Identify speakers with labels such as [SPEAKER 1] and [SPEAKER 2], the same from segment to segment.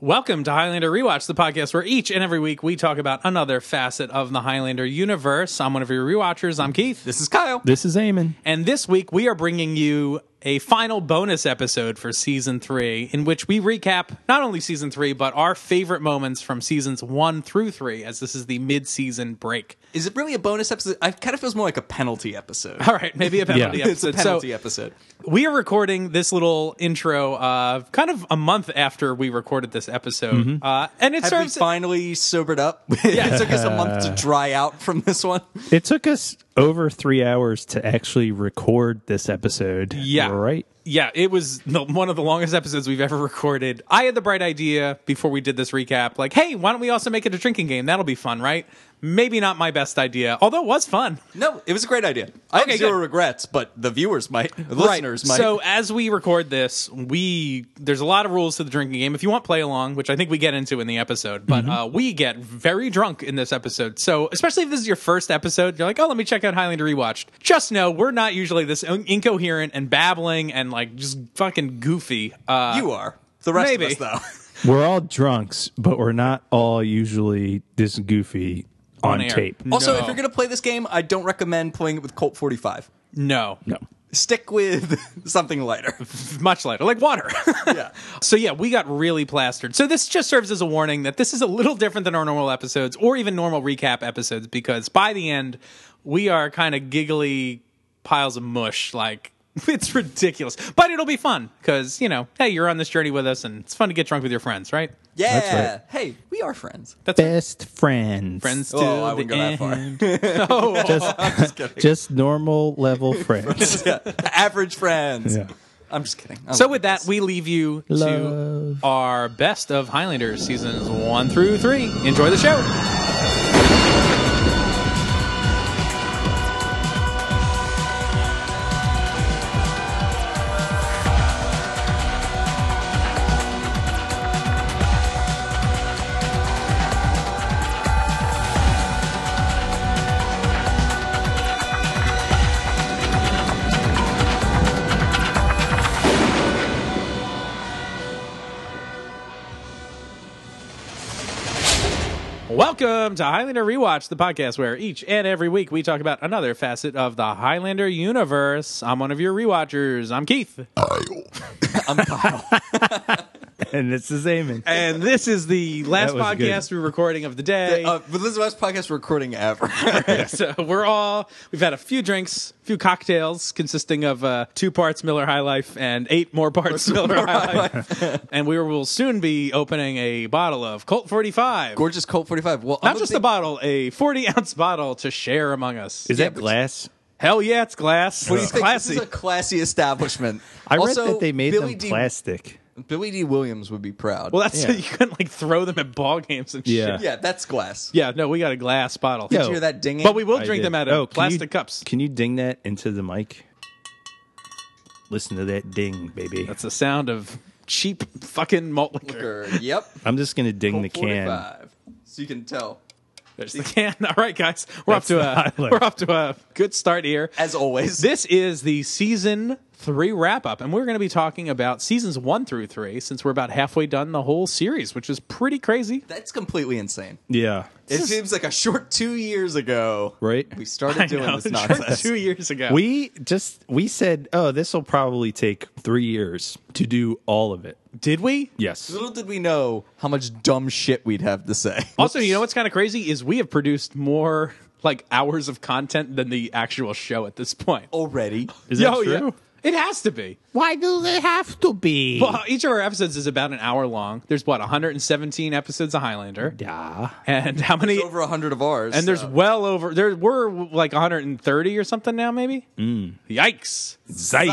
[SPEAKER 1] Welcome to Highlander Rewatch, the podcast where each and every week we talk about another facet of the Highlander universe. I'm one of your rewatchers. I'm Keith.
[SPEAKER 2] This is Kyle.
[SPEAKER 3] This is Eamon.
[SPEAKER 1] And this week we are bringing you a final bonus episode for season three, in which we recap not only season three, but our favorite moments from seasons one through three, as this is the mid season break.
[SPEAKER 2] Is it really a bonus episode? I kind of feels more like a penalty episode.
[SPEAKER 1] All right, maybe a penalty
[SPEAKER 2] It's a
[SPEAKER 1] episode.
[SPEAKER 2] penalty
[SPEAKER 1] so
[SPEAKER 2] episode.
[SPEAKER 1] we are recording this little intro uh, kind of a month after we recorded this episode. Uh, and it
[SPEAKER 2] Have we
[SPEAKER 1] serves
[SPEAKER 2] finally sobered up? it took us a month to dry out from this one.
[SPEAKER 3] It took us over three hours to actually record this episode.
[SPEAKER 1] Yeah.
[SPEAKER 3] Right?
[SPEAKER 1] Yeah, it was the, one of the longest episodes we've ever recorded. I had the bright idea before we did this recap like, hey, why don't we also make it a drinking game? That'll be fun, right? Maybe not my best idea, although it was fun.
[SPEAKER 2] No, it was a great idea. I
[SPEAKER 1] Okay,
[SPEAKER 2] have zero
[SPEAKER 1] good.
[SPEAKER 2] regrets, but the viewers might, the listeners might.
[SPEAKER 1] So as we record this, we there's a lot of rules to the drinking game. If you want play along, which I think we get into in the episode, but uh, we get very drunk in this episode. So especially if this is your first episode, you're like, oh, let me check out Highlander rewatched. Just know we're not usually this in- incoherent and babbling and like just fucking goofy. Uh,
[SPEAKER 2] you are. The rest
[SPEAKER 1] maybe.
[SPEAKER 2] of us,
[SPEAKER 3] We're all drunks, but we're not all usually this goofy on,
[SPEAKER 1] air.
[SPEAKER 3] tape.
[SPEAKER 2] though. Also,
[SPEAKER 1] No.
[SPEAKER 2] if you're going to play this game, I don't recommend playing it with Colt 45.
[SPEAKER 1] no,
[SPEAKER 3] No.
[SPEAKER 2] Stick with something lighter.
[SPEAKER 1] much lighter, like water.
[SPEAKER 2] Yeah.
[SPEAKER 1] So yeah, we got really plastered. So this just serves as a warning that this is a little different than our normal episodes or even normal recap episodes because by the end we are kind of giggly piles of mush like it's ridiculous. But it'll be fun cuz you know, hey, you're on this journey with us and it's fun to get drunk with your friends, right?
[SPEAKER 2] Yeah.
[SPEAKER 3] right.
[SPEAKER 2] Hey, we are friends.
[SPEAKER 3] Best friends.
[SPEAKER 1] Friends to
[SPEAKER 2] Oh, I
[SPEAKER 1] the
[SPEAKER 2] wouldn't go that far.
[SPEAKER 1] end.
[SPEAKER 3] Just normal level friends.
[SPEAKER 2] Yeah. Average friends.
[SPEAKER 3] Yeah.
[SPEAKER 2] I'm just kidding. I
[SPEAKER 1] So
[SPEAKER 2] love
[SPEAKER 1] with
[SPEAKER 2] you
[SPEAKER 1] that,
[SPEAKER 2] guys.
[SPEAKER 1] we leave you
[SPEAKER 3] Love.
[SPEAKER 1] to our best of Highlander seasons 1 through 3. Enjoy the show. Welcome to Highlander Rewatch, the podcast where each and every week we talk about another facet of the Highlander universe. I'm one of your rewatchers. I'm Keith.
[SPEAKER 3] and this is Eamon.
[SPEAKER 1] And this is the last
[SPEAKER 3] That was good.
[SPEAKER 1] podcast we're recording of the day.
[SPEAKER 2] Uh, but this is the best podcast recording ever.
[SPEAKER 1] so we're all, we've had a few drinks, a few cocktails consisting of uh, two parts Miller High Life and eight more parts Miller High Life. and we will soon be opening a bottle of Colt 45.
[SPEAKER 2] Gorgeous Colt 45. Well,
[SPEAKER 1] Not just a bottle, a 40 ounce bottle to share among us.
[SPEAKER 3] Is
[SPEAKER 2] Yeah,
[SPEAKER 3] that
[SPEAKER 2] but-
[SPEAKER 3] glass?
[SPEAKER 1] Hell yeah, it's glass.
[SPEAKER 2] What do you
[SPEAKER 1] it's
[SPEAKER 2] think?
[SPEAKER 1] classy.
[SPEAKER 2] This is a classy establishment.
[SPEAKER 3] I read
[SPEAKER 2] also,
[SPEAKER 3] that they made
[SPEAKER 2] Billy
[SPEAKER 3] them
[SPEAKER 2] D,
[SPEAKER 3] plastic.
[SPEAKER 2] Billy D. Williams would be proud.
[SPEAKER 1] Well, that's so
[SPEAKER 3] Yeah.
[SPEAKER 1] you couldn't like throw them at ball games and
[SPEAKER 3] Yeah.
[SPEAKER 1] shit.
[SPEAKER 2] yeah, that's glass.
[SPEAKER 1] Yeah, no, we got a glass bottle.
[SPEAKER 2] Did
[SPEAKER 3] Yeah.
[SPEAKER 2] you hear that dinging?
[SPEAKER 1] But we will
[SPEAKER 3] I
[SPEAKER 1] drink
[SPEAKER 3] did.
[SPEAKER 1] them out
[SPEAKER 3] Oh,
[SPEAKER 1] of
[SPEAKER 3] can
[SPEAKER 1] plastic
[SPEAKER 3] you-
[SPEAKER 1] cups.
[SPEAKER 3] Can you ding that into the mic? Listen to that ding, baby.
[SPEAKER 1] That's the sound of cheap fucking malt liquor.
[SPEAKER 2] Liquor. Yep.
[SPEAKER 3] I'm just going to ding the
[SPEAKER 2] Colt
[SPEAKER 3] can.
[SPEAKER 2] 45. So you can tell.
[SPEAKER 1] There's the can. All right, guys, we're off
[SPEAKER 3] That's
[SPEAKER 1] to
[SPEAKER 3] the
[SPEAKER 1] a
[SPEAKER 3] highlight.
[SPEAKER 1] we're off to a good start here.
[SPEAKER 2] As always.
[SPEAKER 1] This is the season three wrap up, and we're going to be talking about seasons one through three since we're about halfway done the whole series, which is pretty crazy.
[SPEAKER 2] that's completely insane.
[SPEAKER 3] Yeah.
[SPEAKER 2] It seems like a short two years ago.
[SPEAKER 3] Right.
[SPEAKER 2] We started doing
[SPEAKER 1] I know,
[SPEAKER 2] this nonsense.
[SPEAKER 1] two years ago.
[SPEAKER 3] We just we said, oh, this will probably take three years to do all of it.
[SPEAKER 1] did we?
[SPEAKER 3] Yes.
[SPEAKER 2] Little did we know how much dumb shit we'd have to say.
[SPEAKER 1] Also, you know what's kind of crazy is we have produced more like hours of content than the actual show at this
[SPEAKER 2] Oh,
[SPEAKER 1] point.
[SPEAKER 2] Already.
[SPEAKER 3] Is that
[SPEAKER 1] Yo,
[SPEAKER 3] true?
[SPEAKER 1] yeah. It has to be.
[SPEAKER 3] Why do they have to be?
[SPEAKER 1] Well, each of our episodes is about an hour long. There's what 117 episodes of Highlander,
[SPEAKER 3] yeah.
[SPEAKER 1] and how many?
[SPEAKER 2] Over 100 of ours.
[SPEAKER 1] and there's
[SPEAKER 2] so.
[SPEAKER 1] well over there. We're like 130 or something now, maybe. Yikes!
[SPEAKER 3] Zeist.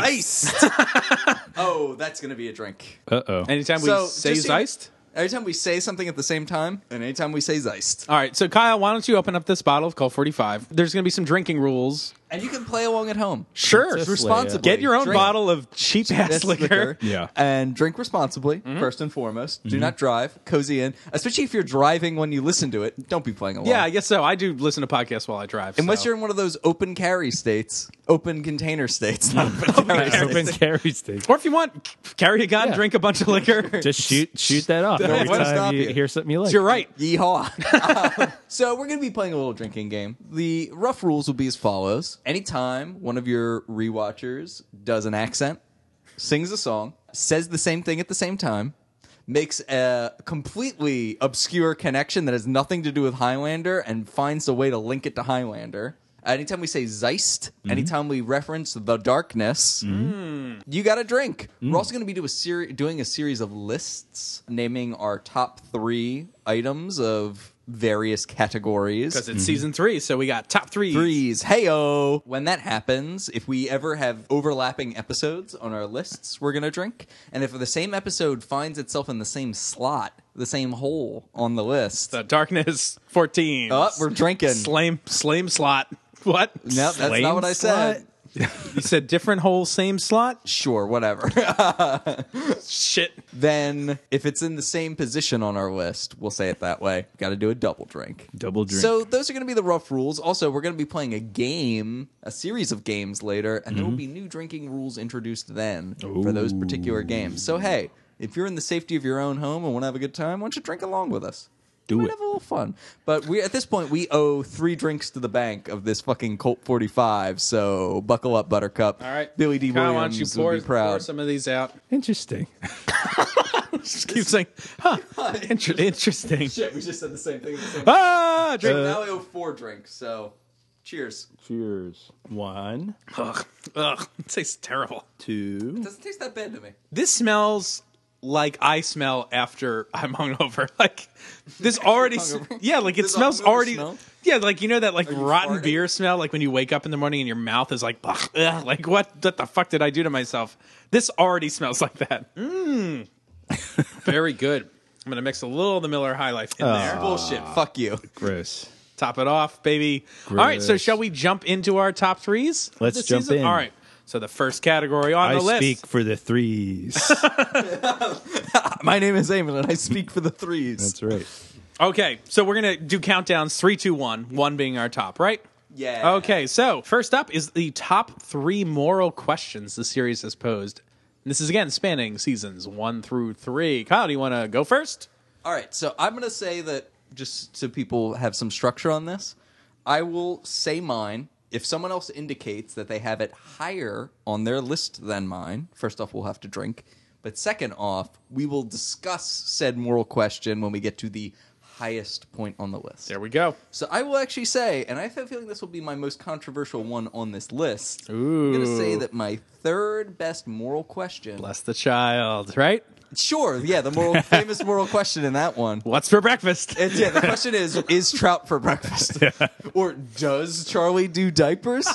[SPEAKER 2] Zeist. oh, that's going to be a drink.
[SPEAKER 3] Uh oh.
[SPEAKER 1] Anytime we say
[SPEAKER 2] just so you-
[SPEAKER 1] Zeist.
[SPEAKER 2] Every time we say something at the same time, and anytime we say Zeist.
[SPEAKER 1] All right, so Kyle, why don't you open up this bottle of Call 45? There's going to be some drinking rules
[SPEAKER 2] And you can play along at home.
[SPEAKER 1] Sure.
[SPEAKER 2] It's
[SPEAKER 3] Just
[SPEAKER 2] responsibly.
[SPEAKER 1] Get your own
[SPEAKER 2] Drink
[SPEAKER 1] bottle of cheap ass
[SPEAKER 2] this
[SPEAKER 1] liquor. Mm-hmm.
[SPEAKER 3] Yeah.
[SPEAKER 2] And drink responsibly, first and foremost. Do not drive. Cozy in. Especially if you're driving when you listen to it. Don't be playing along.
[SPEAKER 1] Yeah, I guess so. I do listen to podcasts while I drive.
[SPEAKER 2] Unless
[SPEAKER 1] so.
[SPEAKER 2] you're in one of those open carry states, open container states, not open carry states.
[SPEAKER 3] Open carry stage.
[SPEAKER 1] Or if you want, c- carry a gun,
[SPEAKER 3] Yeah.
[SPEAKER 1] drink a bunch of liquor.
[SPEAKER 3] Just shoot shoot that off every
[SPEAKER 2] what'll
[SPEAKER 3] time
[SPEAKER 2] stop
[SPEAKER 3] you
[SPEAKER 2] you?
[SPEAKER 3] hear something you like.
[SPEAKER 1] You're right.
[SPEAKER 2] Yeehaw. Um, so we're going to be playing a little drinking game. The rough rules will be as follows. Anytime one of your rewatchers does an accent, sings a song, says the same thing at the same time, makes a completely obscure connection that has nothing to do with Highlander and finds a way to link it to Highlander. Anytime we say Zeist, anytime we reference the darkness, you got a drink. We're also going to be do a seri- doing a series of lists naming our top three items of various categories.
[SPEAKER 1] Because it's season three, so we got top three.
[SPEAKER 2] Threes, heyo! When that happens, if we ever have overlapping episodes on our lists, we're gonna drink. And if the same episode finds itself in the same slot, the same hole on the list,
[SPEAKER 1] The Darkness 14.
[SPEAKER 2] Oh, we're drinking.
[SPEAKER 1] Slame, slame slot. What?
[SPEAKER 2] no, that's
[SPEAKER 3] Slame
[SPEAKER 2] not what I said.
[SPEAKER 3] slot?
[SPEAKER 1] You said different hole, same slot?
[SPEAKER 2] Sure, whatever.
[SPEAKER 1] Shit.
[SPEAKER 2] then if it's in the same position on our list, we'll say it that way. Got to do a double drink.
[SPEAKER 3] Double drink.
[SPEAKER 2] So those are going to be the rough rules. Also, we're going to be playing a game, a series of games later, and there will be new drinking rules introduced then for those particular games. So hey, if you're in the safety of your own home and want to have a good time, why don't you drink along with us?
[SPEAKER 3] Do
[SPEAKER 2] Might
[SPEAKER 3] it.
[SPEAKER 2] Have a little fun. But we at this point we owe three drinks to the bank of this fucking Colt 45. So buckle up, Buttercup.
[SPEAKER 1] All right.
[SPEAKER 2] Billy D.
[SPEAKER 1] Kyle,
[SPEAKER 2] Williams
[SPEAKER 1] why don't you
[SPEAKER 2] would
[SPEAKER 1] pour,
[SPEAKER 2] be proud.
[SPEAKER 1] pour some of these out?
[SPEAKER 3] Interesting.
[SPEAKER 1] Just keep saying, huh, inter- interesting.
[SPEAKER 2] Shit, we just said the same thing. At the same
[SPEAKER 1] Ah, drink.
[SPEAKER 2] So now I owe four drinks. So, cheers.
[SPEAKER 3] Cheers. One,
[SPEAKER 1] Ugh, ugh, it tastes terrible.
[SPEAKER 3] two.
[SPEAKER 2] Doesn't taste that bad to me.
[SPEAKER 1] This smells like I smell after I'm hungover. Like this already, s-
[SPEAKER 2] hungover?
[SPEAKER 1] yeah, like it
[SPEAKER 2] Does a
[SPEAKER 1] smells
[SPEAKER 2] hungover
[SPEAKER 1] already.
[SPEAKER 2] smell?
[SPEAKER 1] Yeah, like you know that like
[SPEAKER 2] you
[SPEAKER 1] rotten
[SPEAKER 2] farting?
[SPEAKER 1] beer smell, like when you wake up in the morning and your mouth is like, ugh, ugh, like what, what the fuck did I do to myself? This already smells like that. Mmm,
[SPEAKER 3] Mm.
[SPEAKER 1] very good. I'm gonna mix a little of the Miller High Life in
[SPEAKER 3] Ah.
[SPEAKER 1] there.
[SPEAKER 2] Bullshit. Fuck you.
[SPEAKER 3] Gross.
[SPEAKER 1] top it off, baby. All right, so
[SPEAKER 3] Gross.
[SPEAKER 1] shall we jump into our top threes?
[SPEAKER 3] Let's
[SPEAKER 1] this
[SPEAKER 3] jump in.
[SPEAKER 1] All right. So the first category on
[SPEAKER 3] I
[SPEAKER 1] the list.
[SPEAKER 3] speak for the threes.
[SPEAKER 2] My name is Eamon and I speak for the threes.
[SPEAKER 3] That's right.
[SPEAKER 1] Okay, so we're gonna do countdowns three, two, one. One being our top, right?
[SPEAKER 2] Yeah.
[SPEAKER 1] Okay, so first up is the top three moral questions the series has posed. And this is again spanning seasons one through three. Kyle, do you want to go first?
[SPEAKER 2] All right. So, I'm going to say that just so people have some structure on this, I will say mine. If someone else indicates that they have it higher on their list than mine, first off, we'll have to drink. But second off, we will discuss said moral question when we get to the highest point on the list.
[SPEAKER 1] There we go.
[SPEAKER 2] So I will actually say, and I have a feeling this will be my most controversial one on this list. I'm going to say that my third best moral question.
[SPEAKER 1] Bless the child, right?
[SPEAKER 2] Sure, yeah, the moral, famous moral question in that one.
[SPEAKER 1] What's for breakfast?
[SPEAKER 2] It's, yeah, the question is: Is trout for breakfast, or does Charlie do diapers?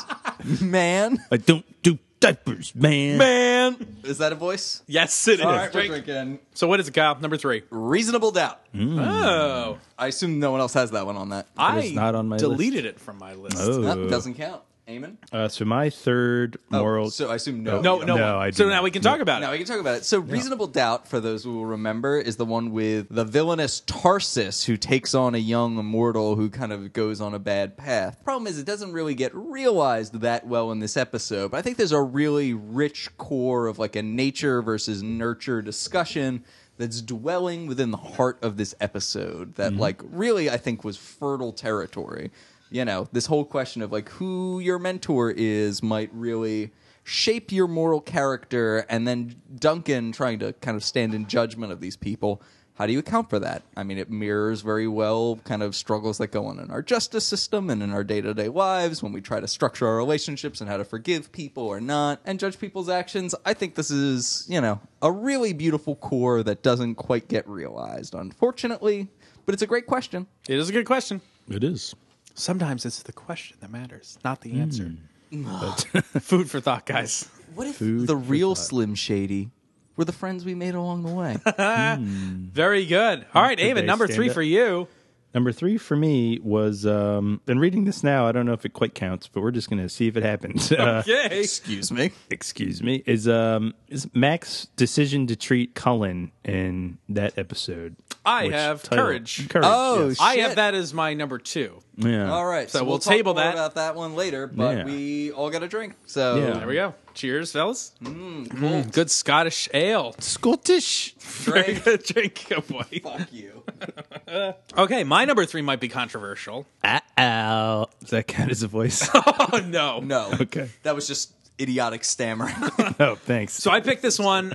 [SPEAKER 2] Man,
[SPEAKER 3] I don't do diapers, man.
[SPEAKER 1] Man,
[SPEAKER 2] is that a voice?
[SPEAKER 1] yes, it is.
[SPEAKER 2] All right, we're
[SPEAKER 1] Drink.
[SPEAKER 2] drinking.
[SPEAKER 1] So what is it, Kyle? Number three.
[SPEAKER 2] Reasonable doubt.
[SPEAKER 1] Oh,
[SPEAKER 2] I assume no one else has that one on that.
[SPEAKER 1] I
[SPEAKER 3] is not on my
[SPEAKER 1] deleted it from my list.
[SPEAKER 3] Oh.
[SPEAKER 2] That doesn't count. Amen. Oh,
[SPEAKER 3] Uh, so my third moral.
[SPEAKER 2] so I assume no.
[SPEAKER 1] No,
[SPEAKER 2] you
[SPEAKER 1] no,
[SPEAKER 2] don't
[SPEAKER 3] No, I
[SPEAKER 1] So
[SPEAKER 3] do
[SPEAKER 1] now
[SPEAKER 3] not.
[SPEAKER 1] we can talk about
[SPEAKER 2] Now
[SPEAKER 1] it.
[SPEAKER 2] we can talk about it. So, Reasonable Doubt, for those who will remember, is the one with the villainous Tarsus who takes on a young immortal who kind of goes on a bad path. Problem is, it doesn't really get realized that well in this episode, but I think there's a really rich core of like a nature versus nurture discussion that's dwelling within the heart of this episode that,
[SPEAKER 1] Mm-hmm.
[SPEAKER 2] like, really I think was fertile territory. You know, this whole question of like who your mentor is might really shape your moral character and then Duncan trying to kind of stand in judgment of these people. How do you account for that? I mean, it mirrors very well kind of struggles that go on in our justice system and in our day to day lives when we try to structure our relationships and how to forgive people or not and judge people's actions. I think this is, you know, a really beautiful core that doesn't quite get realized, unfortunately, but it's a great question.
[SPEAKER 1] It is a good question.
[SPEAKER 3] it is.
[SPEAKER 1] Sometimes it's the question that matters, not the answer. Mm. Food for thought, guys.
[SPEAKER 2] What if
[SPEAKER 3] Food
[SPEAKER 2] the
[SPEAKER 3] for
[SPEAKER 2] real
[SPEAKER 3] thought.
[SPEAKER 2] Slim Shady were the friends we made along the way?
[SPEAKER 1] Very good. All right,
[SPEAKER 3] Could
[SPEAKER 1] David,
[SPEAKER 3] they
[SPEAKER 1] number
[SPEAKER 3] stand
[SPEAKER 1] three
[SPEAKER 3] up?
[SPEAKER 1] for you.
[SPEAKER 3] Number three for me was um, been reading this now. I don't know if it quite counts, but we're just going to see if it happens. Uh,
[SPEAKER 1] Yay.
[SPEAKER 2] Excuse me.
[SPEAKER 3] excuse me. Is um is Mac's decision to treat Cullen in that episode?
[SPEAKER 1] I
[SPEAKER 3] Which
[SPEAKER 1] have
[SPEAKER 3] title?
[SPEAKER 1] courage.
[SPEAKER 3] Courage.
[SPEAKER 2] Oh,
[SPEAKER 3] yes.
[SPEAKER 1] I
[SPEAKER 2] Shit.
[SPEAKER 1] have that as my number two.
[SPEAKER 3] yeah.
[SPEAKER 2] All right.
[SPEAKER 1] So
[SPEAKER 2] So,
[SPEAKER 1] we'll
[SPEAKER 2] we'll, talk
[SPEAKER 1] table
[SPEAKER 2] more
[SPEAKER 1] that.
[SPEAKER 2] about that one later, but
[SPEAKER 3] Yeah.
[SPEAKER 2] we all got a drink. So
[SPEAKER 3] Yeah.
[SPEAKER 1] There we go. Cheers, fellas. Mm, good Scottish ale.
[SPEAKER 3] Scottish.
[SPEAKER 1] Very
[SPEAKER 2] drink.
[SPEAKER 1] good drink. Oh boy.
[SPEAKER 2] Fuck you.
[SPEAKER 1] Okay, my number three might be controversial.
[SPEAKER 3] Uh-oh. Does that count as a voice?
[SPEAKER 1] Oh no.
[SPEAKER 2] No.
[SPEAKER 3] Okay.
[SPEAKER 2] That was just idiotic stammering.
[SPEAKER 3] oh, thanks.
[SPEAKER 1] So I picked this one.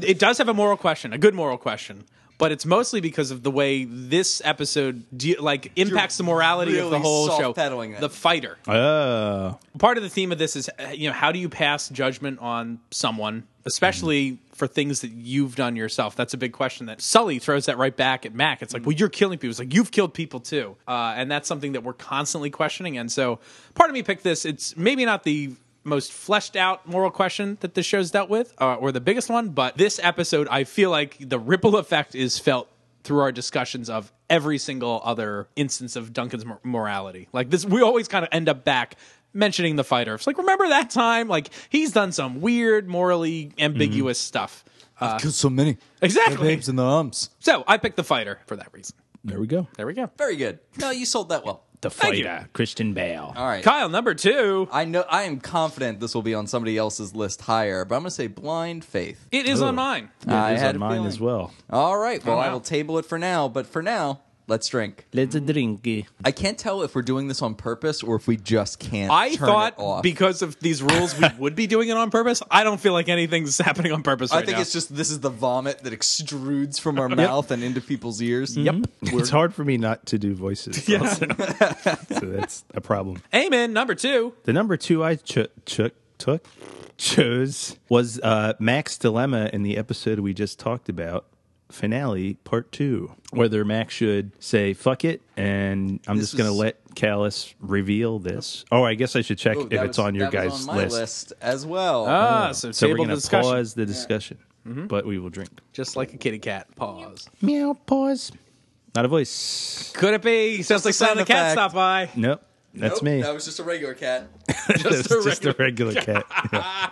[SPEAKER 1] It does have a moral question, a good moral question, but it's mostly because of the way this episode de- like impacts the morality of the
[SPEAKER 2] really
[SPEAKER 1] whole show.
[SPEAKER 2] soft-pedaling it.
[SPEAKER 1] The fighter.
[SPEAKER 3] oh,
[SPEAKER 1] Part of the theme of this is uh, you know how do you pass judgment on someone, especially for things that you've done yourself. That's a big question that Sully throws that right back at Mac. It's like, well, you're killing people. It's like you've killed people too, uh, and that's something that we're constantly questioning. And so, part of me picked this. It's maybe not the most fleshed out moral question that this show's dealt with, uh, or the biggest one, but this episode, I feel like the ripple effect is felt through our discussions of every single other instance of Duncan's mor- morality. Like this, we always kind of end up back mentioning the fighter. It's like, remember that time? Like he's done some weird, morally ambiguous
[SPEAKER 2] Mm-hmm.
[SPEAKER 1] stuff.
[SPEAKER 2] I've killed so many.
[SPEAKER 1] Uh, Exactly.
[SPEAKER 2] in the arms.
[SPEAKER 1] So I picked the fighter for that reason.
[SPEAKER 3] there we go.
[SPEAKER 1] There we go.
[SPEAKER 2] Very good. No, you sold that well.
[SPEAKER 3] The
[SPEAKER 1] Thank you.
[SPEAKER 3] Christian Bale.
[SPEAKER 2] All right.
[SPEAKER 1] Kyle, number two.
[SPEAKER 2] I know. I am confident this will be on somebody else's list higher, but I'm going to say blind faith.
[SPEAKER 1] It is
[SPEAKER 3] Ooh.
[SPEAKER 1] on mine.
[SPEAKER 2] I
[SPEAKER 3] it is
[SPEAKER 2] had a
[SPEAKER 3] on mine
[SPEAKER 2] feeling.
[SPEAKER 3] as well.
[SPEAKER 2] All right. Well, I
[SPEAKER 1] wow.
[SPEAKER 2] will table it for now. But for now, let's drink.
[SPEAKER 3] Let's drink.
[SPEAKER 2] I can't tell if we're doing this on purpose or if we just can't.
[SPEAKER 1] I
[SPEAKER 2] turn it
[SPEAKER 1] thought
[SPEAKER 2] off.
[SPEAKER 1] because of these rules we would be doing it on purpose. I don't feel like anything's happening on purpose
[SPEAKER 2] I
[SPEAKER 1] right
[SPEAKER 2] think
[SPEAKER 1] now.
[SPEAKER 2] it's just this is the vomit that extrudes from our mouth and into people's ears. Yep.
[SPEAKER 3] It's hard for me not to do voices. Also. so that's a problem.
[SPEAKER 1] Amen, number two.
[SPEAKER 3] The number two I cho- cho- took chose was uh, Mac's dilemma in the episode we just talked about, finale part two, whether Mac should say "fuck it" and I'm
[SPEAKER 2] This
[SPEAKER 3] just going to
[SPEAKER 2] was-
[SPEAKER 3] let Callus reveal this. Oh, I guess I should check if it's on your guys'
[SPEAKER 2] on my list. as well.
[SPEAKER 1] Ah, so,
[SPEAKER 3] So we're
[SPEAKER 1] table
[SPEAKER 3] going to
[SPEAKER 1] discussion.
[SPEAKER 3] pause the discussion,
[SPEAKER 2] Mm-hmm.
[SPEAKER 3] but we will drink.
[SPEAKER 1] Just like a kitty cat. Pause.
[SPEAKER 3] Meow. Pause. Not a voice.
[SPEAKER 1] Could it be? Sounds like
[SPEAKER 2] sign
[SPEAKER 1] Sound the
[SPEAKER 2] of
[SPEAKER 1] Cat
[SPEAKER 2] fact.
[SPEAKER 1] stop by.
[SPEAKER 3] Nope. That's
[SPEAKER 2] Nope,
[SPEAKER 3] me.
[SPEAKER 2] That was just a regular cat.
[SPEAKER 3] That's just a regular cat. Yeah.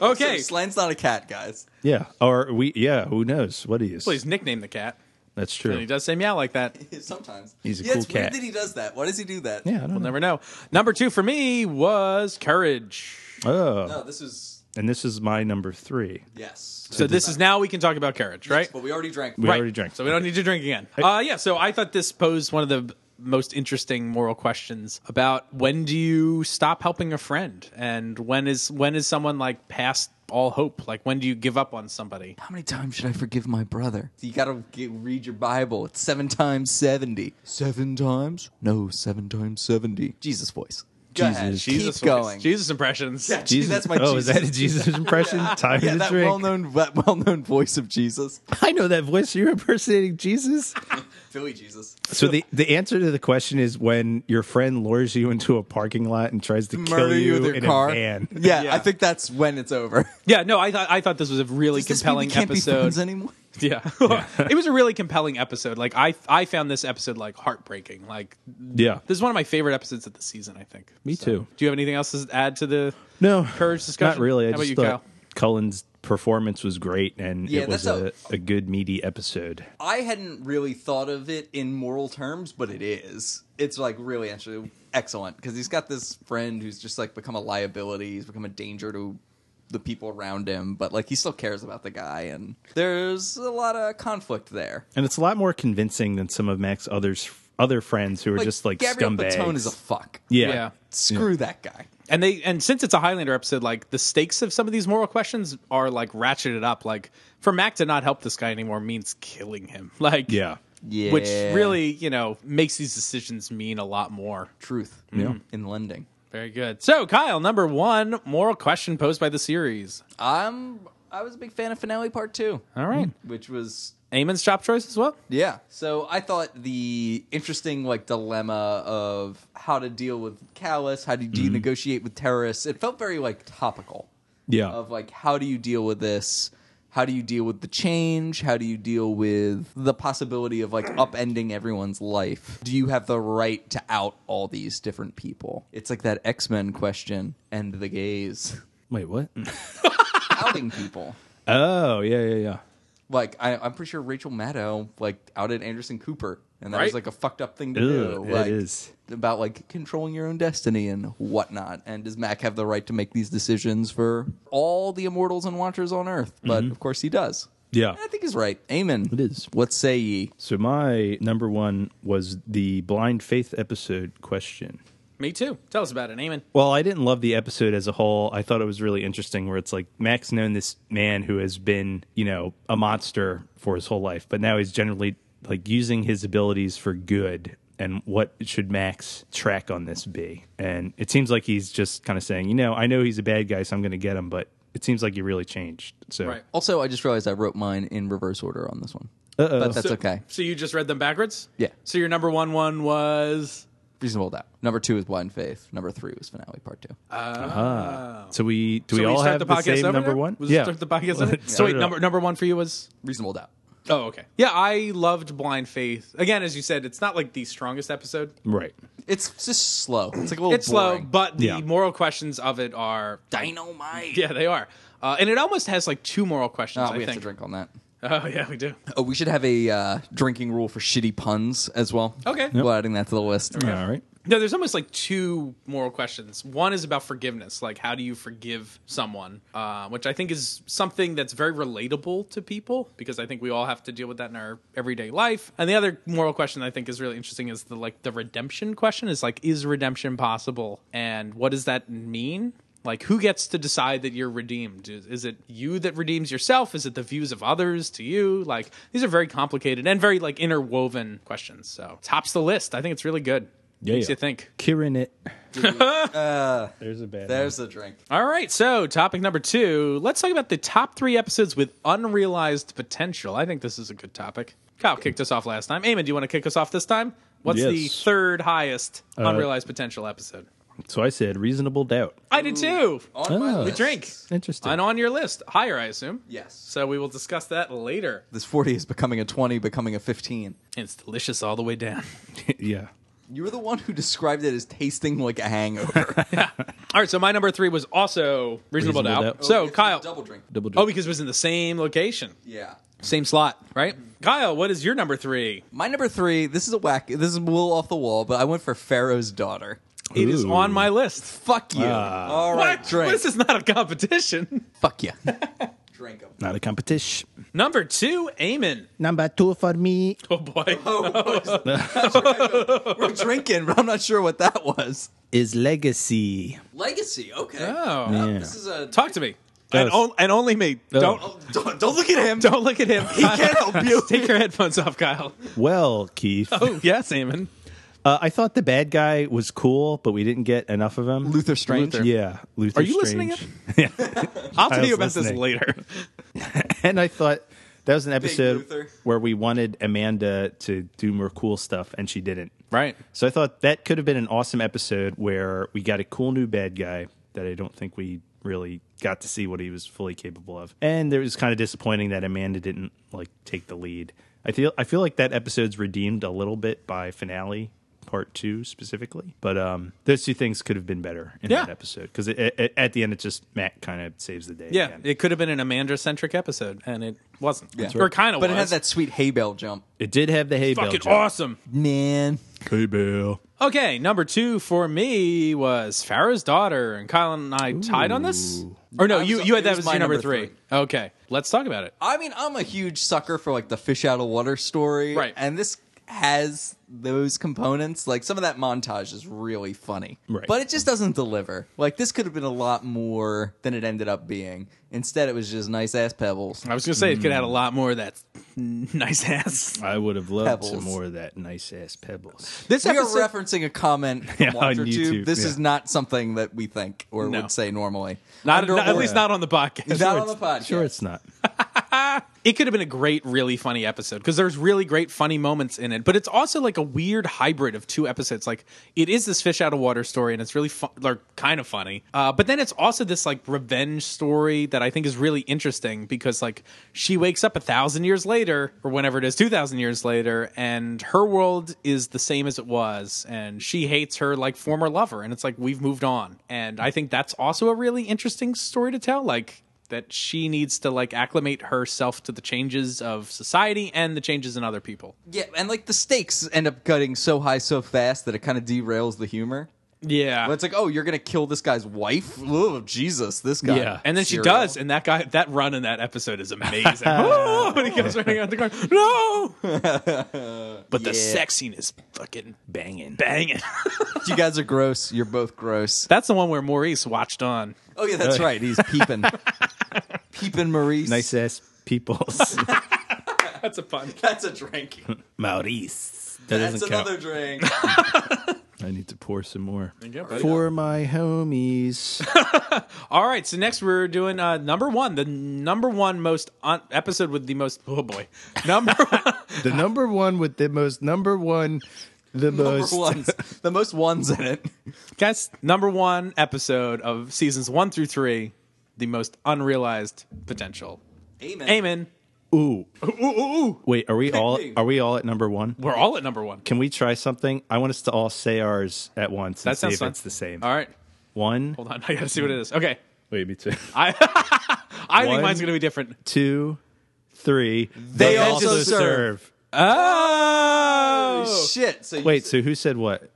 [SPEAKER 1] Okay.
[SPEAKER 2] So Slan's not a cat, guys.
[SPEAKER 3] Yeah, or we. Yeah, who knows what he is?
[SPEAKER 1] Please nickname the cat.
[SPEAKER 3] That's
[SPEAKER 1] And he
[SPEAKER 3] true.
[SPEAKER 1] does say meow like that.
[SPEAKER 2] Sometimes
[SPEAKER 3] He's a
[SPEAKER 2] yeah, it's
[SPEAKER 3] cool
[SPEAKER 2] weird
[SPEAKER 3] cat.
[SPEAKER 2] that he does that. Why does he do that?
[SPEAKER 3] Yeah, I don't
[SPEAKER 1] We'll
[SPEAKER 3] know.
[SPEAKER 1] never know. Number two for me was courage.
[SPEAKER 3] Oh,
[SPEAKER 2] No, this is
[SPEAKER 3] and this is my number three.
[SPEAKER 2] yes.
[SPEAKER 1] So this is now we can talk about courage, right?
[SPEAKER 2] But we already drank.
[SPEAKER 3] We
[SPEAKER 1] Right.
[SPEAKER 3] already drank.
[SPEAKER 1] So we don't need to drink again. Uh, yeah. So I thought this posed one of the most interesting moral questions about when do you stop helping a friend and when is when is someone like past all hope? Like when do you give up on somebody?
[SPEAKER 2] How many times should I forgive my brother? You gotta get, read your Bible. It's seven times seventy. Seven times? No, seven times seventy. Jesus voice. Go
[SPEAKER 3] Jesus.
[SPEAKER 2] ahead.
[SPEAKER 1] Jesus
[SPEAKER 2] Keep
[SPEAKER 1] voice.
[SPEAKER 2] going.
[SPEAKER 1] Jesus impressions.
[SPEAKER 2] Yeah,
[SPEAKER 3] Jesus.
[SPEAKER 2] That's my
[SPEAKER 3] oh,
[SPEAKER 2] Jesus.
[SPEAKER 3] is that a Jesus impression? Time
[SPEAKER 2] yeah,
[SPEAKER 3] to
[SPEAKER 2] that
[SPEAKER 3] drink.
[SPEAKER 2] well-known, that well-known voice of Jesus,
[SPEAKER 3] I know that voice. You're impersonating Jesus.
[SPEAKER 2] Philly Jesus.
[SPEAKER 3] so the the answer to the question is when your friend lures you into a parking lot and tries to kill
[SPEAKER 2] Murder you with your
[SPEAKER 3] in
[SPEAKER 2] car.
[SPEAKER 3] a van.
[SPEAKER 2] Yeah,
[SPEAKER 1] Yeah.
[SPEAKER 2] I think that's when it's over.
[SPEAKER 1] Yeah, no, I thought I thought this was a really
[SPEAKER 2] Does this mean we
[SPEAKER 1] compelling
[SPEAKER 2] can't be
[SPEAKER 1] episode.
[SPEAKER 2] friends anymore?
[SPEAKER 1] Yeah. it was a really compelling episode. Like I I found this episode like heartbreaking. Like
[SPEAKER 3] Yeah.
[SPEAKER 1] this is one of my favorite episodes of the season, I think.
[SPEAKER 3] Me too.
[SPEAKER 1] Do you have anything else to add to the
[SPEAKER 3] No,
[SPEAKER 1] courage discussion?
[SPEAKER 3] Not really. I
[SPEAKER 1] How
[SPEAKER 3] just
[SPEAKER 1] about you,
[SPEAKER 3] thought
[SPEAKER 1] Kyle?
[SPEAKER 3] Cullen's performance was great, and
[SPEAKER 2] Yeah,
[SPEAKER 3] it was a,
[SPEAKER 2] that's
[SPEAKER 3] a good meaty episode.
[SPEAKER 2] I hadn't really thought of it in moral terms, but it is. It's like really actually excellent because he's got this friend who's just like become a liability. He's become a danger to the people around him, but like he still cares about the guy, and there's a lot of conflict there.
[SPEAKER 3] And it's a lot more convincing than some of Mac's others other friends who are just like
[SPEAKER 2] Gabriel
[SPEAKER 3] scumbags.
[SPEAKER 2] Patone is a fuck.
[SPEAKER 3] yeah.
[SPEAKER 1] Yeah.
[SPEAKER 2] Screw that guy.
[SPEAKER 1] And they and since it's a Highlander episode, like the stakes of some of these moral questions are like ratcheted up. Like for Mac to not help this guy anymore means killing him. Like
[SPEAKER 3] Yeah.
[SPEAKER 2] Yeah.
[SPEAKER 1] Which really, you know, makes these decisions mean a lot more.
[SPEAKER 2] truth in lending.
[SPEAKER 1] Very good. So, Kyle, number one moral question posed by the series.
[SPEAKER 2] I'm. I was a big fan of finale part two,
[SPEAKER 1] All right.
[SPEAKER 2] which was
[SPEAKER 1] Mm-hmm. Eamon's chop choice as well?
[SPEAKER 2] Yeah. So I thought the interesting like dilemma of how to deal with callous, how do you negotiate with terrorists, it felt very like topical
[SPEAKER 3] Yeah.
[SPEAKER 2] of like how do you deal with this? How do you deal with the change? How do you deal with the possibility of like upending everyone's life? Do you have the right to out all these different people? It's like that X Men question and the gays
[SPEAKER 3] Wait, what?
[SPEAKER 2] outing people.
[SPEAKER 3] oh, yeah, yeah, yeah.
[SPEAKER 2] Like I, I'm pretty sure Rachel Maddow like outed Anderson Cooper, and that was
[SPEAKER 1] Right.
[SPEAKER 2] like a fucked up thing to
[SPEAKER 3] Ew,
[SPEAKER 2] do.
[SPEAKER 3] it
[SPEAKER 2] Like,
[SPEAKER 3] is.
[SPEAKER 2] about like controlling your own destiny and whatnot. And does Mac have the right to make these decisions for all the immortals and watchers on Earth? But of course he does.
[SPEAKER 3] Yeah.
[SPEAKER 2] I think he's right. Amen.
[SPEAKER 3] Mm-hmm. It is.
[SPEAKER 2] What say ye?
[SPEAKER 3] So my number one was the blind faith episode question.
[SPEAKER 1] Me too. Tell us about it, Eamon.
[SPEAKER 3] Well, I didn't love the episode as a whole. I thought it was really interesting where it's like Mac's known this man who has been, you know, a monster for his whole life, but now he's generally like using his abilities for good. And what should Mac's track on this be? And it seems like he's just kind of saying, you know, I know he's a bad guy, so I'm going to get him, but it seems like he really changed. So,
[SPEAKER 1] Right.
[SPEAKER 2] Also, I just realized I wrote mine in reverse order on this one. But that's okay.
[SPEAKER 1] So you just read them backwards?
[SPEAKER 2] Yeah.
[SPEAKER 1] So your number one one was
[SPEAKER 2] Reasonable doubt. Number two is Blind Faith. Number three was Finale Part Two. Uh,
[SPEAKER 3] so we do
[SPEAKER 1] so
[SPEAKER 3] we all
[SPEAKER 1] start
[SPEAKER 3] have
[SPEAKER 1] the
[SPEAKER 3] the,
[SPEAKER 1] podcast
[SPEAKER 3] same
[SPEAKER 1] over
[SPEAKER 3] number
[SPEAKER 1] now?
[SPEAKER 3] one?
[SPEAKER 1] Was start the podcast over? So
[SPEAKER 3] Start
[SPEAKER 1] wait,
[SPEAKER 3] it up.
[SPEAKER 1] number number one for you was
[SPEAKER 2] Reasonable doubt.
[SPEAKER 1] Oh, okay. Yeah, I loved Blind Faith. Again, as you said, it's not like the strongest episode.
[SPEAKER 3] Right.
[SPEAKER 2] It's just slow. It's like a little.
[SPEAKER 1] It's slow,
[SPEAKER 2] boring.
[SPEAKER 1] but the
[SPEAKER 3] Yeah.
[SPEAKER 1] moral questions of it are
[SPEAKER 2] dynamite.
[SPEAKER 1] yeah, they are. Uh, and it almost has like two moral questions.
[SPEAKER 2] Ah, we
[SPEAKER 1] I
[SPEAKER 2] have
[SPEAKER 1] think.
[SPEAKER 2] to drink on that.
[SPEAKER 1] Oh yeah, we do.
[SPEAKER 2] Oh, we should have a uh, drinking rule for shitty puns as well.
[SPEAKER 1] Okay. Yep.
[SPEAKER 2] We're adding that to the list.
[SPEAKER 3] All right.
[SPEAKER 1] No, there's almost like two moral questions. One is about forgiveness, like how do you forgive someone, uh, which I think is something that's very relatable to people because I think we all have to deal with that in our everyday life. And the other moral question I think is really interesting is the like the redemption question is like is redemption possible and what does that mean? Like who gets to decide that you're redeemed? Is, is it you that redeems yourself? Is it the views of others to you? Like these are very complicated and very like interwoven questions. So tops the list. I think it's really good.
[SPEAKER 3] Yeah,
[SPEAKER 1] Makes
[SPEAKER 3] yeah.
[SPEAKER 1] you think.
[SPEAKER 3] Kieran it. There's a bad
[SPEAKER 2] There's the drink.
[SPEAKER 1] All right, so topic number two. Let's talk about the top three episodes with unrealized potential. I think this is a good topic. Kyle kicked us off last time. Eamon, do you want to kick us off this time? What's the
[SPEAKER 3] Yes. Uh,
[SPEAKER 1] third highest unrealized potential episode?
[SPEAKER 3] So I said reasonable doubt.
[SPEAKER 1] I did too.
[SPEAKER 2] On
[SPEAKER 1] Ah.
[SPEAKER 2] my
[SPEAKER 3] Oh.
[SPEAKER 2] list.
[SPEAKER 1] Drink.
[SPEAKER 3] Interesting.
[SPEAKER 1] And on your list. Higher, I assume.
[SPEAKER 2] Yes.
[SPEAKER 1] So we will discuss that later.
[SPEAKER 2] This 40 is becoming a 20, becoming a 15.
[SPEAKER 1] It's delicious all the way down.
[SPEAKER 3] yeah.
[SPEAKER 2] You were the one who described it as tasting like a hangover.
[SPEAKER 1] All right, so my number three was also Reasonable,
[SPEAKER 3] Reasonable
[SPEAKER 1] Doubt.
[SPEAKER 3] Doubt.
[SPEAKER 1] So, Kyle.
[SPEAKER 2] Oh, Double drink.
[SPEAKER 3] Double drink.
[SPEAKER 1] Oh, because it was in the same location,
[SPEAKER 2] Yeah.
[SPEAKER 1] same slot, right?
[SPEAKER 2] Mm-hmm.
[SPEAKER 1] Kyle, what is your number three?
[SPEAKER 2] My number three, this is a whack, this is a little off the wall, but I went for Pharaoh's daughter.
[SPEAKER 1] It is
[SPEAKER 3] Ooh.
[SPEAKER 1] on my list.
[SPEAKER 2] Fuck you.
[SPEAKER 3] Ah.
[SPEAKER 2] All right,
[SPEAKER 1] What?
[SPEAKER 2] drink.
[SPEAKER 1] This is not a competition.
[SPEAKER 2] Fuck you. drink them.
[SPEAKER 3] Not a competition.
[SPEAKER 1] Number two, Eamon.
[SPEAKER 3] Number two for me.
[SPEAKER 1] Oh boy.
[SPEAKER 2] We're drinking, but I'm not sure what that was.
[SPEAKER 3] is legacy.
[SPEAKER 2] Legacy, okay.
[SPEAKER 1] Oh.
[SPEAKER 3] Yeah.
[SPEAKER 2] This is a.
[SPEAKER 1] Talk to me. And,
[SPEAKER 3] Yes.
[SPEAKER 1] on- and only me. Don't
[SPEAKER 2] Oh, don't, don't look at him.
[SPEAKER 1] don't look at him. He
[SPEAKER 2] can't help you.
[SPEAKER 1] Take your headphones off, Kyle.
[SPEAKER 3] Well, Keith,
[SPEAKER 1] Oh yes, Eamon.
[SPEAKER 3] uh, I thought the bad guy was cool, but we didn't get enough of him.
[SPEAKER 2] Luther Strange? Luther.
[SPEAKER 3] Yeah, Luther.
[SPEAKER 1] Are you
[SPEAKER 3] Strange.
[SPEAKER 1] listening? I'll tell
[SPEAKER 3] Kyle's
[SPEAKER 1] you about this
[SPEAKER 3] listening.
[SPEAKER 1] later.
[SPEAKER 3] and I thought that was an episode
[SPEAKER 2] Luther.
[SPEAKER 3] where we wanted Amanda to do more cool stuff, and she didn't.
[SPEAKER 1] Right.
[SPEAKER 3] So I thought that could have been an awesome episode where we got a cool new bad guy that I don't think we really got to see what he was fully capable of. And it was kind of disappointing that Amanda didn't like take the lead. I feel I feel like that episode's redeemed a little bit by finale part 2 specifically. But um those two things could have been better in
[SPEAKER 1] Yeah.
[SPEAKER 3] that episode cuz it, it, at the end it just Matt kind of saves the day.
[SPEAKER 1] Yeah,
[SPEAKER 3] again.
[SPEAKER 1] it could have been an Amanda-centric episode, and it wasn't.
[SPEAKER 2] That's
[SPEAKER 1] Or kind of
[SPEAKER 2] But
[SPEAKER 1] was.
[SPEAKER 2] it has that sweet hay bale jump.
[SPEAKER 3] It did have the hay
[SPEAKER 1] fucking
[SPEAKER 3] bale.
[SPEAKER 1] awesome.
[SPEAKER 2] Man.
[SPEAKER 3] Hey bale.
[SPEAKER 1] Okay, number two for me was Pharaoh's daughter, and Kyle and I tied on this. Or no,
[SPEAKER 2] I was-
[SPEAKER 1] you you had
[SPEAKER 2] it
[SPEAKER 1] that
[SPEAKER 2] was
[SPEAKER 1] as
[SPEAKER 2] my
[SPEAKER 1] your number,
[SPEAKER 2] number
[SPEAKER 1] three.
[SPEAKER 2] three.
[SPEAKER 1] Okay, let's talk about it.
[SPEAKER 2] I mean, I'm a huge sucker for like the fish out of water story,
[SPEAKER 1] Right.
[SPEAKER 2] And this has those components. Like some of that montage is really funny,
[SPEAKER 3] Right.
[SPEAKER 2] But it just doesn't deliver. Like this could have been a lot more than it ended up being. Instead, it was just nice ass pebbles.
[SPEAKER 1] I was gonna say it could have had a
[SPEAKER 2] Hmm.
[SPEAKER 1] lot more of that nice ass.
[SPEAKER 3] I would have loved some
[SPEAKER 2] Pebbles.
[SPEAKER 3] more of that nice ass pebbles.
[SPEAKER 1] This
[SPEAKER 2] We are
[SPEAKER 1] episode,
[SPEAKER 2] referencing a comment from
[SPEAKER 3] Yeah, on
[SPEAKER 2] Watcher Tube.
[SPEAKER 3] YouTube,
[SPEAKER 2] This
[SPEAKER 3] yeah.
[SPEAKER 2] is not something that we think or
[SPEAKER 1] No.
[SPEAKER 2] would say normally.
[SPEAKER 1] not,
[SPEAKER 2] Under
[SPEAKER 1] not- at
[SPEAKER 2] or-
[SPEAKER 1] least not on the podcast.
[SPEAKER 2] Not
[SPEAKER 3] Sure,
[SPEAKER 2] on the
[SPEAKER 3] it's-
[SPEAKER 2] podcast.
[SPEAKER 3] Sure it's not.
[SPEAKER 1] it could have been a great, really funny episode because there's really great, funny moments in it. But it's also like a weird hybrid of two episodes. Like it is this fish out of water story, and it's really fun, like kind of funny. Uh, but then it's also this like revenge story that I think is really interesting because like she wakes up a thousand years later, or whenever it is, two thousand years later, and her world is the same as it was, and she hates her like former lover, and it's like we've moved on. And I think that's also a really interesting story to tell. Like that she needs to like acclimate herself to the changes of society and the changes in other people.
[SPEAKER 2] Yeah, and like the stakes end up cutting so high so fast that it kind of derails the humor.
[SPEAKER 1] Yeah.
[SPEAKER 2] But it's like, oh, you're gonna kill this guy's wife? Oh, Jesus, this guy.
[SPEAKER 3] Yeah.
[SPEAKER 1] and then
[SPEAKER 2] Serial.
[SPEAKER 1] she does, and that guy, that run in that episode is amazing. oh, and he comes running out the car. No, but the sex scene is fucking
[SPEAKER 3] Banging.
[SPEAKER 1] banging.
[SPEAKER 2] you guys are gross. You're both gross.
[SPEAKER 1] That's the one where Maurice watched on.
[SPEAKER 2] Oh yeah, that's right. He's peeping, peeping Maurice.
[SPEAKER 3] Nice ass peoples.
[SPEAKER 1] That's a pun.
[SPEAKER 2] That's a drink.
[SPEAKER 3] Maurice. That
[SPEAKER 2] That's
[SPEAKER 3] doesn't count.
[SPEAKER 2] another drink.
[SPEAKER 3] I need to pour some more.
[SPEAKER 1] you go, buddy.
[SPEAKER 3] For my homies.
[SPEAKER 1] All right, so next we're doing uh, number one, the number one most un- episode with the most. Oh boy, number one.
[SPEAKER 4] The number one with the most number one, the most.
[SPEAKER 2] Number ones. The most ones in it.
[SPEAKER 1] Guys, number one episode of seasons one through three, the most unrealized potential.
[SPEAKER 2] Amen.
[SPEAKER 1] Amen.
[SPEAKER 3] Ooh. Wait, are we all are we all at number one?
[SPEAKER 1] We're all at number one.
[SPEAKER 3] Can we try something? I want us to all say ours at once and
[SPEAKER 1] That
[SPEAKER 3] see
[SPEAKER 1] sounds
[SPEAKER 3] if
[SPEAKER 1] fun.
[SPEAKER 3] it's the same.
[SPEAKER 1] All right,
[SPEAKER 3] One.
[SPEAKER 1] hold on. I gotta see what it is. Okay,
[SPEAKER 3] Wait, me too.
[SPEAKER 1] I I
[SPEAKER 3] One.
[SPEAKER 1] think mine's gonna be different.
[SPEAKER 3] Two, three.
[SPEAKER 2] They also serve.
[SPEAKER 1] Oh,
[SPEAKER 2] Shit. So you
[SPEAKER 3] Wait, so who said what?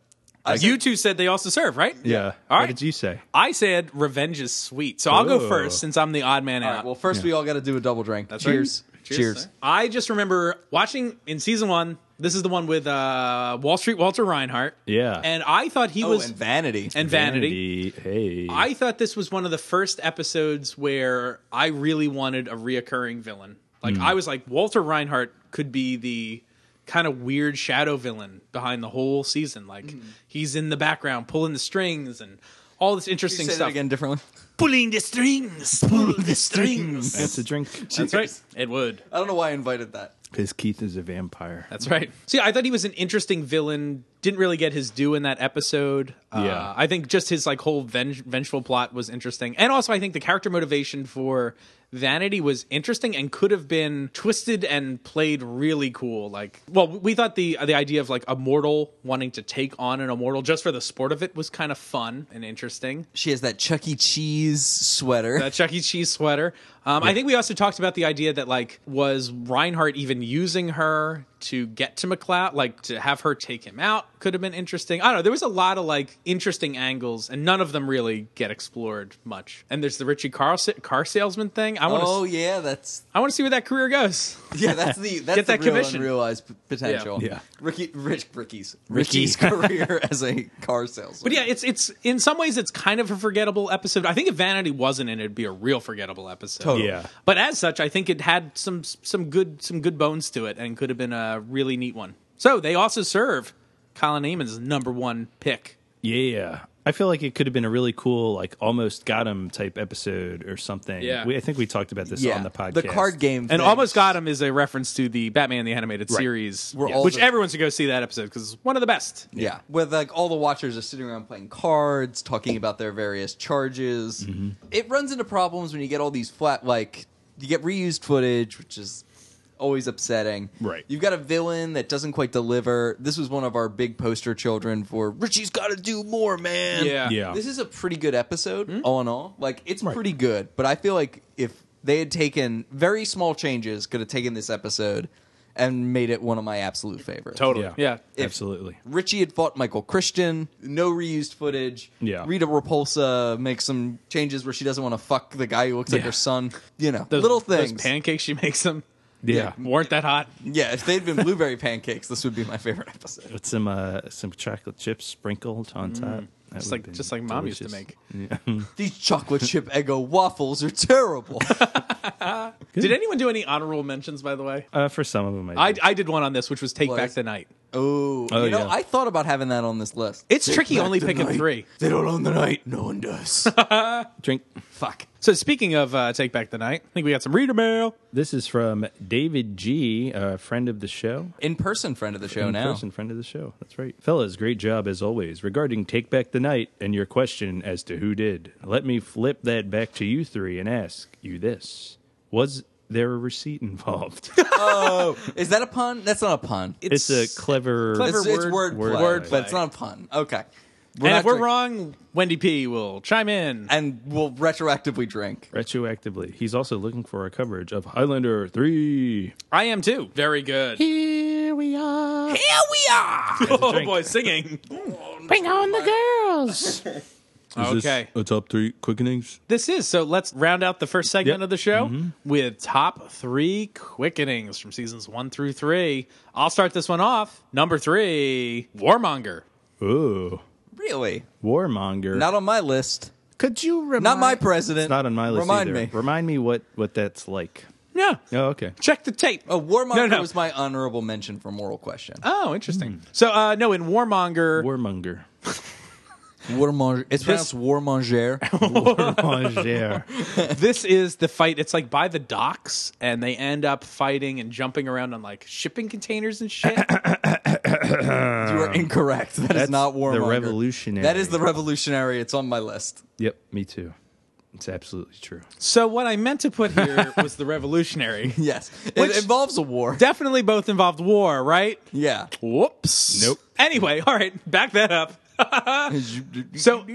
[SPEAKER 1] you two said they also serve, right?
[SPEAKER 3] Yeah.
[SPEAKER 1] All
[SPEAKER 3] What
[SPEAKER 1] right.
[SPEAKER 3] did you say?
[SPEAKER 1] I said revenge is sweet, so I'll go
[SPEAKER 3] Oh.
[SPEAKER 1] first since I'm the odd man
[SPEAKER 2] All
[SPEAKER 1] out.
[SPEAKER 2] right, well, first we all got to do a double drink.
[SPEAKER 1] That's right.
[SPEAKER 2] Cheers. Cheers.
[SPEAKER 1] I just remember watching in season one. This is the one with uh, Wall Street Walter Reinhardt.
[SPEAKER 3] Yeah.
[SPEAKER 1] and I thought he
[SPEAKER 2] Oh,
[SPEAKER 1] was
[SPEAKER 2] and vanity.
[SPEAKER 1] and vanity.
[SPEAKER 3] Hey.
[SPEAKER 1] I thought this was one of the first episodes where I really wanted a reoccurring villain. Like
[SPEAKER 2] Hmm.
[SPEAKER 1] I was like Walter Reinhardt could be the kind of weird shadow villain behind the whole season. Like
[SPEAKER 2] Hmm.
[SPEAKER 1] he's in the background pulling the strings and all this
[SPEAKER 2] Say
[SPEAKER 1] interesting
[SPEAKER 2] that
[SPEAKER 1] stuff.
[SPEAKER 2] again differently.
[SPEAKER 1] Pulling the strings, pull the strings.
[SPEAKER 3] That's a drink.
[SPEAKER 1] That's right. It would.
[SPEAKER 2] I don't know why I invited that.
[SPEAKER 3] Because Keith is a vampire.
[SPEAKER 1] That's right. See, I thought he was an interesting villain. Didn't really get his due in that episode. Uh,
[SPEAKER 3] Yeah.
[SPEAKER 1] I think just his like whole venge- vengeful plot was interesting, and also I think the character motivation for Vanity was interesting and could have been twisted and played really cool. Like, well, we thought the the idea of like a mortal wanting to take on an immortal just for the sport of it was kind of fun and interesting.
[SPEAKER 2] She has that Chuck E. Cheese sweater.
[SPEAKER 1] A Chuck E. Cheese sweater. Um, I think we also talked about the idea that like was Reinhardt even using her to get to McLeod, like to have her take him out could have been interesting. I don't know. There was a lot of like interesting angles, and none of them really get explored much. And there's the Richie Car, car salesman thing. I want to
[SPEAKER 2] oh yeah, that's
[SPEAKER 1] I want to see where that career goes.
[SPEAKER 2] yeah, that's the that's
[SPEAKER 1] Get
[SPEAKER 2] the
[SPEAKER 1] that
[SPEAKER 2] real
[SPEAKER 1] commission.
[SPEAKER 2] unrealized p- potential.
[SPEAKER 3] Yeah. Yeah.
[SPEAKER 2] Ricky, Rich, Ricky's Ricky's career as a car salesman.
[SPEAKER 1] But yeah, it's it's in some ways it's kind of a forgettable episode. I think if Vanity wasn't in, it, it'd be a real forgettable episode.
[SPEAKER 2] Totally.
[SPEAKER 3] Yeah.
[SPEAKER 1] But as such, I think it had some some good some good bones to it and could have been a really neat one. So they also serve Colin Eamon's number one pick.
[SPEAKER 3] Yeah. I feel like it could have been a really cool, like almost got him type episode or something.
[SPEAKER 1] Yeah.
[SPEAKER 3] We, I think we talked about this
[SPEAKER 2] yeah.
[SPEAKER 3] on the podcast.
[SPEAKER 2] card game
[SPEAKER 1] And
[SPEAKER 2] thing.
[SPEAKER 1] Almost Got Him is a reference to the Batman the Animated Series,
[SPEAKER 2] We're
[SPEAKER 1] yeah,
[SPEAKER 2] all
[SPEAKER 1] which
[SPEAKER 2] the-
[SPEAKER 1] everyone should go see that episode because it's one of the best.
[SPEAKER 2] Yeah. With like all the watchers are sitting around playing cards, talking about their various charges. It runs into problems when you get all these flat like you get reused footage, which is always upsetting.
[SPEAKER 3] Right.
[SPEAKER 2] You've got a villain that doesn't quite deliver. This was one of our big poster children for Richie's got to do more, man.
[SPEAKER 1] Yeah.
[SPEAKER 3] Yeah.
[SPEAKER 2] This is a pretty good episode, all in all. Like it's pretty good, but I feel like if they had taken very small changes, could have taken this episode and made it one of my absolute favorites.
[SPEAKER 1] Totally. Yeah.
[SPEAKER 3] Absolutely.
[SPEAKER 2] Richie had fought Michael Christian. No reused footage.
[SPEAKER 3] Yeah.
[SPEAKER 2] Rita Repulsa makes some changes where she doesn't want to fuck the guy who looks like
[SPEAKER 1] Yeah.
[SPEAKER 2] her son. You know,
[SPEAKER 1] Those-
[SPEAKER 2] little
[SPEAKER 1] those
[SPEAKER 2] things.
[SPEAKER 1] pancakes she makes them
[SPEAKER 3] Yeah.
[SPEAKER 1] weren't that hot.
[SPEAKER 2] yeah, if they'd been blueberry pancakes, this would be my favorite episode.
[SPEAKER 3] With some uh, some chocolate chips sprinkled on top. That
[SPEAKER 1] Mm. Just
[SPEAKER 3] would've
[SPEAKER 1] like
[SPEAKER 3] been
[SPEAKER 1] just like mom used to
[SPEAKER 3] delicious.
[SPEAKER 1] make.
[SPEAKER 2] These chocolate chip Eggo waffles are terrible.
[SPEAKER 1] Did anyone do any honorable mentions? By the way,
[SPEAKER 3] Uh, for some of them, I,
[SPEAKER 1] I
[SPEAKER 3] did.
[SPEAKER 1] I did one on this, which was Take
[SPEAKER 2] What
[SPEAKER 1] Back
[SPEAKER 2] is-
[SPEAKER 1] the Night.
[SPEAKER 2] Oh,
[SPEAKER 3] Oh,
[SPEAKER 2] you know,
[SPEAKER 3] yeah.
[SPEAKER 2] I thought about having that on this list.
[SPEAKER 1] It's tricky only picking three.
[SPEAKER 2] They don't own the night. No one does.
[SPEAKER 3] Drink.
[SPEAKER 2] Fuck.
[SPEAKER 1] So speaking of uh, Take Back the Night, I think we got some reader mail.
[SPEAKER 3] This is from David G, a friend of the show.
[SPEAKER 2] In person friend of the show
[SPEAKER 3] in
[SPEAKER 2] now.
[SPEAKER 3] person friend of the show. That's right. Fellas, great job as always. Regarding Take Back the Night and your question as to who did, let me flip that back to you three and ask you this. Was there a receipt involved?
[SPEAKER 2] Oh, is that a pun? That's not a pun. It's,
[SPEAKER 3] it's a clever,
[SPEAKER 1] Clever-
[SPEAKER 2] it's
[SPEAKER 1] word-
[SPEAKER 2] wordplay,
[SPEAKER 1] wordplay.
[SPEAKER 2] but it's not a pun. Okay.
[SPEAKER 1] and
[SPEAKER 2] not
[SPEAKER 1] if we're
[SPEAKER 2] drink-
[SPEAKER 1] wrong, Wendy P will chime in.
[SPEAKER 2] and we'll retroactively drink.
[SPEAKER 3] retroactively. He's also looking for a coverage of Highlander 3.
[SPEAKER 1] I am too. Very good.
[SPEAKER 3] Here we are.
[SPEAKER 2] Here we are.
[SPEAKER 1] oh boy, singing.
[SPEAKER 3] Bring on the girls.
[SPEAKER 1] okay.
[SPEAKER 3] a top three quickenings?
[SPEAKER 1] This is so. Let's round out the first segment
[SPEAKER 3] Yep. Mm-hmm.
[SPEAKER 1] of the show with top three quickenings from seasons one through three. I'll start this one off. Number three, Warmonger.
[SPEAKER 3] Ooh.
[SPEAKER 2] really?
[SPEAKER 3] Warmonger.
[SPEAKER 2] Not on my list.
[SPEAKER 3] Could you remind
[SPEAKER 2] Not my president.
[SPEAKER 3] It's not on my list
[SPEAKER 2] Remind
[SPEAKER 3] either.
[SPEAKER 2] me.
[SPEAKER 3] Remind me what, what that's like.
[SPEAKER 1] Yeah.
[SPEAKER 3] Oh, okay.
[SPEAKER 1] Check the tape.
[SPEAKER 2] Oh, Warmonger
[SPEAKER 1] No, no.
[SPEAKER 2] was my honorable mention for moral question.
[SPEAKER 1] Oh, interesting.
[SPEAKER 3] Hmm.
[SPEAKER 1] So, uh, no, in Warmonger,
[SPEAKER 3] Warmonger.
[SPEAKER 2] Warmonger. It's pronounced Warmonger.
[SPEAKER 3] Warmonger.
[SPEAKER 1] this is the fight. It's like by the docks, and they end up fighting and jumping around on like shipping containers and shit.
[SPEAKER 2] you are incorrect. That is
[SPEAKER 3] Uh, That's
[SPEAKER 2] not
[SPEAKER 3] the
[SPEAKER 2] Warmonger.
[SPEAKER 3] revolutionary.
[SPEAKER 2] That is the revolutionary. It's on my list.
[SPEAKER 3] yep, me too. It's absolutely true.
[SPEAKER 1] so, what I meant to put here was the revolutionary.
[SPEAKER 2] Yes.
[SPEAKER 1] Which-
[SPEAKER 2] it involves a war.
[SPEAKER 1] Definitely both involved war, right?
[SPEAKER 2] yeah.
[SPEAKER 1] Whoops.
[SPEAKER 3] Nope.
[SPEAKER 1] Anyway, all right, back that up. so,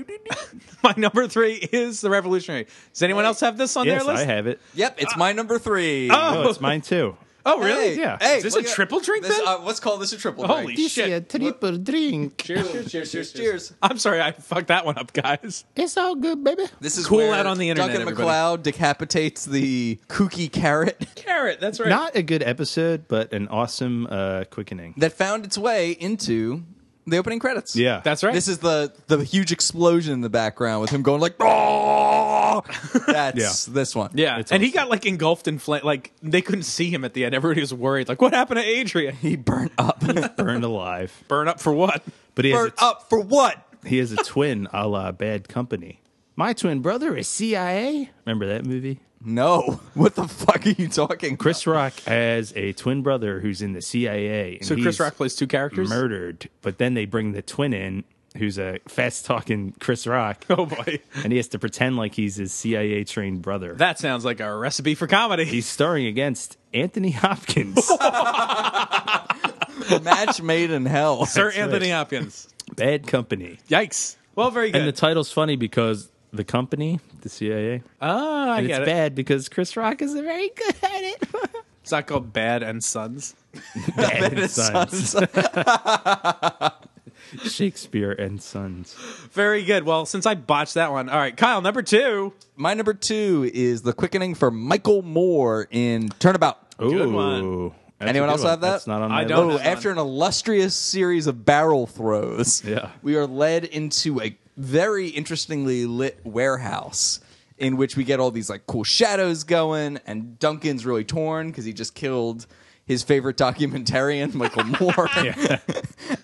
[SPEAKER 1] my number three is the revolutionary. Does anyone else have this on
[SPEAKER 3] Yes,
[SPEAKER 1] their list?
[SPEAKER 3] I have it.
[SPEAKER 2] Yep, it's my number three.
[SPEAKER 3] Oh, it's mine too.
[SPEAKER 1] Oh, really?
[SPEAKER 2] Hey,
[SPEAKER 3] Yeah.
[SPEAKER 2] Hey,
[SPEAKER 1] Is this
[SPEAKER 2] look
[SPEAKER 1] a
[SPEAKER 2] at-
[SPEAKER 1] triple drink
[SPEAKER 2] this-
[SPEAKER 1] then?
[SPEAKER 2] uh, let's call this a triple drink.
[SPEAKER 1] Holy shit.
[SPEAKER 3] triple drink.
[SPEAKER 1] Cheers, cheers, cheers,
[SPEAKER 2] Cheers, cheers.
[SPEAKER 1] I'm sorry, I fucked that one up, guys.
[SPEAKER 3] It's all good, baby.
[SPEAKER 2] This is
[SPEAKER 1] Cool
[SPEAKER 2] where
[SPEAKER 1] out on the internet,
[SPEAKER 2] Duncan
[SPEAKER 1] everybody.
[SPEAKER 2] McLeod decapitates the kooky carrot
[SPEAKER 1] Carrot, that's right.
[SPEAKER 3] Not a good episode, but an awesome uh, quickening.
[SPEAKER 2] that found its way into the opening credits.
[SPEAKER 3] yeah,
[SPEAKER 1] that's right.
[SPEAKER 2] This is the the huge explosion in the background with him going like, "Bah!" that's
[SPEAKER 3] Yeah.
[SPEAKER 2] this one.
[SPEAKER 1] Yeah, and
[SPEAKER 3] It's
[SPEAKER 1] he
[SPEAKER 3] awesome.
[SPEAKER 1] got like engulfed in flame. Like they couldn't see him at the end. Everybody was worried. Like, what happened to Adrian?
[SPEAKER 2] he burnt up,
[SPEAKER 3] burned alive.
[SPEAKER 1] Burn up for what?
[SPEAKER 3] But he has, a
[SPEAKER 2] burnt up for what?
[SPEAKER 3] he has a twin, a la Bad Company. My twin brother is CIA. Remember that movie?
[SPEAKER 2] No, what the fuck are you talking? about?
[SPEAKER 3] Chris Rock has a twin brother who's in the CIA. and
[SPEAKER 1] So Chris
[SPEAKER 3] he's
[SPEAKER 1] Rock plays two characters.
[SPEAKER 3] murdered, but then they bring the twin in, who's a fast talking Chris Rock,
[SPEAKER 1] Oh boy,
[SPEAKER 3] and he has to pretend like he's his CIA trained brother.
[SPEAKER 1] that sounds like a recipe for comedy.
[SPEAKER 3] He's starring against Anthony Hopkins.
[SPEAKER 2] match made in hell.
[SPEAKER 1] Sir
[SPEAKER 3] That's
[SPEAKER 1] Anthony
[SPEAKER 3] right.
[SPEAKER 1] Hopkins.
[SPEAKER 3] Bad company.
[SPEAKER 1] Yikes. Well, very good.
[SPEAKER 3] And the title's funny because the company, the CIA,
[SPEAKER 1] ah, I
[SPEAKER 3] and it's
[SPEAKER 1] get it.
[SPEAKER 3] bad because Chris Rock is very good at it.
[SPEAKER 1] It's not called Bad and Sons.
[SPEAKER 3] bad and Sons. Shakespeare and Sons.
[SPEAKER 1] Very good. Well, since I botched that one, all right, Kyle, number two.
[SPEAKER 2] My number two is the quickening for Michael Moore in Turnabout.
[SPEAKER 1] Good
[SPEAKER 3] Ooh,
[SPEAKER 1] one.
[SPEAKER 3] that's a
[SPEAKER 2] Anyone
[SPEAKER 3] good
[SPEAKER 2] else
[SPEAKER 3] one.
[SPEAKER 2] have that?
[SPEAKER 3] That's not on
[SPEAKER 1] I
[SPEAKER 3] my
[SPEAKER 1] don't.
[SPEAKER 3] list.
[SPEAKER 2] Oh, after an illustrious series of barrel throws,
[SPEAKER 3] Yeah.
[SPEAKER 2] we are led into a very interestingly lit warehouse in which we get all these like cool shadows going, and Duncan's really torn because he just killed his favorite documentarian, Michael Moore.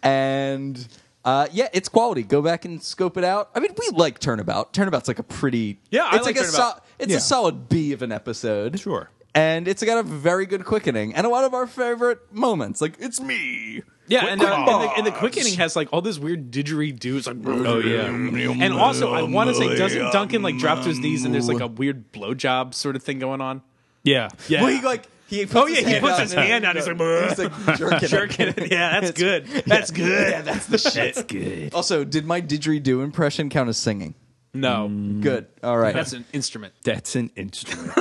[SPEAKER 2] and uh, yeah, it's quality. Go back and scope it out. I mean, we like Turnabout. Turnabout's like a pretty
[SPEAKER 1] Yeah, I
[SPEAKER 2] It's
[SPEAKER 1] like
[SPEAKER 2] a
[SPEAKER 1] Turnabout.
[SPEAKER 2] it's
[SPEAKER 3] Yeah.
[SPEAKER 2] a solid B of an episode.
[SPEAKER 3] Sure.
[SPEAKER 2] And it's got a very good quickening and a lot of our favorite moments. Like, it's me.
[SPEAKER 1] Yeah, and, uh, and, the, and the quickening has like all this weird didgeridoo. It's like,
[SPEAKER 3] Oh yeah.
[SPEAKER 1] and also I want to say, doesn't Duncan like drop to his knees and there's like a weird blowjob sort of thing going on?
[SPEAKER 3] Yeah. Yeah.
[SPEAKER 2] Well, he like he puts
[SPEAKER 1] Oh, yeah, he puts his hand out, he's like,
[SPEAKER 2] he's like jerking,
[SPEAKER 1] Jerking it. Yeah, that's good. That's good.
[SPEAKER 2] Yeah, that's the shit.
[SPEAKER 3] That's good.
[SPEAKER 2] Also, did my didgeridoo impression count as singing?
[SPEAKER 1] No,
[SPEAKER 2] Good. All right.
[SPEAKER 1] Mm-hmm. that's an instrument.
[SPEAKER 3] That's an instrument.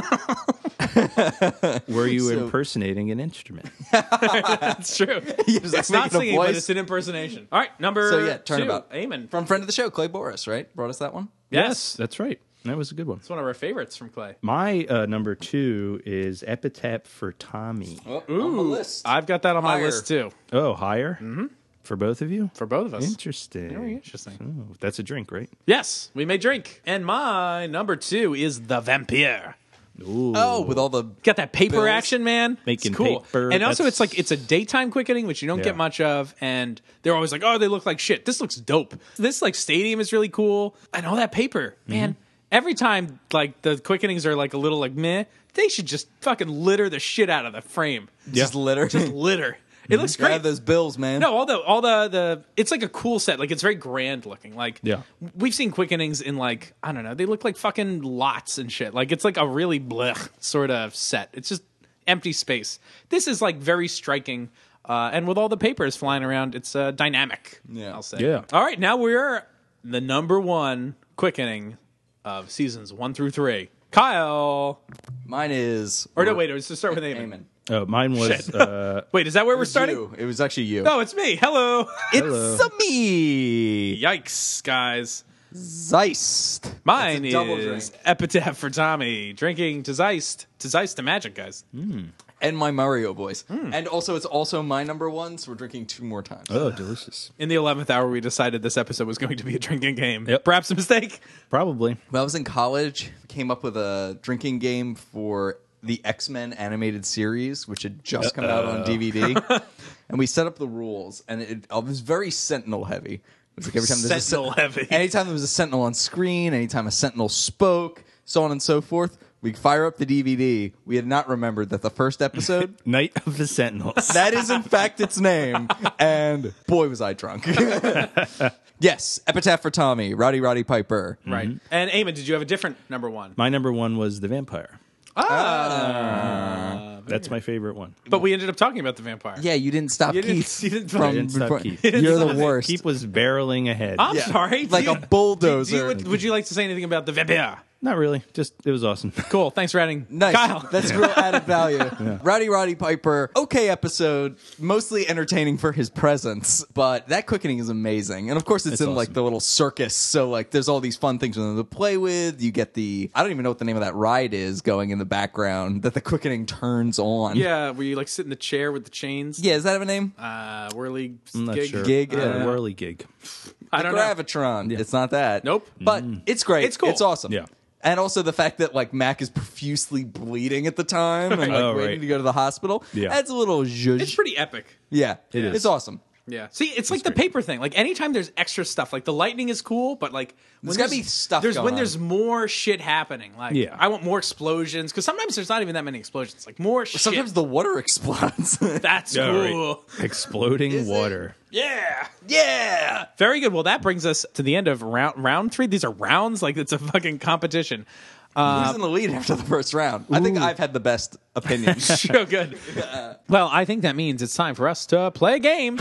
[SPEAKER 3] Were you
[SPEAKER 2] So-
[SPEAKER 3] impersonating an instrument?
[SPEAKER 1] That's true.
[SPEAKER 2] He was, like,
[SPEAKER 1] It's not
[SPEAKER 2] making a
[SPEAKER 1] singing, but
[SPEAKER 2] voice.
[SPEAKER 1] it's an impersonation. All right, number
[SPEAKER 2] so yeah,
[SPEAKER 1] two,
[SPEAKER 2] turnabout.
[SPEAKER 1] Amen.
[SPEAKER 2] from friend of the show Clay Boris, right? Brought us that one.
[SPEAKER 1] yes, that's
[SPEAKER 3] That's right. That was a good one.
[SPEAKER 1] one of our favorites from Clay.
[SPEAKER 3] My uh, number two is Epitaph for Tommy.
[SPEAKER 2] Oh, on the list.
[SPEAKER 1] I've got that on my
[SPEAKER 2] Higher.
[SPEAKER 1] list too
[SPEAKER 3] Oh, higher? Mm-hmm. For both of you?
[SPEAKER 1] for both of us.
[SPEAKER 3] Interesting.
[SPEAKER 1] Very interesting.
[SPEAKER 3] Oh, that's a drink, right?
[SPEAKER 1] Yes, we may drink. And my number two is the vampire.
[SPEAKER 2] Oh, with all the
[SPEAKER 1] Got that paper
[SPEAKER 2] Bills.
[SPEAKER 1] action, man.
[SPEAKER 3] Making
[SPEAKER 1] it's cool.
[SPEAKER 3] paper,
[SPEAKER 1] And also, it's
[SPEAKER 3] that's-
[SPEAKER 1] like it's a daytime quick hitting, which you don't
[SPEAKER 3] Yeah.
[SPEAKER 1] get much of. And they're always like, "Oh, they look like shit. This looks dope. This like stadium is really cool." And all that paper,
[SPEAKER 3] Mm-hmm.
[SPEAKER 1] man. Every time like the quick hittings are like a little like meh, they should just fucking litter the shit out of the frame.
[SPEAKER 2] just litter.
[SPEAKER 1] Just litter.
[SPEAKER 3] Mm-hmm.
[SPEAKER 1] It looks
[SPEAKER 2] Gotta
[SPEAKER 1] great.
[SPEAKER 2] have those bills, man.
[SPEAKER 1] No, all the all the the it's like a cool set. Like it's very grand looking. Like
[SPEAKER 3] Yeah.
[SPEAKER 1] we've seen quickenings in like I don't know. They look like fucking lots and shit. Like it's like a really blech sort of set. It's just empty space. This is like very striking. Uh, and with all the papers flying around, it's uh, dynamic.
[SPEAKER 2] Yeah.
[SPEAKER 1] I'll say.
[SPEAKER 3] Yeah.
[SPEAKER 1] All right, now we're the number one quickening of seasons one through three. Kyle,
[SPEAKER 2] Mine is.
[SPEAKER 1] or no, wait, let's just start with Eamon.
[SPEAKER 2] Amen.
[SPEAKER 3] Uh, mine was uh,
[SPEAKER 1] Wait, is that where we're starting?
[SPEAKER 2] You. It was actually you.
[SPEAKER 1] No, it's me. Hello.
[SPEAKER 2] it's a me.
[SPEAKER 1] Yikes, guys.
[SPEAKER 2] Zeist.
[SPEAKER 1] Mine
[SPEAKER 2] That's a double
[SPEAKER 1] is
[SPEAKER 2] drink.
[SPEAKER 1] Epitaph for Tommy, drinking to Zeist, to Zeist to Magic, guys.
[SPEAKER 2] and my Mario voice. And also, it's also my number one, so we're drinking two more times.
[SPEAKER 3] oh delicious.
[SPEAKER 1] In the 11th hour, we decided this episode was going to be a drinking game.
[SPEAKER 3] Yep.
[SPEAKER 1] Perhaps a mistake.
[SPEAKER 3] Probably.
[SPEAKER 2] When I was in college, came up with a drinking game for the X Men animated series, which had just come out on DVD. and we set up the rules, and it, it was very Sentinel heavy. It was like every time there's
[SPEAKER 1] Sentinel
[SPEAKER 2] a sen-
[SPEAKER 1] heavy.
[SPEAKER 2] Anytime there was a Sentinel on screen, anytime a Sentinel spoke, so on and so forth, we'd fire up the DVD. We had not remembered that the first episode
[SPEAKER 3] Night of the Sentinels.
[SPEAKER 2] That is, in fact, its name. And boy, was I drunk. yes, Epitaph for Tommy, Roddy Roddy Piper.
[SPEAKER 1] Right. And Eamon, did you have a different number one?
[SPEAKER 3] my number one was the vampire.
[SPEAKER 2] Uh,
[SPEAKER 3] Ah, that's my favorite one.
[SPEAKER 1] But we ended up talking about the vampire.
[SPEAKER 2] Yeah, you didn't stop
[SPEAKER 1] You didn't-
[SPEAKER 2] Keith.
[SPEAKER 1] you didn't-
[SPEAKER 2] from,
[SPEAKER 1] I
[SPEAKER 3] didn't stop
[SPEAKER 2] from-
[SPEAKER 3] Keith.
[SPEAKER 2] You're the worst.
[SPEAKER 3] Keith was barreling ahead.
[SPEAKER 1] I'm
[SPEAKER 2] Yeah.
[SPEAKER 1] sorry. Do
[SPEAKER 2] Like
[SPEAKER 1] you-
[SPEAKER 2] a
[SPEAKER 1] do you-
[SPEAKER 2] bulldozer.
[SPEAKER 1] would, would you like to say anything about the vampire?
[SPEAKER 3] Not really. Just it was awesome.
[SPEAKER 1] Cool. Thanks for adding.
[SPEAKER 2] Nice.
[SPEAKER 1] Kyle.
[SPEAKER 2] That's real added value. Roddy Roddy Piper, okay episode, mostly entertaining for his presence, but that quickening is amazing. And of course, it's, in like
[SPEAKER 3] awesome.
[SPEAKER 2] the little circus, so like there's all these fun things for them to play with. You get the I don't even know what the name of that ride is going in the background that the quickening turns on.
[SPEAKER 1] yeah, where you like sit in the chair with the chains?
[SPEAKER 2] Yeah, is that have a name?
[SPEAKER 1] Uh, whirly
[SPEAKER 3] I'm not
[SPEAKER 1] gig.
[SPEAKER 3] sure.
[SPEAKER 2] Gig,
[SPEAKER 3] Uh,
[SPEAKER 2] yeah.
[SPEAKER 3] Whirly gig.
[SPEAKER 1] I don't know.
[SPEAKER 2] Gravitron. It's not that.
[SPEAKER 1] Nope. Mm.
[SPEAKER 2] But it's great.
[SPEAKER 1] It's cool.
[SPEAKER 2] It's awesome.
[SPEAKER 3] Yeah.
[SPEAKER 2] And also the fact that like Mac is profusely bleeding at the time and like
[SPEAKER 3] Oh,
[SPEAKER 2] waiting
[SPEAKER 3] right.
[SPEAKER 2] to go to the hospital.
[SPEAKER 3] Yeah.
[SPEAKER 2] That's a little zhuzh.
[SPEAKER 1] It's pretty epic.
[SPEAKER 2] yeah. It
[SPEAKER 3] is.
[SPEAKER 2] It's awesome.
[SPEAKER 1] Yeah. See, it's like the paper thing. Like anytime there's extra stuff, like the lightning is cool, but like when
[SPEAKER 2] There's gotta be stuff
[SPEAKER 1] There's
[SPEAKER 2] going
[SPEAKER 1] when
[SPEAKER 2] on.
[SPEAKER 1] there's more shit happening. Like
[SPEAKER 3] Yeah.
[SPEAKER 1] I want more explosions because sometimes there's not even that many explosions. Like more shit.
[SPEAKER 2] Sometimes the water explodes.
[SPEAKER 1] that's
[SPEAKER 3] Yeah, right.
[SPEAKER 1] cool.
[SPEAKER 3] Exploding water.
[SPEAKER 1] Yeah.
[SPEAKER 2] yeah.
[SPEAKER 1] Very good. Well, that brings us to the end of round round three. These are rounds. Like it's a fucking competition. Uh,
[SPEAKER 2] Who's in the lead after the first round? I think I've had the best opinion.
[SPEAKER 1] so good. Well, I think that means it's time for us to play a game.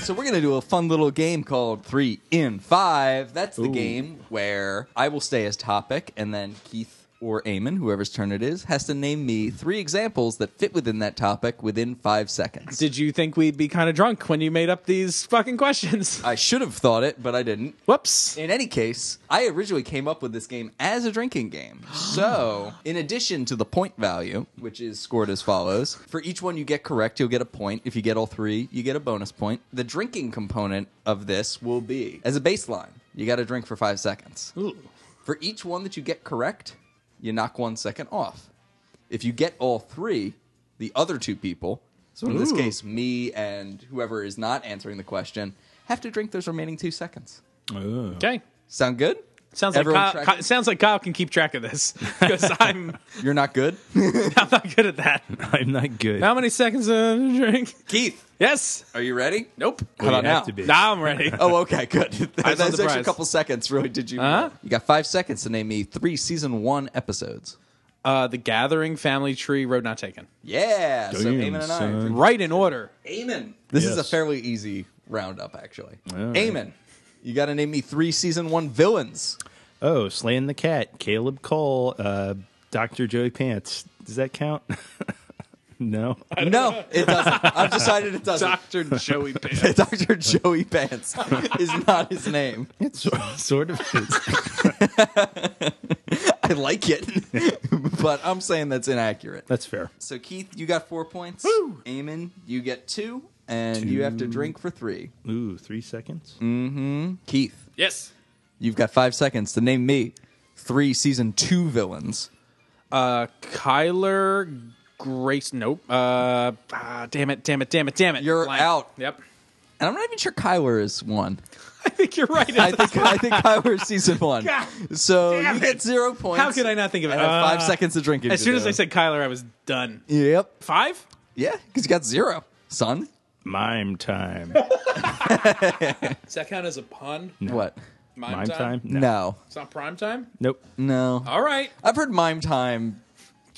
[SPEAKER 2] So we're gonna do a fun little game called Three in Five. That's the game where I will stay as topic, and then Keith or Eamon, whoever's turn it is, has to name me three examples that fit within that topic within five seconds.
[SPEAKER 1] Did you think we'd be kind of drunk when you made up these fucking questions?
[SPEAKER 2] I should have thought it, but I didn't.
[SPEAKER 1] Whoops.
[SPEAKER 2] In any case, I originally came up with this game as a drinking game. So, in addition to the point value, which is scored as follows for each one you get correct, you'll get a point. If you get all three, you get a bonus point. The drinking component of this will be as a baseline, you got to drink for five seconds. For each one that you get correct, you knock one second off. If you get all three, the other two people, so in this
[SPEAKER 1] Ooh.
[SPEAKER 2] case, me and whoever is not answering the question, have to drink those remaining two seconds.
[SPEAKER 3] Oh.
[SPEAKER 1] Okay.
[SPEAKER 2] Sound good?
[SPEAKER 1] Sounds like
[SPEAKER 2] Everyone
[SPEAKER 1] Kyle,
[SPEAKER 2] tracking?
[SPEAKER 1] Kyle- sounds like Kyle can keep track of this because I'm
[SPEAKER 2] You're not good?
[SPEAKER 1] I'm not good at that.
[SPEAKER 3] I'm not good.
[SPEAKER 1] How many seconds of drink?
[SPEAKER 2] Keith,
[SPEAKER 1] Yes.
[SPEAKER 2] are you ready?
[SPEAKER 1] Nope.
[SPEAKER 2] How about
[SPEAKER 3] you
[SPEAKER 2] now?
[SPEAKER 3] have to be.
[SPEAKER 1] Now I'm ready.
[SPEAKER 2] Oh, okay, good.
[SPEAKER 1] Eyes
[SPEAKER 2] That's
[SPEAKER 1] on the
[SPEAKER 2] extra
[SPEAKER 1] prize.
[SPEAKER 2] couple seconds, really. Did you?
[SPEAKER 1] Huh?
[SPEAKER 2] You got five seconds to name me three season one episodes.
[SPEAKER 1] Uh, the Gathering, Family Tree, Road Not Taken.
[SPEAKER 2] Yeah. so
[SPEAKER 3] Damn,
[SPEAKER 2] Eamon and I.
[SPEAKER 3] son.
[SPEAKER 1] Right in order.
[SPEAKER 2] Eamon. This is a
[SPEAKER 3] Yes.
[SPEAKER 2] fairly easy roundup, actually.
[SPEAKER 3] All right.
[SPEAKER 2] Eamon, you got to name me three season one villains.
[SPEAKER 3] Oh, slaying the cat. Caleb Cole. Uh, Doctor Joey Pants. Does that count? no.
[SPEAKER 2] No, it doesn't. I've decided it doesn't.
[SPEAKER 1] Dr. Joey Pants.
[SPEAKER 2] Doctor Joey Pants is not his name.
[SPEAKER 3] It's sort of.
[SPEAKER 2] I like it, but I'm saying that's inaccurate.
[SPEAKER 3] That's fair.
[SPEAKER 2] So Keith, you got four points.
[SPEAKER 1] Woo!
[SPEAKER 2] Eamon, you get two, and you have to drink for three. Mm.
[SPEAKER 3] Ooh, three seconds.
[SPEAKER 2] Keith,
[SPEAKER 1] Yes.
[SPEAKER 2] You've got five seconds to name me three season two villains.
[SPEAKER 1] Uh, Kyler Grace. Nope. Uh, ah, damn it, damn it, damn it, damn it.
[SPEAKER 2] You're
[SPEAKER 1] Blank.
[SPEAKER 2] out.
[SPEAKER 1] Yep.
[SPEAKER 2] And I'm not even sure Kyler is one.
[SPEAKER 1] I think you're right.
[SPEAKER 2] I think I think Kyler is season one.
[SPEAKER 1] God
[SPEAKER 2] so
[SPEAKER 1] damn
[SPEAKER 2] you get
[SPEAKER 1] it.
[SPEAKER 2] zero points.
[SPEAKER 1] How could I not think of it?
[SPEAKER 2] And I have five
[SPEAKER 1] Uh,
[SPEAKER 2] seconds to drink it.
[SPEAKER 1] As soon as I said Kyler, I was done.
[SPEAKER 2] Yep.
[SPEAKER 1] Five?
[SPEAKER 2] Yeah, because you got zero, son.
[SPEAKER 3] Mime time.
[SPEAKER 1] Does that count as a pun?
[SPEAKER 2] What?
[SPEAKER 1] Mime,
[SPEAKER 3] Mime time?
[SPEAKER 2] No.
[SPEAKER 1] It's not prime time?
[SPEAKER 3] Nope.
[SPEAKER 2] No.
[SPEAKER 1] All right.
[SPEAKER 2] I've heard mime time.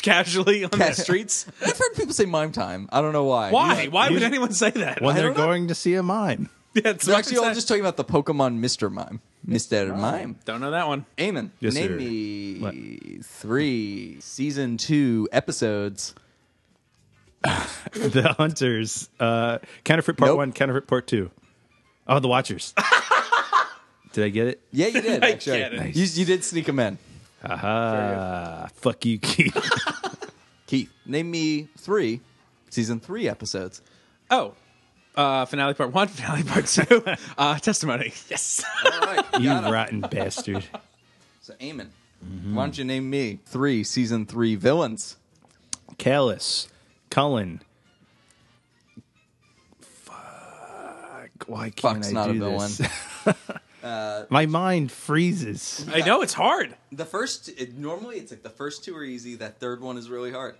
[SPEAKER 1] Casually on the
[SPEAKER 2] Cas-
[SPEAKER 1] streets.
[SPEAKER 2] I've heard people say mime time. I don't know why.
[SPEAKER 1] Why? Why would
[SPEAKER 3] you-
[SPEAKER 1] anyone say that?
[SPEAKER 3] When
[SPEAKER 2] I
[SPEAKER 3] they're
[SPEAKER 2] don't know.
[SPEAKER 3] going to see a mime.
[SPEAKER 1] That's
[SPEAKER 2] They're
[SPEAKER 1] what
[SPEAKER 2] actually
[SPEAKER 1] I'm
[SPEAKER 2] all
[SPEAKER 1] saying.
[SPEAKER 2] just talking about the Pokemon Mr. Mime. Mr. Mime.
[SPEAKER 1] Don't know that one.
[SPEAKER 2] Eamon,
[SPEAKER 3] Yes,
[SPEAKER 2] name
[SPEAKER 3] sir.
[SPEAKER 2] me
[SPEAKER 3] What?
[SPEAKER 2] three season two episodes.
[SPEAKER 3] The Hunters. Uh, counterfeit part
[SPEAKER 2] Nope.
[SPEAKER 3] one, counterfeit part two. Oh, The Watchers. Did I get it?
[SPEAKER 2] Yeah, you did.
[SPEAKER 1] I
[SPEAKER 2] actually.
[SPEAKER 1] get it.
[SPEAKER 2] You, you did sneak them in.
[SPEAKER 3] Ah, fuck you, Keith.
[SPEAKER 2] Keith, name me three season three episodes.
[SPEAKER 1] Oh. Uh, finale part one, finale part two, uh, testimony. Yes.
[SPEAKER 2] All right.
[SPEAKER 3] you rotten bastard.
[SPEAKER 2] So, Eamon,
[SPEAKER 3] Mm-hmm.
[SPEAKER 2] why don't you name me three season three villains?
[SPEAKER 3] Callus. Cullen. Fuck. Why can't
[SPEAKER 2] Fuck's
[SPEAKER 3] I
[SPEAKER 2] not a Uh,
[SPEAKER 3] do
[SPEAKER 2] villain.
[SPEAKER 3] this? My mind freezes.
[SPEAKER 1] I know it's hard.
[SPEAKER 2] The first, it, normally it's like the first two are easy. That third one is really hard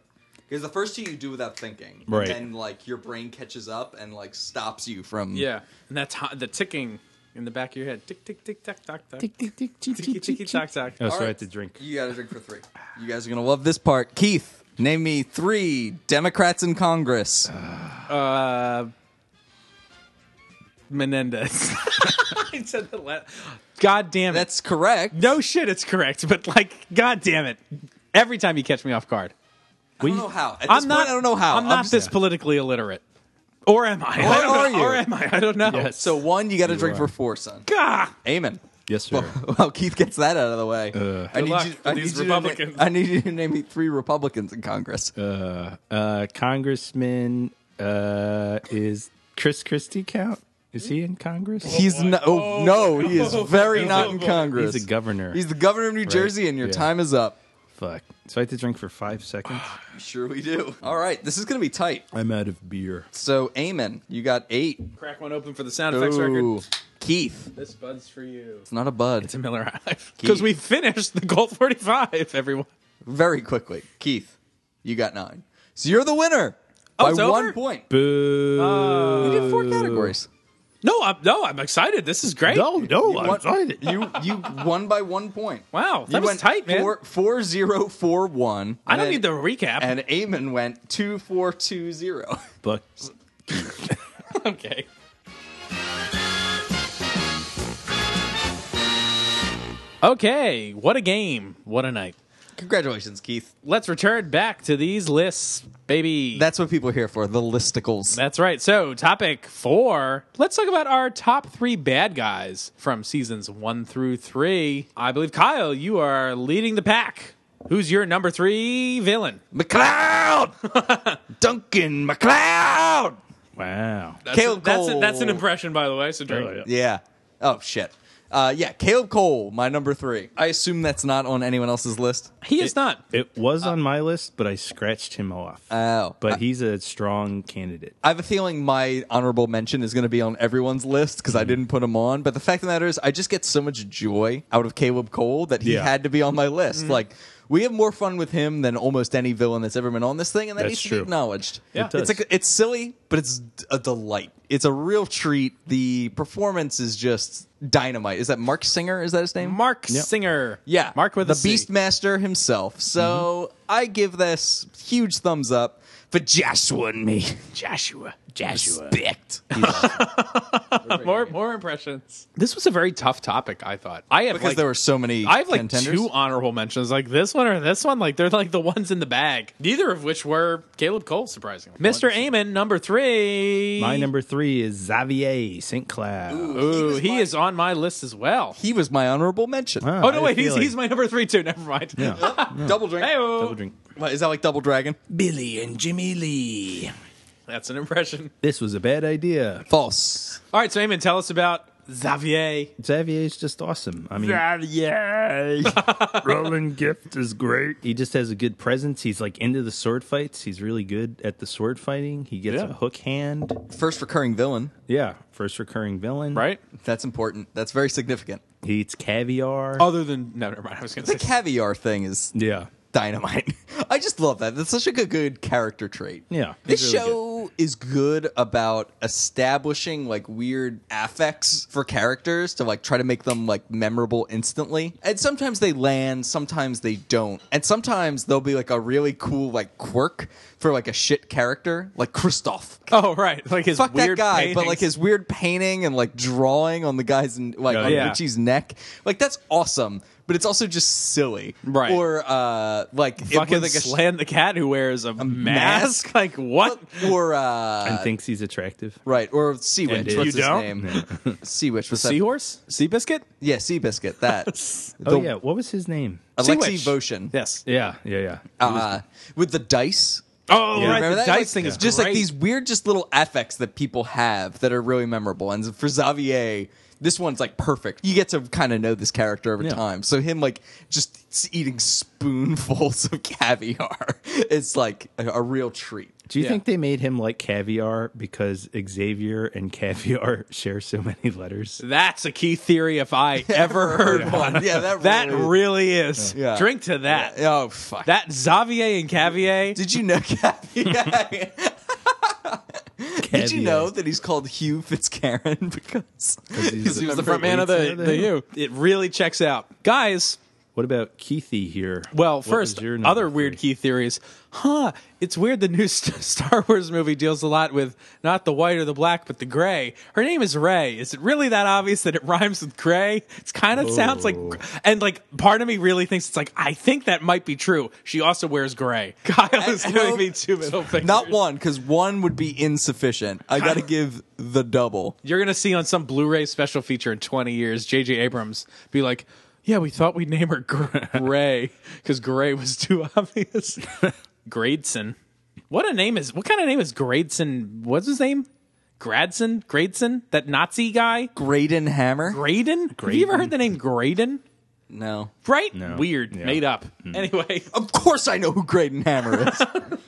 [SPEAKER 2] because the first two you do without thinking,
[SPEAKER 3] Right.
[SPEAKER 2] And then, like your brain catches up and like stops you from.
[SPEAKER 1] Yeah, and that's ho- the ticking in the back of your head. Tick tick tick tock tock tock. Tick tick tick tock tock.
[SPEAKER 3] Oh,
[SPEAKER 2] All
[SPEAKER 3] so I
[SPEAKER 2] right.
[SPEAKER 3] had to drink.
[SPEAKER 2] You got to drink for three. You guys are gonna love this part. Keith, name me three Democrats in Congress.
[SPEAKER 1] Uh, Menendez. I said the last. God damn it!
[SPEAKER 2] That's correct.
[SPEAKER 1] no shit. It's correct, but like, god damn it! Every time you catch me off guard,
[SPEAKER 2] I don't know how. At this
[SPEAKER 1] I'm not.
[SPEAKER 2] Point, I don't know how.
[SPEAKER 1] I'm not
[SPEAKER 2] just-
[SPEAKER 1] this politically illiterate, or am I? I don't
[SPEAKER 2] are
[SPEAKER 1] know.
[SPEAKER 2] you?
[SPEAKER 1] Or am I? I don't know.
[SPEAKER 3] Yes.
[SPEAKER 2] So one, you got to drink
[SPEAKER 3] are.
[SPEAKER 2] for four, son.
[SPEAKER 1] Gah!
[SPEAKER 2] Amen.
[SPEAKER 3] Yes, sir.
[SPEAKER 2] Well, Keith gets that out of the
[SPEAKER 3] Uh,
[SPEAKER 2] way. I need
[SPEAKER 1] luck
[SPEAKER 2] you.
[SPEAKER 1] with
[SPEAKER 2] I need
[SPEAKER 1] these
[SPEAKER 2] you to na-
[SPEAKER 1] Republicans.
[SPEAKER 2] I need you to name me three Republicans in Congress.
[SPEAKER 3] Uh, Congressman uh, is Chris Christie count? Is he in Congress?
[SPEAKER 2] He's no, oh, no, he is very
[SPEAKER 1] oh,
[SPEAKER 2] not in Congress.
[SPEAKER 3] He's the governor.
[SPEAKER 2] He's the governor of New Jersey, and your
[SPEAKER 3] Yeah.
[SPEAKER 2] time is up.
[SPEAKER 3] Fuck. So I had to drink for five seconds.
[SPEAKER 2] Sure, we do. All right, this is going to be tight.
[SPEAKER 3] I'm out of beer.
[SPEAKER 2] So, Eamon, you got eight.
[SPEAKER 1] Crack one open for the sound effects record.
[SPEAKER 2] Ooh. Keith,
[SPEAKER 1] This bud's for you.
[SPEAKER 2] it's not a bud.
[SPEAKER 1] It's a Miller High Life because we finished the Gold 45. Everyone.
[SPEAKER 2] very quickly. Keith, you got nine. So you're the winner by
[SPEAKER 1] Oh, it's
[SPEAKER 2] one
[SPEAKER 1] over?
[SPEAKER 2] point.
[SPEAKER 3] Boo.
[SPEAKER 2] You did four categories.
[SPEAKER 1] No, I'm, no, I'm excited. This is great.
[SPEAKER 3] no, no,
[SPEAKER 2] You
[SPEAKER 3] I'm
[SPEAKER 2] won-
[SPEAKER 3] excited.
[SPEAKER 2] You you won by one point.
[SPEAKER 1] Wow, that
[SPEAKER 2] you
[SPEAKER 1] was
[SPEAKER 2] went
[SPEAKER 1] tight, man.
[SPEAKER 2] Four, four zero four one.
[SPEAKER 1] I don't
[SPEAKER 2] and-
[SPEAKER 1] need the recap.
[SPEAKER 2] And Eamon went two four two zero.
[SPEAKER 3] Buck.
[SPEAKER 1] okay. Okay, what a game. What a night.
[SPEAKER 2] Congratulations, Keith.
[SPEAKER 1] Let's return back to these lists, baby.
[SPEAKER 2] That's what people are here for. The listicles.
[SPEAKER 1] That's right. So, topic four, let's talk about our top three bad guys from seasons one through three. I believe, Kyle, you are leading the pack. Who's your number three villain?
[SPEAKER 2] McLeod, Duncan McLeod.
[SPEAKER 3] Wow.
[SPEAKER 1] That's
[SPEAKER 2] Caleb
[SPEAKER 1] that's,
[SPEAKER 2] Cole.
[SPEAKER 1] that's an impression, by the way. So drink.
[SPEAKER 3] Oh, yeah.
[SPEAKER 2] Yeah. Oh shit. Uh, yeah, Caleb Cole, my number three. I assume that's not on anyone else's list.
[SPEAKER 1] He is not.
[SPEAKER 3] It was
[SPEAKER 1] Uh,
[SPEAKER 3] on my list, but I scratched him off.
[SPEAKER 2] Oh.
[SPEAKER 3] But he's a strong candidate.
[SPEAKER 2] I have a feeling my honorable mention is going to be on everyone's list
[SPEAKER 3] Mm.
[SPEAKER 2] because I didn't put him on. But the fact of the matter is, I just get so much joy out of Caleb Cole that he
[SPEAKER 3] Yeah.
[SPEAKER 2] had to be on my list. Like, we have more fun with him than almost any villain that's ever been on this thing, and that
[SPEAKER 3] That's
[SPEAKER 2] needs to be
[SPEAKER 3] true.
[SPEAKER 2] acknowledged.
[SPEAKER 3] Yeah. It does.
[SPEAKER 2] It's, like, it's silly, but it's a delight. It's a real treat. The performance is just dynamite. Is that Mark Singer? Is that his name?
[SPEAKER 1] Mark Singer.
[SPEAKER 2] Yeah,
[SPEAKER 1] Mark with
[SPEAKER 2] the
[SPEAKER 1] a C. Mm-hmm.
[SPEAKER 2] Beastmaster himself. So I give this huge thumbs up for Joshua and me.
[SPEAKER 1] Joshua.
[SPEAKER 2] Respect.
[SPEAKER 1] More more impressions. This was a very tough topic, I thought. I have
[SPEAKER 2] because
[SPEAKER 1] like,
[SPEAKER 2] there were so many.
[SPEAKER 1] I have like
[SPEAKER 2] contenders.
[SPEAKER 1] two honorable mentions, like this one or this one. Like they're like the ones in the bag. Neither of which were Caleb Cole, surprisingly. Mr. Amon, number three.
[SPEAKER 3] My number three is Xavier St. Cloud.
[SPEAKER 1] Ooh,
[SPEAKER 2] was
[SPEAKER 1] he
[SPEAKER 2] my-
[SPEAKER 1] is on my list as well.
[SPEAKER 2] He was my honorable mention.
[SPEAKER 3] Wow,
[SPEAKER 1] Oh
[SPEAKER 3] Ah, I had
[SPEAKER 1] no,
[SPEAKER 3] a
[SPEAKER 1] wait, he's,
[SPEAKER 3] feeling.
[SPEAKER 1] he's my number three too. Never mind.
[SPEAKER 3] Yeah.
[SPEAKER 2] Double drink.
[SPEAKER 3] Double
[SPEAKER 1] Hey-o.
[SPEAKER 3] drink.
[SPEAKER 2] What, is that like double dragon?
[SPEAKER 3] Billy and Jimmy Lee.
[SPEAKER 1] That's an impression.
[SPEAKER 3] This was a bad idea.
[SPEAKER 2] False.
[SPEAKER 1] All right, so Eamon, tell us about Xavier.
[SPEAKER 3] Xavier's just awesome. I mean,
[SPEAKER 4] Xavier. Roland Gift is great.
[SPEAKER 3] he just has a good presence. He's like into the sword fights. He's really good at the sword fighting. He gets
[SPEAKER 1] Yeah.
[SPEAKER 3] a hook hand.
[SPEAKER 2] First recurring villain.
[SPEAKER 3] Yeah, first recurring villain.
[SPEAKER 1] Right?
[SPEAKER 2] That's important. That's very significant.
[SPEAKER 3] He eats caviar.
[SPEAKER 1] Other than no, never mind. I was going
[SPEAKER 2] The
[SPEAKER 1] to say
[SPEAKER 2] caviar thing is
[SPEAKER 3] yeah,
[SPEAKER 2] dynamite. I just love that. That's such a good, good character trait.
[SPEAKER 3] Yeah,
[SPEAKER 2] This
[SPEAKER 3] it's really
[SPEAKER 2] show is good about establishing like weird affects for characters to like try to make them like memorable instantly. And sometimes they land, sometimes they don't. And sometimes there'll be like a really cool like quirk for like a shit character, like Kristoff.
[SPEAKER 1] Oh right, like his
[SPEAKER 2] Fuck that
[SPEAKER 1] weird
[SPEAKER 2] guy, but
[SPEAKER 1] paintings.
[SPEAKER 2] like his weird painting and like drawing on the guy's n- like
[SPEAKER 3] Oh,
[SPEAKER 2] on
[SPEAKER 1] yeah.
[SPEAKER 2] Richie's neck, like that's awesome. But it's also just silly,
[SPEAKER 1] Right.
[SPEAKER 2] Or uh, like it-
[SPEAKER 1] fucking
[SPEAKER 2] with, like, a sh-
[SPEAKER 1] slam the cat who wears a, mask?
[SPEAKER 2] mask?
[SPEAKER 1] Like what?
[SPEAKER 2] or uh,
[SPEAKER 3] and thinks he's attractive.
[SPEAKER 2] Right, or Sea Witch.
[SPEAKER 3] it-
[SPEAKER 2] What's his
[SPEAKER 3] You
[SPEAKER 4] don't?
[SPEAKER 2] name? sea Witch. What's that?
[SPEAKER 1] Seahorse? Seabiscuit?
[SPEAKER 2] Yeah, Sea Biscuit. That. the,
[SPEAKER 3] Oh yeah, what was his name?
[SPEAKER 2] Alexei
[SPEAKER 1] Sea-Witch.
[SPEAKER 2] Voshin.
[SPEAKER 1] Yes.
[SPEAKER 3] Yeah, yeah, yeah.
[SPEAKER 2] Uh, with the dice.
[SPEAKER 1] Oh
[SPEAKER 3] Yeah.
[SPEAKER 1] right,
[SPEAKER 2] Remember
[SPEAKER 1] the
[SPEAKER 2] that?
[SPEAKER 1] dice
[SPEAKER 2] Like,
[SPEAKER 1] thing is
[SPEAKER 2] just like
[SPEAKER 1] great.
[SPEAKER 2] these weird, just little affects that people have that are really memorable. And for Xavier, this one's like perfect. You get to kind of know this character over
[SPEAKER 3] Yeah.
[SPEAKER 2] time. So him like just s- eating spoonfuls of caviar, it's like a, a real treat.
[SPEAKER 3] Do you
[SPEAKER 1] Yeah.
[SPEAKER 3] think they made him like caviar because Xavier and caviar share so many letters?
[SPEAKER 1] That's a key theory if I ever heard one.
[SPEAKER 2] Yeah, that
[SPEAKER 1] That
[SPEAKER 2] really-
[SPEAKER 1] really is.
[SPEAKER 2] Yeah.
[SPEAKER 1] Drink to that.
[SPEAKER 2] Oh fuck.
[SPEAKER 1] That Xavier and Cavier.
[SPEAKER 2] Did you know caviar? Did you
[SPEAKER 3] Caviar.
[SPEAKER 2] know that he's called Hugh Fitzcarron because
[SPEAKER 1] Because he was the
[SPEAKER 2] Remember
[SPEAKER 1] front man of
[SPEAKER 3] Leeds?
[SPEAKER 1] the, the U. It really checks out. Guys,
[SPEAKER 3] What about Keithy here?
[SPEAKER 1] well,
[SPEAKER 3] What
[SPEAKER 1] first,
[SPEAKER 3] was your number
[SPEAKER 1] other weird
[SPEAKER 3] three?
[SPEAKER 1] key theories. Huh, it's weird the new St- Star Wars movie deals a lot with not the white or the black, but the gray. Her name is Ray. Is it really that obvious that it rhymes with gray? It's kind of sounds like,
[SPEAKER 3] Oh.
[SPEAKER 1] and like part of me really thinks it's like, I think that might be true. She also wears gray. Kyle is
[SPEAKER 2] I
[SPEAKER 1] giving
[SPEAKER 2] hope-
[SPEAKER 1] me two middle fingers.
[SPEAKER 2] Not one, because one would be insufficient. I got to give the double.
[SPEAKER 1] You're gonna see on some Blu-ray special feature in 20 years, J.J. Abrams be like, "Yeah, we thought we'd name her Gr- Gray because Gray was too obvious." Gradson, what a name is? What kind of name is Gradson? What's his name? Gradson, Gradson, that Nazi guy,
[SPEAKER 2] Graydon Hammer?
[SPEAKER 1] Graydon. Have you ever heard the name Graydon?
[SPEAKER 2] no.
[SPEAKER 1] Right?
[SPEAKER 3] No.
[SPEAKER 1] Weird,
[SPEAKER 3] Yeah. Hmm.
[SPEAKER 1] made up. Anyway,
[SPEAKER 2] Of course I know who Graydon Hammer is.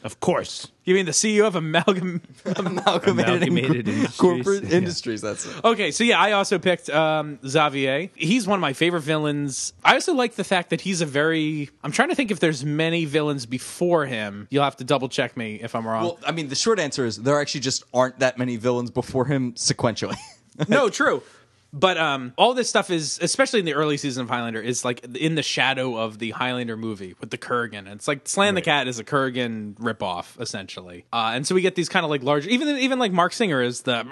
[SPEAKER 3] Of course.
[SPEAKER 1] you mean the CEO of Amalgam?
[SPEAKER 2] Amalgamated, and
[SPEAKER 3] Amalgamated
[SPEAKER 2] Gr-
[SPEAKER 3] Industries.
[SPEAKER 2] Corporate
[SPEAKER 3] Yeah.
[SPEAKER 2] Industries, that's it.
[SPEAKER 1] Okay, so yeah, I also picked um, Xavier. He's one of my favorite villains. I also like the fact that he's a very. I'm trying to think if there's many villains before him. You'll have to double check me if I'm wrong.
[SPEAKER 2] Well, I mean, the short answer is there actually just aren't that many villains before him sequentially.
[SPEAKER 1] no, true. But um, all this stuff is, especially in the early season of Highlander, is like in the shadow of the Highlander movie with the Kurgan. It's like Slan the Cat is a Kurgan ripoff, essentially. Uh, and so we get these kind of like large, even even like Mark Singer is the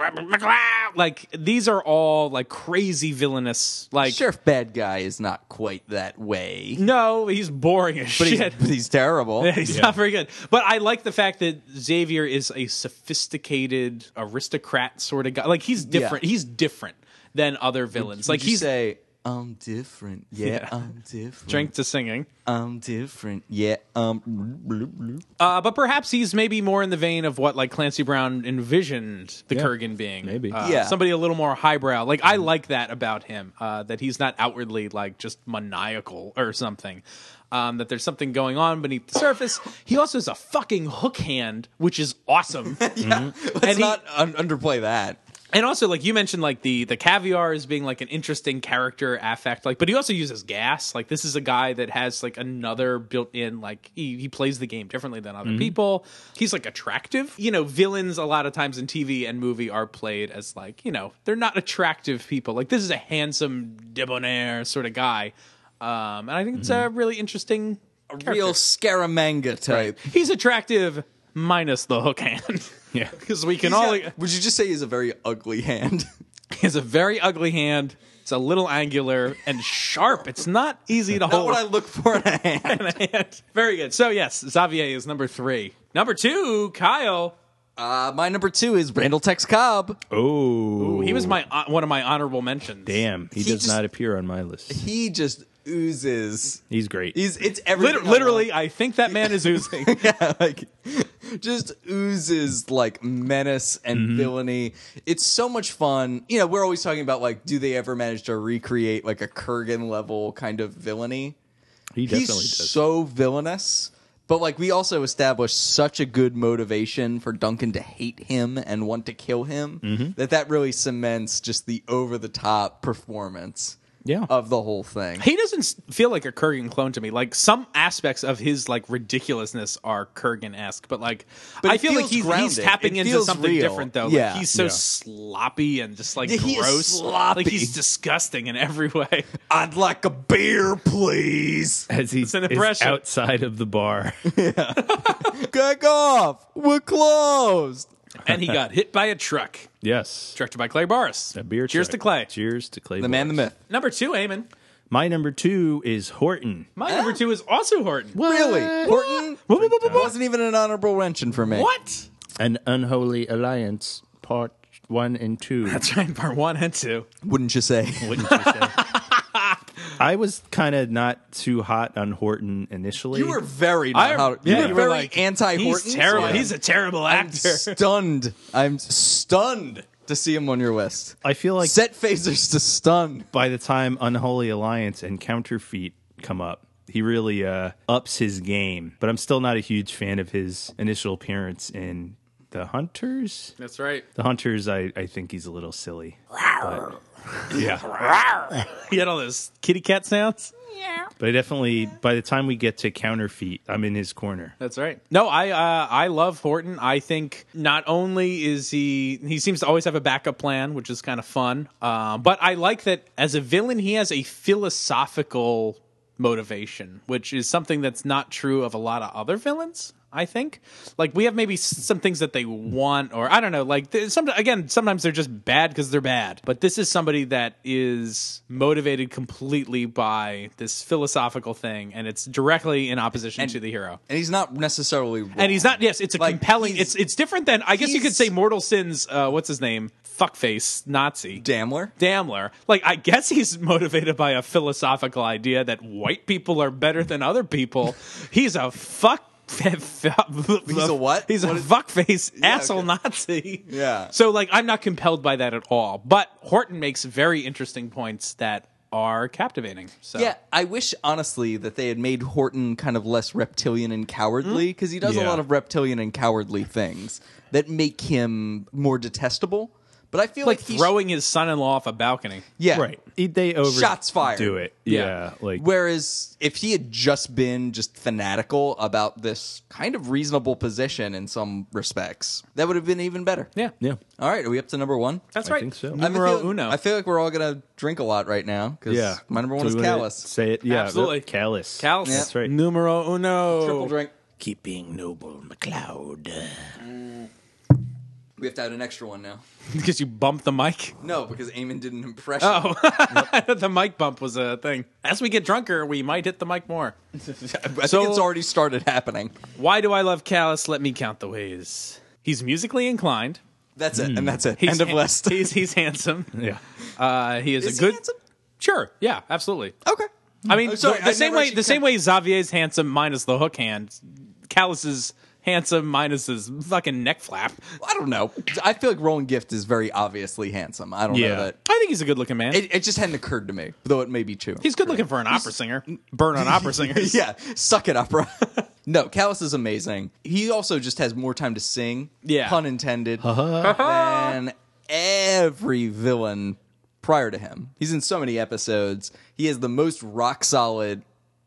[SPEAKER 1] like these are all like crazy villainous like.
[SPEAKER 2] Sheriff Bad Guy is not quite that way.
[SPEAKER 1] No, he's boring as
[SPEAKER 2] But he's,
[SPEAKER 1] shit.
[SPEAKER 2] but he's terrible.
[SPEAKER 1] Yeah, he's not very good. But I like the fact that Xavier is a sophisticated aristocrat sort of guy. Like he's different.
[SPEAKER 2] Yeah.
[SPEAKER 1] He's different than other villains. like
[SPEAKER 2] Would you
[SPEAKER 1] he's
[SPEAKER 2] say, I'm different. Yeah,
[SPEAKER 1] Yeah.
[SPEAKER 2] I'm different.
[SPEAKER 1] drink to singing.
[SPEAKER 2] I'm different. Yeah, um. bloop, bloop, bloop.
[SPEAKER 1] Uh, but perhaps he's maybe more in the vein of what like Clancy Brown envisioned the
[SPEAKER 3] Yeah,
[SPEAKER 1] Kurgan being.
[SPEAKER 3] maybe. Mm-hmm.
[SPEAKER 1] Uh,
[SPEAKER 2] Yeah.
[SPEAKER 1] Somebody a little more highbrow. Like I like that about him. Uh, that he's not outwardly like just maniacal or something. Um, that there's something going on beneath the surface. He also has a fucking hook hand, which is awesome.
[SPEAKER 3] Mm-hmm.
[SPEAKER 2] Let's
[SPEAKER 1] he-
[SPEAKER 2] not un- underplay that.
[SPEAKER 1] and also like you mentioned like the the caviar as being like an interesting character affect like but he also uses gas like this is a guy that has like another built-in like he, he plays the game differently than other people he's like attractive you know villains a lot of times in tv and movie are played as like you know they're not attractive people like this is a handsome debonair sort of guy um and i think it's a really interesting character.
[SPEAKER 2] Real Scaramanga type.
[SPEAKER 1] he's attractive minus the hook hand
[SPEAKER 3] Yeah.
[SPEAKER 1] because we can
[SPEAKER 2] He's
[SPEAKER 1] all e
[SPEAKER 2] got- would you just say he's a very ugly hand?
[SPEAKER 1] He has a very ugly hand. It's a little angular and sharp. It's not easy to
[SPEAKER 2] Not
[SPEAKER 1] hold
[SPEAKER 2] what I look for in a hand.
[SPEAKER 1] in a hand. Very good. So yes, Xavier is number three. Number two, Kyle.
[SPEAKER 2] Uh, my number two is Randall Tex Cobb.
[SPEAKER 3] Oh,
[SPEAKER 1] Ooh, he was my uh, one of my honorable mentions.
[SPEAKER 3] damn. He,
[SPEAKER 2] He
[SPEAKER 3] does
[SPEAKER 2] just-
[SPEAKER 3] not appear on my list.
[SPEAKER 2] He just oozes.
[SPEAKER 3] He's great.
[SPEAKER 2] He's it's everything.
[SPEAKER 1] Liter-
[SPEAKER 2] I
[SPEAKER 1] literally, I think that man is oozing.
[SPEAKER 2] love. like just oozes like menace and villainy. It's so much fun. You know, we're always talking about like, do they ever manage to recreate like a Kurgan level kind of villainy?
[SPEAKER 3] He definitely
[SPEAKER 2] he's
[SPEAKER 3] does.
[SPEAKER 2] so villainous. But like we also established such a good motivation for Duncan to hate him and want to kill him
[SPEAKER 1] Mm-hmm.
[SPEAKER 2] that that really cements just the over the top performance
[SPEAKER 3] Yeah.
[SPEAKER 2] of the whole thing.
[SPEAKER 1] He doesn't s- feel like a Kurgan clone to me. Like some aspects of his like ridiculousness are Kurgan esque, but like
[SPEAKER 2] But
[SPEAKER 1] I
[SPEAKER 2] it
[SPEAKER 1] feel like
[SPEAKER 2] feels
[SPEAKER 1] he's, he's
[SPEAKER 2] grounded.
[SPEAKER 1] tapping
[SPEAKER 2] It
[SPEAKER 1] into
[SPEAKER 2] feels
[SPEAKER 1] something
[SPEAKER 2] real.
[SPEAKER 1] different though.
[SPEAKER 2] Yeah.
[SPEAKER 1] Like he's so
[SPEAKER 3] Yeah.
[SPEAKER 1] sloppy and just like
[SPEAKER 2] Yeah, he is
[SPEAKER 1] gross.
[SPEAKER 2] sloppy.
[SPEAKER 1] Like he's disgusting in every way.
[SPEAKER 2] I'd like a beer, please.
[SPEAKER 3] as he's
[SPEAKER 1] an
[SPEAKER 3] is
[SPEAKER 1] impression.
[SPEAKER 3] outside of the bar.
[SPEAKER 2] Kick off. We're closed.
[SPEAKER 1] and he got hit by a truck.
[SPEAKER 3] yes.
[SPEAKER 1] Directed by Clay Boris.
[SPEAKER 3] A beer
[SPEAKER 1] Cheers
[SPEAKER 3] truck.
[SPEAKER 1] to Clay.
[SPEAKER 3] Cheers to Clay.
[SPEAKER 2] The man, the
[SPEAKER 3] Boris.
[SPEAKER 2] myth.
[SPEAKER 1] Number two, Eamon.
[SPEAKER 3] My number two is Horton.
[SPEAKER 1] My number two is also Horton. What?
[SPEAKER 2] Really? Horton wasn't even an honorable mention for me.
[SPEAKER 1] What?
[SPEAKER 3] An Unholy Alliance, part one and two.
[SPEAKER 1] That's right, part one and two.
[SPEAKER 2] Wouldn't you say?
[SPEAKER 3] wouldn't you say? I was kind of not too hot on Horton initially.
[SPEAKER 2] You were very
[SPEAKER 1] I-
[SPEAKER 2] not how- you
[SPEAKER 1] yeah, you
[SPEAKER 2] were
[SPEAKER 1] were
[SPEAKER 2] very
[SPEAKER 1] like,
[SPEAKER 2] anti Horton.
[SPEAKER 1] He's terrible. He's a terrible actor.
[SPEAKER 2] stunned. I'm stunned to see him on your list.
[SPEAKER 3] I feel like
[SPEAKER 2] Set phasers to stun.
[SPEAKER 3] by the time Unholy Alliance and Counterfeit come up, he really uh, ups his game. But I'm still not a huge fan of his initial appearance in The Hunters.
[SPEAKER 1] That's right.
[SPEAKER 3] The Hunters, I, I think he's a little silly.
[SPEAKER 1] He had all those kitty cat sounds.
[SPEAKER 3] But I definitely, by the time we get to Counterfeit, I'm in his corner.
[SPEAKER 1] That's right. No, I uh, I love Horton. I think not only is he he seems to always have a backup plan, which is kind of fun. Uh, but I like that as a villain, he has a philosophical motivation, which is something that's not true of a lot of other villains. I think like we have maybe s- some things that they want, or I don't know. Like th- some again, sometimes they're just bad because they're bad. But this is somebody that is motivated completely by this philosophical thing, and it's directly in opposition to the hero
[SPEAKER 2] And he's not necessarily wrong.
[SPEAKER 1] and he's not. Yes, it's a
[SPEAKER 2] Like,
[SPEAKER 1] compelling. It's
[SPEAKER 2] he's-
[SPEAKER 1] it's different than I guess you could
[SPEAKER 2] he's-
[SPEAKER 1] say Mortal Sin's. Uh, what's his name? Fuckface Nazi
[SPEAKER 2] Damler.
[SPEAKER 1] Damler. Like I guess he's motivated by a philosophical idea that white people are better than other people. he's a fuck. he's a
[SPEAKER 2] what?
[SPEAKER 1] He's
[SPEAKER 2] What
[SPEAKER 1] a
[SPEAKER 2] is-
[SPEAKER 1] fuckface asshole
[SPEAKER 2] okay.
[SPEAKER 1] Nazi.
[SPEAKER 2] Yeah.
[SPEAKER 1] So like I'm not compelled by that at all. But Horton makes very interesting points that are captivating. So
[SPEAKER 2] Yeah, I wish honestly that they had made Horton kind of less reptilian and cowardly
[SPEAKER 1] Hmm?
[SPEAKER 2] because he does a
[SPEAKER 3] Yeah.
[SPEAKER 2] lot of reptilian and cowardly things that make him more detestable. But I feel
[SPEAKER 1] Like
[SPEAKER 2] like, he's-
[SPEAKER 1] throwing his son-in-law off a balcony.
[SPEAKER 2] yeah,
[SPEAKER 3] Right. He- They over
[SPEAKER 2] Shots fired.
[SPEAKER 3] Do it.
[SPEAKER 1] Yeah.
[SPEAKER 3] Yeah. like
[SPEAKER 2] Whereas if he had just been just fanatical about this kind of reasonable position in some respects, that would have been even better.
[SPEAKER 1] Yeah.
[SPEAKER 3] yeah.
[SPEAKER 2] All right, are we up to number one?
[SPEAKER 1] That's
[SPEAKER 3] I
[SPEAKER 1] right.
[SPEAKER 3] think so.
[SPEAKER 2] I have a
[SPEAKER 1] Numero
[SPEAKER 2] feeling-
[SPEAKER 1] uno.
[SPEAKER 2] I feel like we're all gonna drink a lot right now because
[SPEAKER 3] Yeah.
[SPEAKER 2] my number one
[SPEAKER 3] So
[SPEAKER 2] is
[SPEAKER 3] we wanna
[SPEAKER 2] Callus.
[SPEAKER 3] Say it. Yeah.
[SPEAKER 1] Absolutely.
[SPEAKER 3] Callus.
[SPEAKER 1] Callus.
[SPEAKER 3] That's right.
[SPEAKER 1] Numero uno.
[SPEAKER 2] Triple drink.
[SPEAKER 3] Keep being noble, McLeod.
[SPEAKER 2] We have to add an extra one now.
[SPEAKER 1] Because you bumped the mic.
[SPEAKER 2] No, because Eamon did an impression.
[SPEAKER 1] Oh, the mic bump was a thing. As we get drunker, we might hit the mic more.
[SPEAKER 2] I
[SPEAKER 1] so-
[SPEAKER 2] think it's already started happening.
[SPEAKER 1] Why do I love Callus? Let me count the ways. He's musically inclined.
[SPEAKER 2] That's it, and that's it.
[SPEAKER 1] Hmm. He's
[SPEAKER 2] End of
[SPEAKER 1] han-
[SPEAKER 2] list.
[SPEAKER 1] He's he's handsome.
[SPEAKER 3] Yeah.
[SPEAKER 1] Uh, he is,
[SPEAKER 2] Is
[SPEAKER 1] a
[SPEAKER 2] he
[SPEAKER 1] good.
[SPEAKER 2] handsome?
[SPEAKER 1] Sure. Yeah. Absolutely.
[SPEAKER 2] Okay.
[SPEAKER 1] I mean,
[SPEAKER 2] Oh, sorry,
[SPEAKER 1] the,
[SPEAKER 2] I
[SPEAKER 1] the same
[SPEAKER 2] never
[SPEAKER 1] way
[SPEAKER 2] actually
[SPEAKER 1] the same
[SPEAKER 2] con-
[SPEAKER 1] way Xavier's handsome minus the hook hand. Callus is handsome minus his fucking neck flap.
[SPEAKER 2] I don't know. I feel like Roland Gift is very obviously handsome. I don't
[SPEAKER 3] Yeah.
[SPEAKER 2] know that.
[SPEAKER 1] I think he's a good looking man.
[SPEAKER 2] It, it just hadn't occurred to me, though it may be true.
[SPEAKER 1] he's good looking for an opera singer. Burn on opera singers.
[SPEAKER 2] yeah, suck it, opera. no, Callus is amazing. He also just has more time to sing,
[SPEAKER 1] Yeah.
[SPEAKER 2] pun intended, than every villain prior to him. He's in so many episodes. He has the most rock solid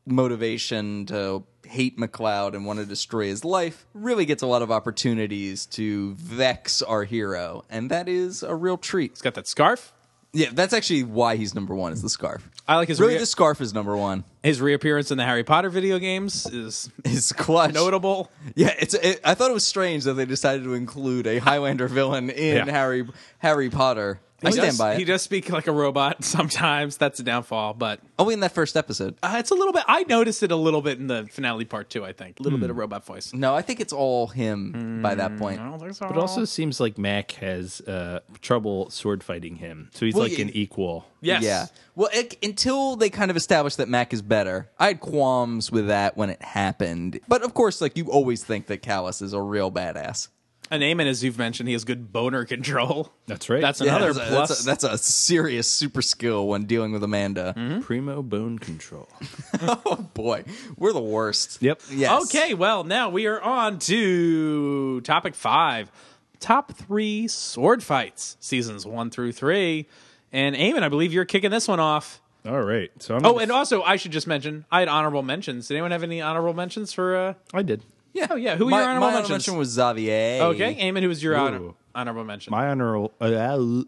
[SPEAKER 2] motivation to hate McLeod and want to destroy his life. Really gets a lot of opportunities to vex our hero, and that is a real treat.
[SPEAKER 1] He's got that scarf.
[SPEAKER 2] Yeah, that's actually why he's number one is the scarf.
[SPEAKER 1] I like his
[SPEAKER 2] really
[SPEAKER 1] rea-
[SPEAKER 2] the scarf is number one.
[SPEAKER 1] His reappearance in the Harry Potter video games is
[SPEAKER 2] His clutch.
[SPEAKER 1] notable.
[SPEAKER 2] Yeah, it's. It, I thought it was strange that they decided to include a Highlander villain in
[SPEAKER 3] Yeah.
[SPEAKER 2] Harry Harry Potter. I
[SPEAKER 1] He
[SPEAKER 2] stand
[SPEAKER 1] does-
[SPEAKER 2] by it.
[SPEAKER 1] He does speak like a robot sometimes. That's a downfall, but
[SPEAKER 2] Only in that first episode.
[SPEAKER 1] uh, it's a little bit. I noticed it a little bit in the finale part too. I think a little bit
[SPEAKER 2] Hmm.
[SPEAKER 1] of robot voice.
[SPEAKER 2] No, I think it's all him by that point.
[SPEAKER 1] Mm, I don't think so.
[SPEAKER 3] But also seems like Mac has uh, trouble sword fighting him, so he's
[SPEAKER 2] Well,
[SPEAKER 3] like
[SPEAKER 2] yeah.
[SPEAKER 3] an equal.
[SPEAKER 1] yes,
[SPEAKER 2] Yeah. Well, it, until they kind of established that Mac is better, I had qualms with that when it happened. But of course, like you always think that Callus is a real badass.
[SPEAKER 1] And Eamon, as you've mentioned, he has good boner control.
[SPEAKER 3] That's right.
[SPEAKER 1] That's
[SPEAKER 2] Yeah,
[SPEAKER 1] another
[SPEAKER 2] that's, a,
[SPEAKER 1] plus.
[SPEAKER 2] that's, a, that's a serious super skill when dealing with Amanda.
[SPEAKER 1] Mm-hmm.
[SPEAKER 3] Primo bone control.
[SPEAKER 2] Oh boy, we're the worst.
[SPEAKER 3] Yep.
[SPEAKER 2] Yes.
[SPEAKER 1] Okay, well, now we are on to topic five top three sword fights, seasons one through three. And Eamon, I believe you're kicking this one off.
[SPEAKER 3] All right. So I'm.
[SPEAKER 1] Oh,
[SPEAKER 3] gonna-
[SPEAKER 1] and also, I should just mention I had honorable mentions. Did anyone have any honorable mentions for? uh
[SPEAKER 3] I did.
[SPEAKER 1] Yeah, oh, yeah. Who are
[SPEAKER 2] My,
[SPEAKER 1] your
[SPEAKER 2] my
[SPEAKER 1] honorable
[SPEAKER 2] honorable
[SPEAKER 1] mentions?
[SPEAKER 2] mention was Xavier.
[SPEAKER 1] okay, Eamon, who was your honor-
[SPEAKER 3] Ooh.
[SPEAKER 1] honorable mention?
[SPEAKER 3] My honorable, uh, uh,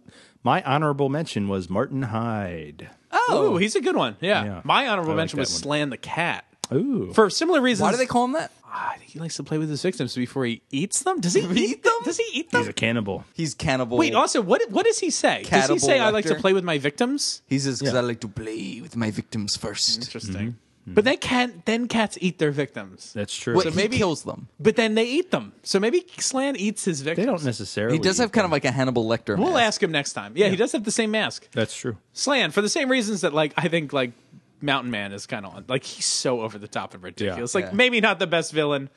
[SPEAKER 3] my honorable mention was Martin Hyde.
[SPEAKER 1] oh, he's a good one. Yeah,
[SPEAKER 3] Yeah.
[SPEAKER 1] my honorable
[SPEAKER 3] I like
[SPEAKER 1] mention
[SPEAKER 3] that
[SPEAKER 1] was
[SPEAKER 3] one.
[SPEAKER 1] Slan the cat.
[SPEAKER 3] Ooh.
[SPEAKER 1] For similar reasons,
[SPEAKER 2] Why do they call him that?
[SPEAKER 1] Ah, I think he likes to play with his victims before he eats them. Does he
[SPEAKER 2] Eat
[SPEAKER 1] eat them?
[SPEAKER 2] them?
[SPEAKER 1] Does he eat them?
[SPEAKER 3] He's a cannibal.
[SPEAKER 2] He's cannibal.
[SPEAKER 1] Wait, also, what what does he say? Does he
[SPEAKER 2] Cannibal
[SPEAKER 1] say I like to
[SPEAKER 2] Lecter.
[SPEAKER 1] play with my victims?
[SPEAKER 2] He says, because I like to play with my victims first.
[SPEAKER 1] Interesting. Mm-hmm.
[SPEAKER 3] Mm-hmm.
[SPEAKER 1] But they can't. Then cats eat their victims.
[SPEAKER 3] That's true.
[SPEAKER 2] Wait,
[SPEAKER 1] So
[SPEAKER 2] he
[SPEAKER 1] maybe-
[SPEAKER 2] kills them.
[SPEAKER 1] But then they eat them. So maybe Slan eats his victims.
[SPEAKER 3] they don't necessarily.
[SPEAKER 2] He does have kind of like a Hannibal Lecter.
[SPEAKER 1] We'll
[SPEAKER 2] mask.
[SPEAKER 1] ask him next time. Yeah, he does have the same mask.
[SPEAKER 3] That's true.
[SPEAKER 1] Slan, for the same reasons that like I think like Mountain Man is kind of like he's so over the top and ridiculous. like
[SPEAKER 2] Yeah.
[SPEAKER 1] maybe not the best villain.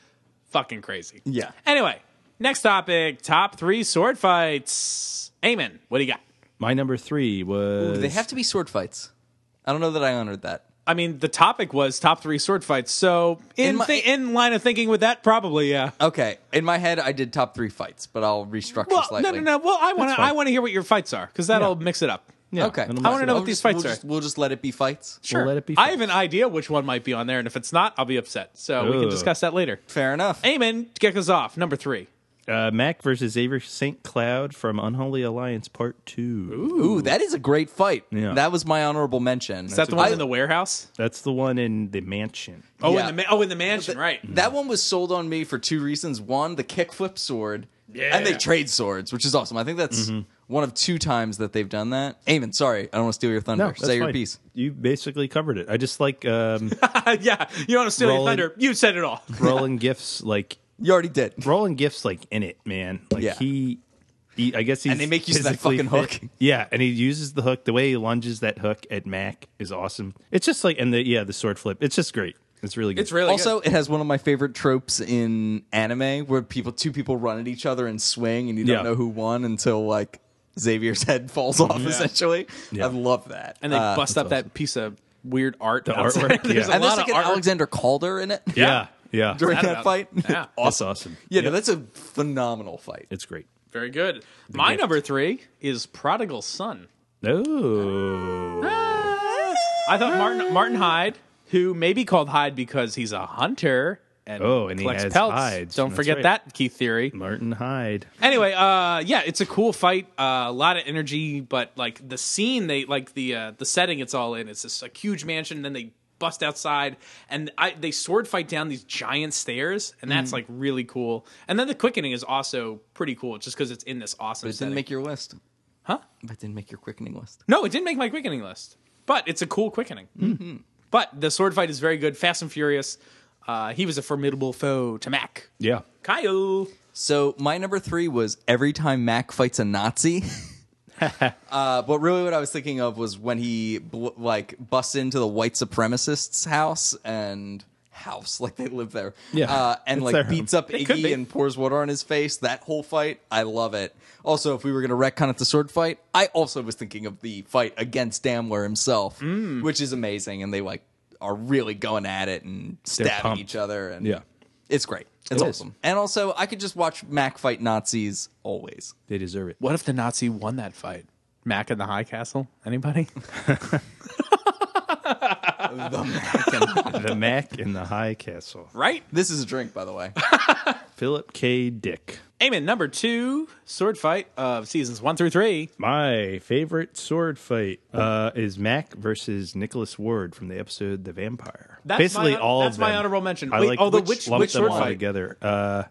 [SPEAKER 1] Fucking crazy.
[SPEAKER 2] Yeah.
[SPEAKER 1] Anyway, next topic: top three sword fights. Amen. What do you got?
[SPEAKER 3] My number three was.
[SPEAKER 2] Do they have to be sword fights? I don't know that I honored that.
[SPEAKER 1] I mean, the topic was top three sword fights. So in
[SPEAKER 2] In my-
[SPEAKER 1] thi- in line of thinking with that, probably yeah.
[SPEAKER 2] Okay, in my head, I did top three fights, but I'll restructure
[SPEAKER 1] Well,
[SPEAKER 2] slightly.
[SPEAKER 1] no, no, no. Well, I want to
[SPEAKER 3] fine.
[SPEAKER 1] I want to hear what your fights are because that'll mix it up.
[SPEAKER 3] Yeah,
[SPEAKER 2] Okay,
[SPEAKER 3] I don't
[SPEAKER 1] I want to know
[SPEAKER 2] I'll
[SPEAKER 1] what these
[SPEAKER 2] just-
[SPEAKER 1] fights
[SPEAKER 2] we'll
[SPEAKER 1] are.
[SPEAKER 2] Just, we'll just let it be fights.
[SPEAKER 1] sure.
[SPEAKER 3] let it be
[SPEAKER 1] I have an idea which one might be on there, and if it's not, I'll be upset. So we can
[SPEAKER 3] Ugh.
[SPEAKER 1] discuss that later.
[SPEAKER 2] Fair enough.
[SPEAKER 1] Amen. Kick us off. Number three.
[SPEAKER 3] uh, Mac versus Xavier St. Cloud from Unholy Alliance Part Two.
[SPEAKER 2] Ooh, that is a great fight.
[SPEAKER 3] Yeah.
[SPEAKER 2] That was my honorable mention.
[SPEAKER 1] Is that the one in the warehouse?
[SPEAKER 3] That's the one in the mansion.
[SPEAKER 1] Oh,
[SPEAKER 2] yeah.
[SPEAKER 1] in the ma- oh in the mansion, right?
[SPEAKER 2] That one was sold on me for two reasons. One, the kickflip sword,
[SPEAKER 1] Yeah. Mm-hmm.
[SPEAKER 2] and they trade swords, which is awesome. I think that's one of two times that they've done that. Eamon, sorry, I don't want to steal your thunder.
[SPEAKER 3] that's
[SPEAKER 2] Say your
[SPEAKER 3] fine.
[SPEAKER 2] piece.
[SPEAKER 3] You basically covered it. I just like um,
[SPEAKER 1] yeah. You don't want to steal your
[SPEAKER 3] Roll
[SPEAKER 1] thunder. You said it all.
[SPEAKER 3] rolling gifts, like
[SPEAKER 2] You already did.
[SPEAKER 3] Roland Gift's like in it, man. Like
[SPEAKER 2] Yeah.
[SPEAKER 3] he, he, I guess he's
[SPEAKER 2] And they make use of that
[SPEAKER 3] physically
[SPEAKER 2] fucking
[SPEAKER 3] fit.
[SPEAKER 2] hook.
[SPEAKER 3] Yeah, and he uses the hook. The way he lunges that hook at Mac is awesome. It's just like and the yeah the sword flip. It's just great. It's really good.
[SPEAKER 1] It's really
[SPEAKER 2] also, it has one of my favorite tropes in anime where people two people run at each other and swing, and you don't
[SPEAKER 3] Yeah.
[SPEAKER 2] know who won until like Xavier's head falls off. Essentially, I love that.
[SPEAKER 1] and they
[SPEAKER 2] Uh,
[SPEAKER 1] bust up that piece of weird art. The
[SPEAKER 3] artwork,
[SPEAKER 1] There's
[SPEAKER 3] yeah.
[SPEAKER 1] a
[SPEAKER 2] and there's
[SPEAKER 1] lot
[SPEAKER 2] like
[SPEAKER 1] of
[SPEAKER 2] an
[SPEAKER 1] art.
[SPEAKER 2] Alexander Calder in it
[SPEAKER 3] yeah, yeah.
[SPEAKER 2] during
[SPEAKER 1] Sad
[SPEAKER 2] that
[SPEAKER 1] about
[SPEAKER 2] fight.
[SPEAKER 1] it. Yeah.
[SPEAKER 3] That's awesome.
[SPEAKER 2] Yeah, no,
[SPEAKER 3] Yep.
[SPEAKER 2] that's a phenomenal fight.
[SPEAKER 3] it's great.
[SPEAKER 1] Very good. My
[SPEAKER 3] gift.
[SPEAKER 1] number three is Prodigal Son.
[SPEAKER 3] Oh,
[SPEAKER 1] I thought Martin Martin Hyde, who may be called Hyde because he's a hunter and
[SPEAKER 3] Oh, and he
[SPEAKER 1] collects
[SPEAKER 3] has
[SPEAKER 1] pelts.
[SPEAKER 3] hides.
[SPEAKER 1] Don't
[SPEAKER 3] That's
[SPEAKER 1] forget
[SPEAKER 3] right.
[SPEAKER 1] that key theory.
[SPEAKER 3] Martin Hyde.
[SPEAKER 1] Anyway, uh, yeah, it's a cool fight. Uh, a lot of energy, but like the scene, they like the uh, the setting it's all in. It's this like, huge mansion. Then they bust outside, and I, they sword fight down these giant stairs, and that's like really cool. And then the quickening is also pretty cool, just because it's in this awesome.
[SPEAKER 2] But it
[SPEAKER 1] setting.
[SPEAKER 2] didn't make your list.
[SPEAKER 1] Huh?
[SPEAKER 2] But didn't make your quickening list.
[SPEAKER 1] No, it didn't make my quickening list, but it's a cool quickening. But the sword fight is very good. Fast and Furious. Uh, he was a formidable foe to Mac.
[SPEAKER 3] Yeah,
[SPEAKER 1] Kyle.
[SPEAKER 2] So my number three was every time Mac fights a Nazi. uh, but really, what I was thinking of was when he bl- like busts into the white supremacist's house and house, like they live there.
[SPEAKER 3] Yeah,
[SPEAKER 2] uh, and
[SPEAKER 3] it's
[SPEAKER 2] like
[SPEAKER 3] their
[SPEAKER 2] beats up
[SPEAKER 1] could
[SPEAKER 2] Iggy
[SPEAKER 1] be.
[SPEAKER 2] and pours water on his face. That whole fight, I love it. Also, if we were gonna retcon at the sword fight, I also was thinking of the fight against Damler himself,
[SPEAKER 3] Mm.
[SPEAKER 2] which is amazing, and they like are really going at it and stabbing
[SPEAKER 3] pumped.
[SPEAKER 2] each other. And
[SPEAKER 3] Yeah.
[SPEAKER 2] it's great. It's
[SPEAKER 3] It is.
[SPEAKER 2] awesome. And also, I could just watch Mac fight Nazis always.
[SPEAKER 3] they deserve it.
[SPEAKER 1] What if the Nazi won that fight? Mac in the High Castle? Anybody?
[SPEAKER 3] the Mac in the High Castle.
[SPEAKER 1] right?
[SPEAKER 2] This is a drink, by the way.
[SPEAKER 3] Philip K. Dick.
[SPEAKER 1] Amen. Number two, sword fight of seasons one through three.
[SPEAKER 3] My favorite sword fight uh, is Mac versus Nicholas Ward from the episode "The Vampire."
[SPEAKER 1] That's
[SPEAKER 3] Basically,
[SPEAKER 1] my hon-
[SPEAKER 3] all
[SPEAKER 1] that's
[SPEAKER 3] of
[SPEAKER 1] my
[SPEAKER 3] them.
[SPEAKER 1] honorable mention.
[SPEAKER 3] I
[SPEAKER 1] Wait,
[SPEAKER 3] like
[SPEAKER 1] although
[SPEAKER 3] which,
[SPEAKER 1] which-
[SPEAKER 3] lumped
[SPEAKER 1] which
[SPEAKER 3] them
[SPEAKER 1] sword
[SPEAKER 3] all
[SPEAKER 1] fight?
[SPEAKER 3] together. Uh,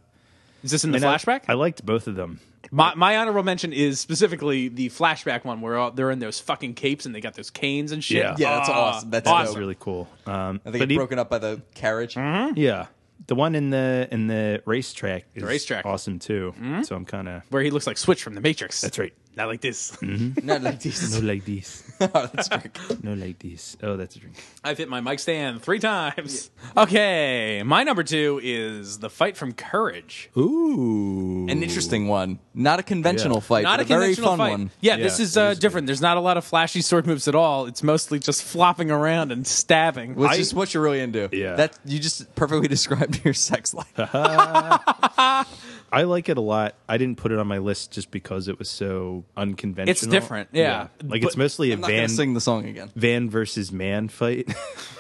[SPEAKER 1] Is this in the
[SPEAKER 3] and I-
[SPEAKER 1] flashback?
[SPEAKER 3] I, liked both of them.
[SPEAKER 1] My, my honorable mention is specifically the flashback one where all, they're in those fucking capes and they got those canes and shit.
[SPEAKER 3] Yeah.
[SPEAKER 2] Yeah, that's
[SPEAKER 1] Ah,
[SPEAKER 2] awesome. That's
[SPEAKER 1] awesome.
[SPEAKER 2] dope.
[SPEAKER 3] really cool. Um,
[SPEAKER 2] I think
[SPEAKER 3] but
[SPEAKER 2] it's
[SPEAKER 3] e-
[SPEAKER 2] broken up by the carriage.
[SPEAKER 3] Yeah, the one in the in the racetrack is
[SPEAKER 1] racetrack. Mm-hmm.
[SPEAKER 3] awesome too. So I'm kind of
[SPEAKER 1] Where he looks like Switch from the Matrix.
[SPEAKER 3] that's right. Mm-hmm.
[SPEAKER 1] Not like this.
[SPEAKER 2] Not like these.
[SPEAKER 3] No like this.
[SPEAKER 2] Oh, that's great.
[SPEAKER 3] No like this. Oh, that's a drink.
[SPEAKER 1] I've hit my mic stand three times. Okay, my number two is the fight from Courage.
[SPEAKER 3] Ooh,
[SPEAKER 2] An interesting one. Not a conventional fight,
[SPEAKER 1] Not a
[SPEAKER 2] but a, very
[SPEAKER 1] conventional
[SPEAKER 2] fun
[SPEAKER 1] fight.
[SPEAKER 2] one.
[SPEAKER 1] Yeah, this
[SPEAKER 3] Yeah,
[SPEAKER 1] is
[SPEAKER 3] it
[SPEAKER 1] uh,
[SPEAKER 3] is good.
[SPEAKER 1] different. There's not a lot of flashy sword moves at all. It's mostly just flopping around and stabbing.
[SPEAKER 2] Which
[SPEAKER 3] I-
[SPEAKER 2] is what you're really into.
[SPEAKER 3] Yeah.
[SPEAKER 2] That you just perfectly described your sex life.
[SPEAKER 3] I like it a lot. I didn't put it on my list just because it was so unconventional.
[SPEAKER 1] different, yeah.
[SPEAKER 3] like it's mostly a
[SPEAKER 2] I'm not gonna
[SPEAKER 3] van
[SPEAKER 2] sing the song again.
[SPEAKER 3] van versus man fight.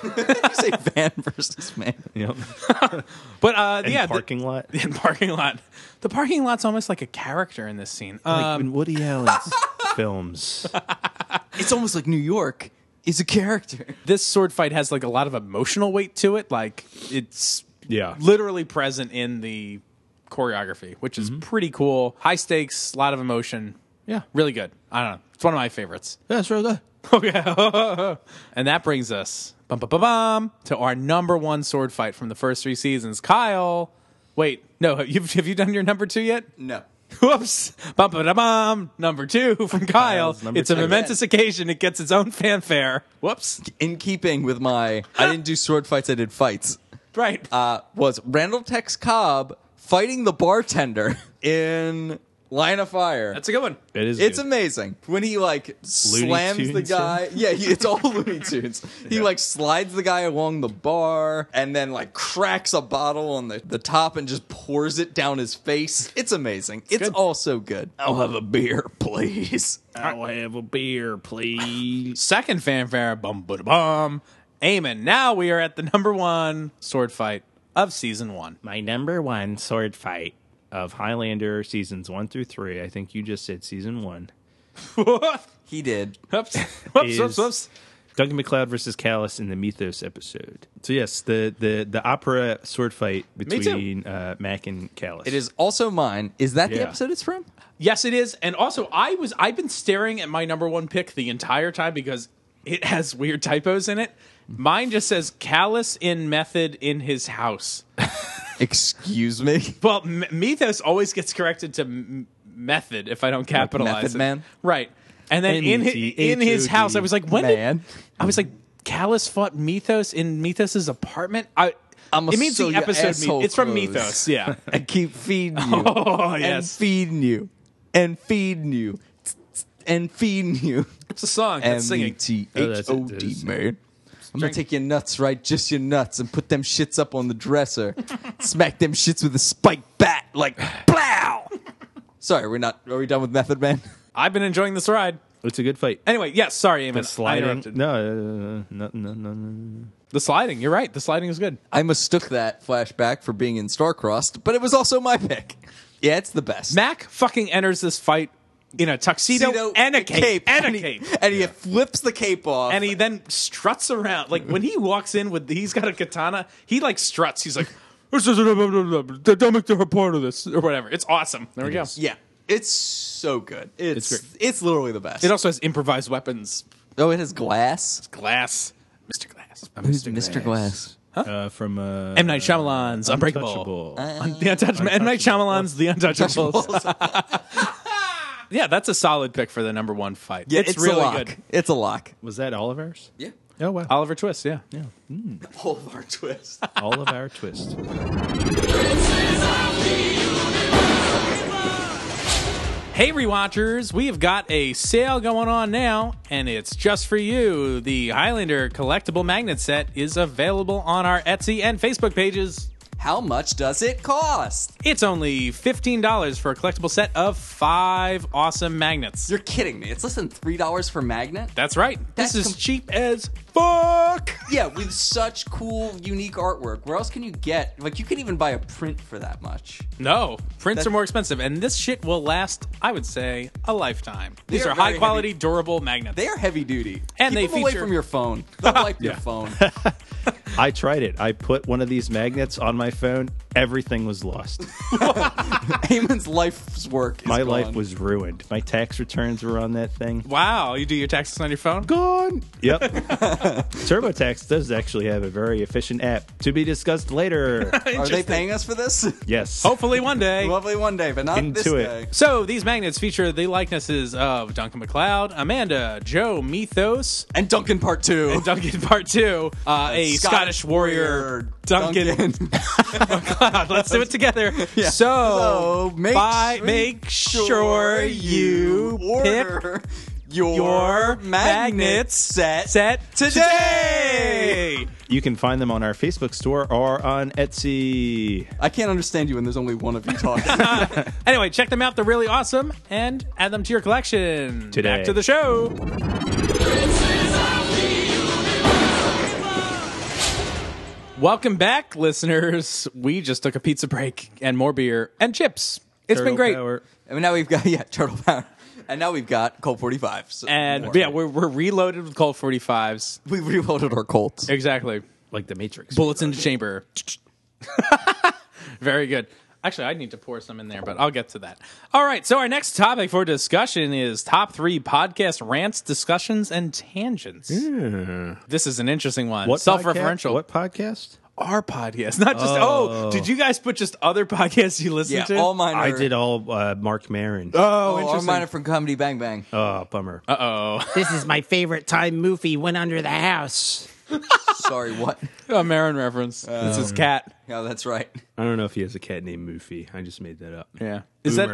[SPEAKER 2] you say van versus man.
[SPEAKER 3] you know,
[SPEAKER 1] But uh,
[SPEAKER 3] and
[SPEAKER 1] yeah,
[SPEAKER 3] parking lot.
[SPEAKER 1] the, in parking lot. The parking lot's almost like a character in this scene.
[SPEAKER 3] Like
[SPEAKER 1] Um,
[SPEAKER 3] in Woody Allen's films.
[SPEAKER 2] It's almost like New York is a character.
[SPEAKER 1] this sword fight has like a lot of emotional weight to it. Like it's
[SPEAKER 3] Yeah.
[SPEAKER 1] literally present in the choreography, which is pretty cool. High stakes, a lot of emotion.
[SPEAKER 3] Mm-hmm. Yeah.
[SPEAKER 1] Really good. I don't know. It's one of my favorites.
[SPEAKER 3] That's right.
[SPEAKER 1] Okay. and that brings us bum, bum, bum, bum, to our number one sword fight from the first three seasons. Kyle, wait, no, have you, have you done your number two yet?
[SPEAKER 2] No.
[SPEAKER 1] Whoops. Bum, bum, bum, bum. Number two from Kyle.
[SPEAKER 3] Kyle's number
[SPEAKER 1] It's a
[SPEAKER 3] two.
[SPEAKER 1] momentous occasion. It gets its own fanfare. Whoops.
[SPEAKER 2] In keeping with my, I didn't do sword fights, I did fights.
[SPEAKER 1] Right.
[SPEAKER 2] Uh, was Randall Tex Cobb fighting the bartender in Line of Fire.
[SPEAKER 1] That's a good one.
[SPEAKER 3] It is.
[SPEAKER 2] It's
[SPEAKER 3] good.
[SPEAKER 2] amazing when he like slams the
[SPEAKER 3] Tunes,
[SPEAKER 2] guy. Yeah, he, it's all Looney Tunes. He like slides the guy along the bar and then like cracks a bottle on the, the top and just pours it down his face. It's amazing. It's all so good. I'll have a beer, please.
[SPEAKER 3] I'll have a beer, please.
[SPEAKER 1] Second fanfare. Bum, bum, bum. Amen. Now we are at the number one sword fight of season one.
[SPEAKER 3] My number one sword fight of Highlander seasons one through three. I think you just said season one.
[SPEAKER 1] whoops.
[SPEAKER 2] He did.
[SPEAKER 1] Whoops. Whoops.
[SPEAKER 3] is
[SPEAKER 1] Whoops. Whoops.
[SPEAKER 3] Duncan McLeod versus Callus in the Mythos episode. So yes, the the, the opera sword fight
[SPEAKER 1] too.
[SPEAKER 3] between uh, Mac and Callus.
[SPEAKER 2] It is also mine. Is that the
[SPEAKER 3] Yeah.
[SPEAKER 2] episode it's from?
[SPEAKER 1] Yes, it is. And also, I was I've been staring at my number one pick the entire time because it has weird typos in it. Mine just says callous in method in his house.
[SPEAKER 2] Excuse me.
[SPEAKER 1] Well, M- Mythos always gets corrected to m- method if I don't capitalize
[SPEAKER 2] Method
[SPEAKER 1] it.
[SPEAKER 2] Man? E
[SPEAKER 1] Right. And then in his, in his
[SPEAKER 3] M-E-T-H-O-D.
[SPEAKER 1] house, I was like, when
[SPEAKER 2] Man.
[SPEAKER 1] Did, I was like, Callus fought Mythos in Mythos's apartment. I
[SPEAKER 2] I'ma
[SPEAKER 1] it means
[SPEAKER 2] sew
[SPEAKER 1] the
[SPEAKER 2] your
[SPEAKER 1] episode.
[SPEAKER 2] asshole
[SPEAKER 1] it's from
[SPEAKER 2] closed.
[SPEAKER 1] Mythos. Yeah.
[SPEAKER 2] I keep feeding you.
[SPEAKER 1] oh
[SPEAKER 2] and
[SPEAKER 1] yes,
[SPEAKER 2] feeding you. And feeding you. And feeding you.
[SPEAKER 1] it's a song. That's
[SPEAKER 2] M
[SPEAKER 1] singing.
[SPEAKER 2] E T
[SPEAKER 3] Oh,
[SPEAKER 2] H
[SPEAKER 3] that's
[SPEAKER 2] O
[SPEAKER 3] it, it
[SPEAKER 2] D,
[SPEAKER 3] is.
[SPEAKER 2] man. I'm gonna take your nuts, right? Just your nuts, and put them shits up on the dresser. Smack them shits with a spike bat, like plow. Sorry, we're not. Are we done with Method Man?
[SPEAKER 1] I've been enjoying this ride.
[SPEAKER 3] It's a good fight.
[SPEAKER 1] Anyway, yes. sorry, Eamon. I
[SPEAKER 3] Sliding.
[SPEAKER 1] interrupted.
[SPEAKER 3] No, uh, no, no, no, no.
[SPEAKER 1] The sliding. You're right. The sliding is good.
[SPEAKER 2] I mistook that flashback for being in Starcrossed, but it was also my pick. Yeah, it's the best.
[SPEAKER 1] Mac fucking enters this fight in a tuxedo,
[SPEAKER 2] Tuxedo
[SPEAKER 1] and a cape, and a
[SPEAKER 2] he-
[SPEAKER 1] cape.
[SPEAKER 2] and he flips the cape off.
[SPEAKER 1] And he then struts around. Like when he walks in with, he's got a katana. He like struts. He's like, "This is don't make her part of this or whatever." It's awesome. There we go.
[SPEAKER 2] yeah, it's so good. It's it's,
[SPEAKER 3] great.
[SPEAKER 2] literally the best.
[SPEAKER 1] It also has improvised weapons,
[SPEAKER 2] oh, it has glass.
[SPEAKER 1] glass, Mr. Glass,
[SPEAKER 2] Who's Mr. Glass?
[SPEAKER 3] Uh, from uh,
[SPEAKER 1] M Night Shyamalan's Unbreakable,
[SPEAKER 3] Untouchable. Uh,
[SPEAKER 1] Un- The Untouchable, M Night Shyamalan's The Untouchables. yeah, that's a solid pick for the number one fight.
[SPEAKER 2] Yeah,
[SPEAKER 1] it's,
[SPEAKER 2] a
[SPEAKER 1] really
[SPEAKER 2] lock.
[SPEAKER 1] good.
[SPEAKER 2] It's a lock.
[SPEAKER 3] Was that all of ours?
[SPEAKER 2] Yeah.
[SPEAKER 3] Oh wow,
[SPEAKER 1] Oliver Twist, yeah.
[SPEAKER 2] All of our twist.
[SPEAKER 3] all of our twist.
[SPEAKER 1] Hey, rewatchers, we have got a sale going on now, and it's just for you. The Highlander collectible magnet set is available on our Etsy and Facebook pages.
[SPEAKER 2] How much does it cost?
[SPEAKER 1] It's only $15 for a collectible set of five awesome magnets.
[SPEAKER 2] You're kidding me. It's less than three dollars for magnet.
[SPEAKER 1] That's right. This
[SPEAKER 2] That's
[SPEAKER 1] is
[SPEAKER 2] com-
[SPEAKER 1] cheap as fuck.
[SPEAKER 2] Yeah, with such cool, unique artwork. Where else can you get? Like, you can even buy a print for that much.
[SPEAKER 1] No, prints
[SPEAKER 2] That-
[SPEAKER 1] are more expensive, and this shit will last, I would say, a lifetime. These
[SPEAKER 2] are
[SPEAKER 1] are,
[SPEAKER 2] very
[SPEAKER 1] high quality, durable magnets.
[SPEAKER 2] They are heavy duty.
[SPEAKER 1] And
[SPEAKER 2] Keep
[SPEAKER 1] they
[SPEAKER 2] them away
[SPEAKER 1] feature-
[SPEAKER 2] from your phone. Don't wipe your phone.
[SPEAKER 3] I tried it. I put one of these magnets on my phone. Everything was lost.
[SPEAKER 2] Eamon's life's work. is
[SPEAKER 3] My
[SPEAKER 2] gone.
[SPEAKER 3] life was ruined. My tax returns were on that thing.
[SPEAKER 1] Wow, you do your taxes on your phone?
[SPEAKER 3] Gone. Yep. TurboTax does actually have a very efficient app to be discussed later.
[SPEAKER 2] Are they paying us for this?
[SPEAKER 3] yes.
[SPEAKER 1] Hopefully one day.
[SPEAKER 2] Lovely one day, but not this
[SPEAKER 3] Into it.
[SPEAKER 2] day.
[SPEAKER 1] So these magnets feature the likenesses of Duncan McLeod, Amanda, Joe Mythos,
[SPEAKER 2] And Duncan Part Two.
[SPEAKER 1] and Duncan Part Two, uh, a Scottish, warrior, Duncan. McLeod. Let's do it together. So,
[SPEAKER 2] So Oh, make
[SPEAKER 1] buy-
[SPEAKER 2] sure-
[SPEAKER 1] Oh, make sure you pick
[SPEAKER 2] order your,
[SPEAKER 1] your magnet
[SPEAKER 2] magnet set,
[SPEAKER 1] set
[SPEAKER 2] today.
[SPEAKER 1] today.
[SPEAKER 3] You can find them on our Facebook store or on Etsy.
[SPEAKER 2] I can't understand you when there's only one of you talking.
[SPEAKER 1] Anyway, check them out. They're really awesome, and add them to your collection.
[SPEAKER 3] Today.
[SPEAKER 1] Back to the show. Welcome back, listeners. We just took a pizza break and more beer and chips. It's
[SPEAKER 3] Turtle
[SPEAKER 1] been great.
[SPEAKER 3] power.
[SPEAKER 2] and now we've got yeah, Turtle Power. And now we've got Colt 45. So
[SPEAKER 1] And yeah, we're, we're reloaded with Colt 45s.
[SPEAKER 2] we reloaded our Colts.
[SPEAKER 1] Exactly.
[SPEAKER 3] Like the Matrix.
[SPEAKER 1] Bullets in the chamber. Very good. Actually, I need to pour some in there, but I'll get to that. All right. So, our next topic for discussion is top three podcast rants, discussions, and tangents. This is an interesting one.
[SPEAKER 3] What
[SPEAKER 1] Self
[SPEAKER 3] podcast-
[SPEAKER 1] referential.
[SPEAKER 3] What podcast?
[SPEAKER 1] Our podcast. Not just, oh. did you guys put just other podcasts you listen
[SPEAKER 2] Yeah,
[SPEAKER 1] to?
[SPEAKER 2] all mine are,
[SPEAKER 3] I did all uh, Mark Marin.
[SPEAKER 2] Oh,
[SPEAKER 1] oh,
[SPEAKER 2] all
[SPEAKER 1] interesting.
[SPEAKER 2] mine are from Comedy Bang Bang.
[SPEAKER 3] oh, bummer.
[SPEAKER 5] This is my favorite time Moofy went under the house.
[SPEAKER 2] Sorry, what?
[SPEAKER 1] a Marin reference. this
[SPEAKER 3] Um,
[SPEAKER 1] is Cat.
[SPEAKER 2] Yeah, that's right.
[SPEAKER 3] I don't know if he has a cat named Moofy. I just made that up.
[SPEAKER 1] Yeah. Is
[SPEAKER 3] Is
[SPEAKER 1] that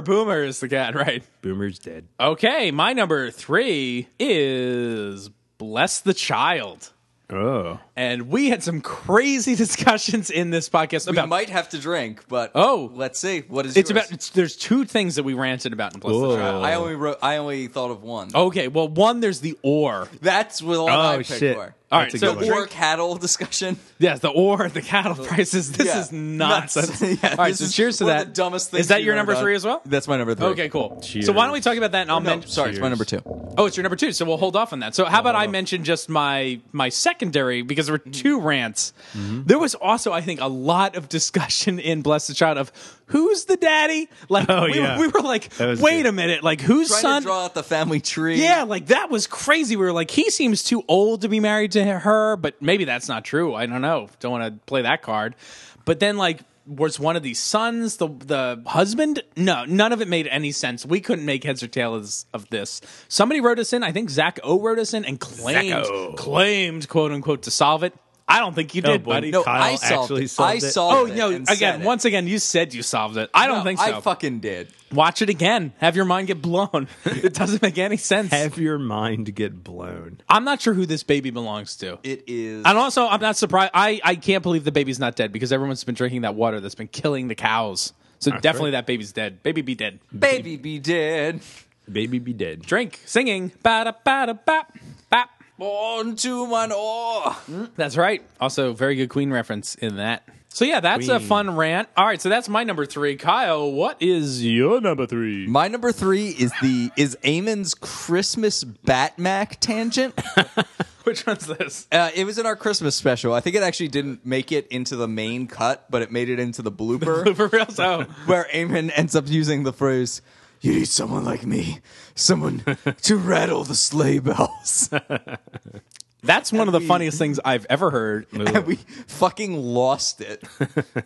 [SPEAKER 1] Boomer? Boomer is the cat, right?
[SPEAKER 3] Boomer's dead.
[SPEAKER 1] Okay, my number three is Bless the Child.
[SPEAKER 3] Oh.
[SPEAKER 1] And we had some crazy discussions in this podcast
[SPEAKER 2] We
[SPEAKER 1] about.
[SPEAKER 2] might have to drink, but
[SPEAKER 1] Oh.
[SPEAKER 2] let's see. What is
[SPEAKER 1] it's
[SPEAKER 2] yours?
[SPEAKER 1] about. It's, there's two things that we ranted about in Bless the
[SPEAKER 3] Whoa.
[SPEAKER 1] Child.
[SPEAKER 2] I only wrote. I only thought of one.
[SPEAKER 1] Okay, well, one, there's the or.
[SPEAKER 2] That's what all I
[SPEAKER 3] Oh,
[SPEAKER 2] picked
[SPEAKER 3] shit.
[SPEAKER 2] were.
[SPEAKER 1] All right,
[SPEAKER 3] That's a
[SPEAKER 1] so
[SPEAKER 3] good
[SPEAKER 2] Or
[SPEAKER 3] one.
[SPEAKER 1] drink-
[SPEAKER 2] cattle discussion.
[SPEAKER 1] Yes, the or, the cattle prices. This
[SPEAKER 2] Yeah.
[SPEAKER 1] is nonsense.
[SPEAKER 2] Nuts. Yeah,
[SPEAKER 1] All right,
[SPEAKER 2] this
[SPEAKER 1] so
[SPEAKER 2] is
[SPEAKER 1] cheers to
[SPEAKER 2] one
[SPEAKER 1] that.
[SPEAKER 2] of the dumbest
[SPEAKER 1] Is
[SPEAKER 2] things
[SPEAKER 1] that
[SPEAKER 2] we've
[SPEAKER 1] your
[SPEAKER 2] ever
[SPEAKER 1] number
[SPEAKER 2] done.
[SPEAKER 1] three as well?
[SPEAKER 2] That's my number three.
[SPEAKER 1] Okay, cool.
[SPEAKER 3] Cheers.
[SPEAKER 1] So why don't we talk about that and I'll
[SPEAKER 2] No,
[SPEAKER 1] mention.
[SPEAKER 2] sorry, it's my
[SPEAKER 3] Cheers.
[SPEAKER 2] number two.
[SPEAKER 1] Oh, it's your number two. So we'll hold off on that. So how about I mention just my my secondary because there
[SPEAKER 3] Mm-hmm.
[SPEAKER 1] were two rants. There was also, I think, a lot of discussion in Bless the Child of who's the daddy. Like
[SPEAKER 3] Oh,
[SPEAKER 1] we,
[SPEAKER 3] yeah.
[SPEAKER 1] we were like,
[SPEAKER 3] That was
[SPEAKER 1] wait
[SPEAKER 3] good.
[SPEAKER 1] a minute, like whose
[SPEAKER 2] Trying
[SPEAKER 1] son?
[SPEAKER 2] to draw out the family tree.
[SPEAKER 1] yeah, like that was crazy. We were like, he seems too old to be married to her, but maybe that's not true. I don't know. Don't want to play that card. But then like. Was one of these sons the the husband? No, none of it made any sense. We couldn't make heads or tails of this. Somebody wrote us in. I think Zach O wrote us in and claimed
[SPEAKER 3] Zacho.
[SPEAKER 1] claimed quote unquote to solve it. I don't think you did,
[SPEAKER 3] boy.
[SPEAKER 1] buddy.
[SPEAKER 2] No,
[SPEAKER 3] Kyle
[SPEAKER 2] I solved
[SPEAKER 3] actually
[SPEAKER 2] it.
[SPEAKER 3] solved
[SPEAKER 2] I
[SPEAKER 3] it.
[SPEAKER 2] solved
[SPEAKER 1] Oh
[SPEAKER 2] it
[SPEAKER 1] no!
[SPEAKER 2] and said
[SPEAKER 1] Again,
[SPEAKER 2] it.
[SPEAKER 1] once again, you said you solved it. I don't
[SPEAKER 2] No,
[SPEAKER 1] think so.
[SPEAKER 2] I fucking did.
[SPEAKER 1] Watch it again. Have your mind get blown. it doesn't make any sense.
[SPEAKER 3] Have your mind get blown.
[SPEAKER 1] I'm not sure who this baby belongs to.
[SPEAKER 2] It is.
[SPEAKER 1] And also, I'm not surprised. I, I can't believe the baby's not dead because everyone's been drinking that water that's been killing the cows. So definitely that baby's dead. Baby be dead.
[SPEAKER 2] Baby be dead.
[SPEAKER 3] Baby be dead.
[SPEAKER 1] Drink, singing, ba da ba da bap, bap.
[SPEAKER 2] Born to mine awe.
[SPEAKER 1] That's right. Also, very good Queen reference in that. So yeah, that's a
[SPEAKER 3] Queen.
[SPEAKER 1] fun rant. All right, so that's my number three. Kyle, what is your number three?
[SPEAKER 2] My number three is the is Eamon's Christmas Batmac tangent.
[SPEAKER 1] Which one's this?
[SPEAKER 2] Uh, it was in our Christmas special. I think it actually didn't make it into the main cut, but it made it into the blooper,
[SPEAKER 1] For real? So
[SPEAKER 2] where Eamon ends up using the phrase, "You need someone like me, someone to rattle the sleigh bells."
[SPEAKER 1] that's one of the funniest things I've ever heard.
[SPEAKER 2] and we fucking lost it.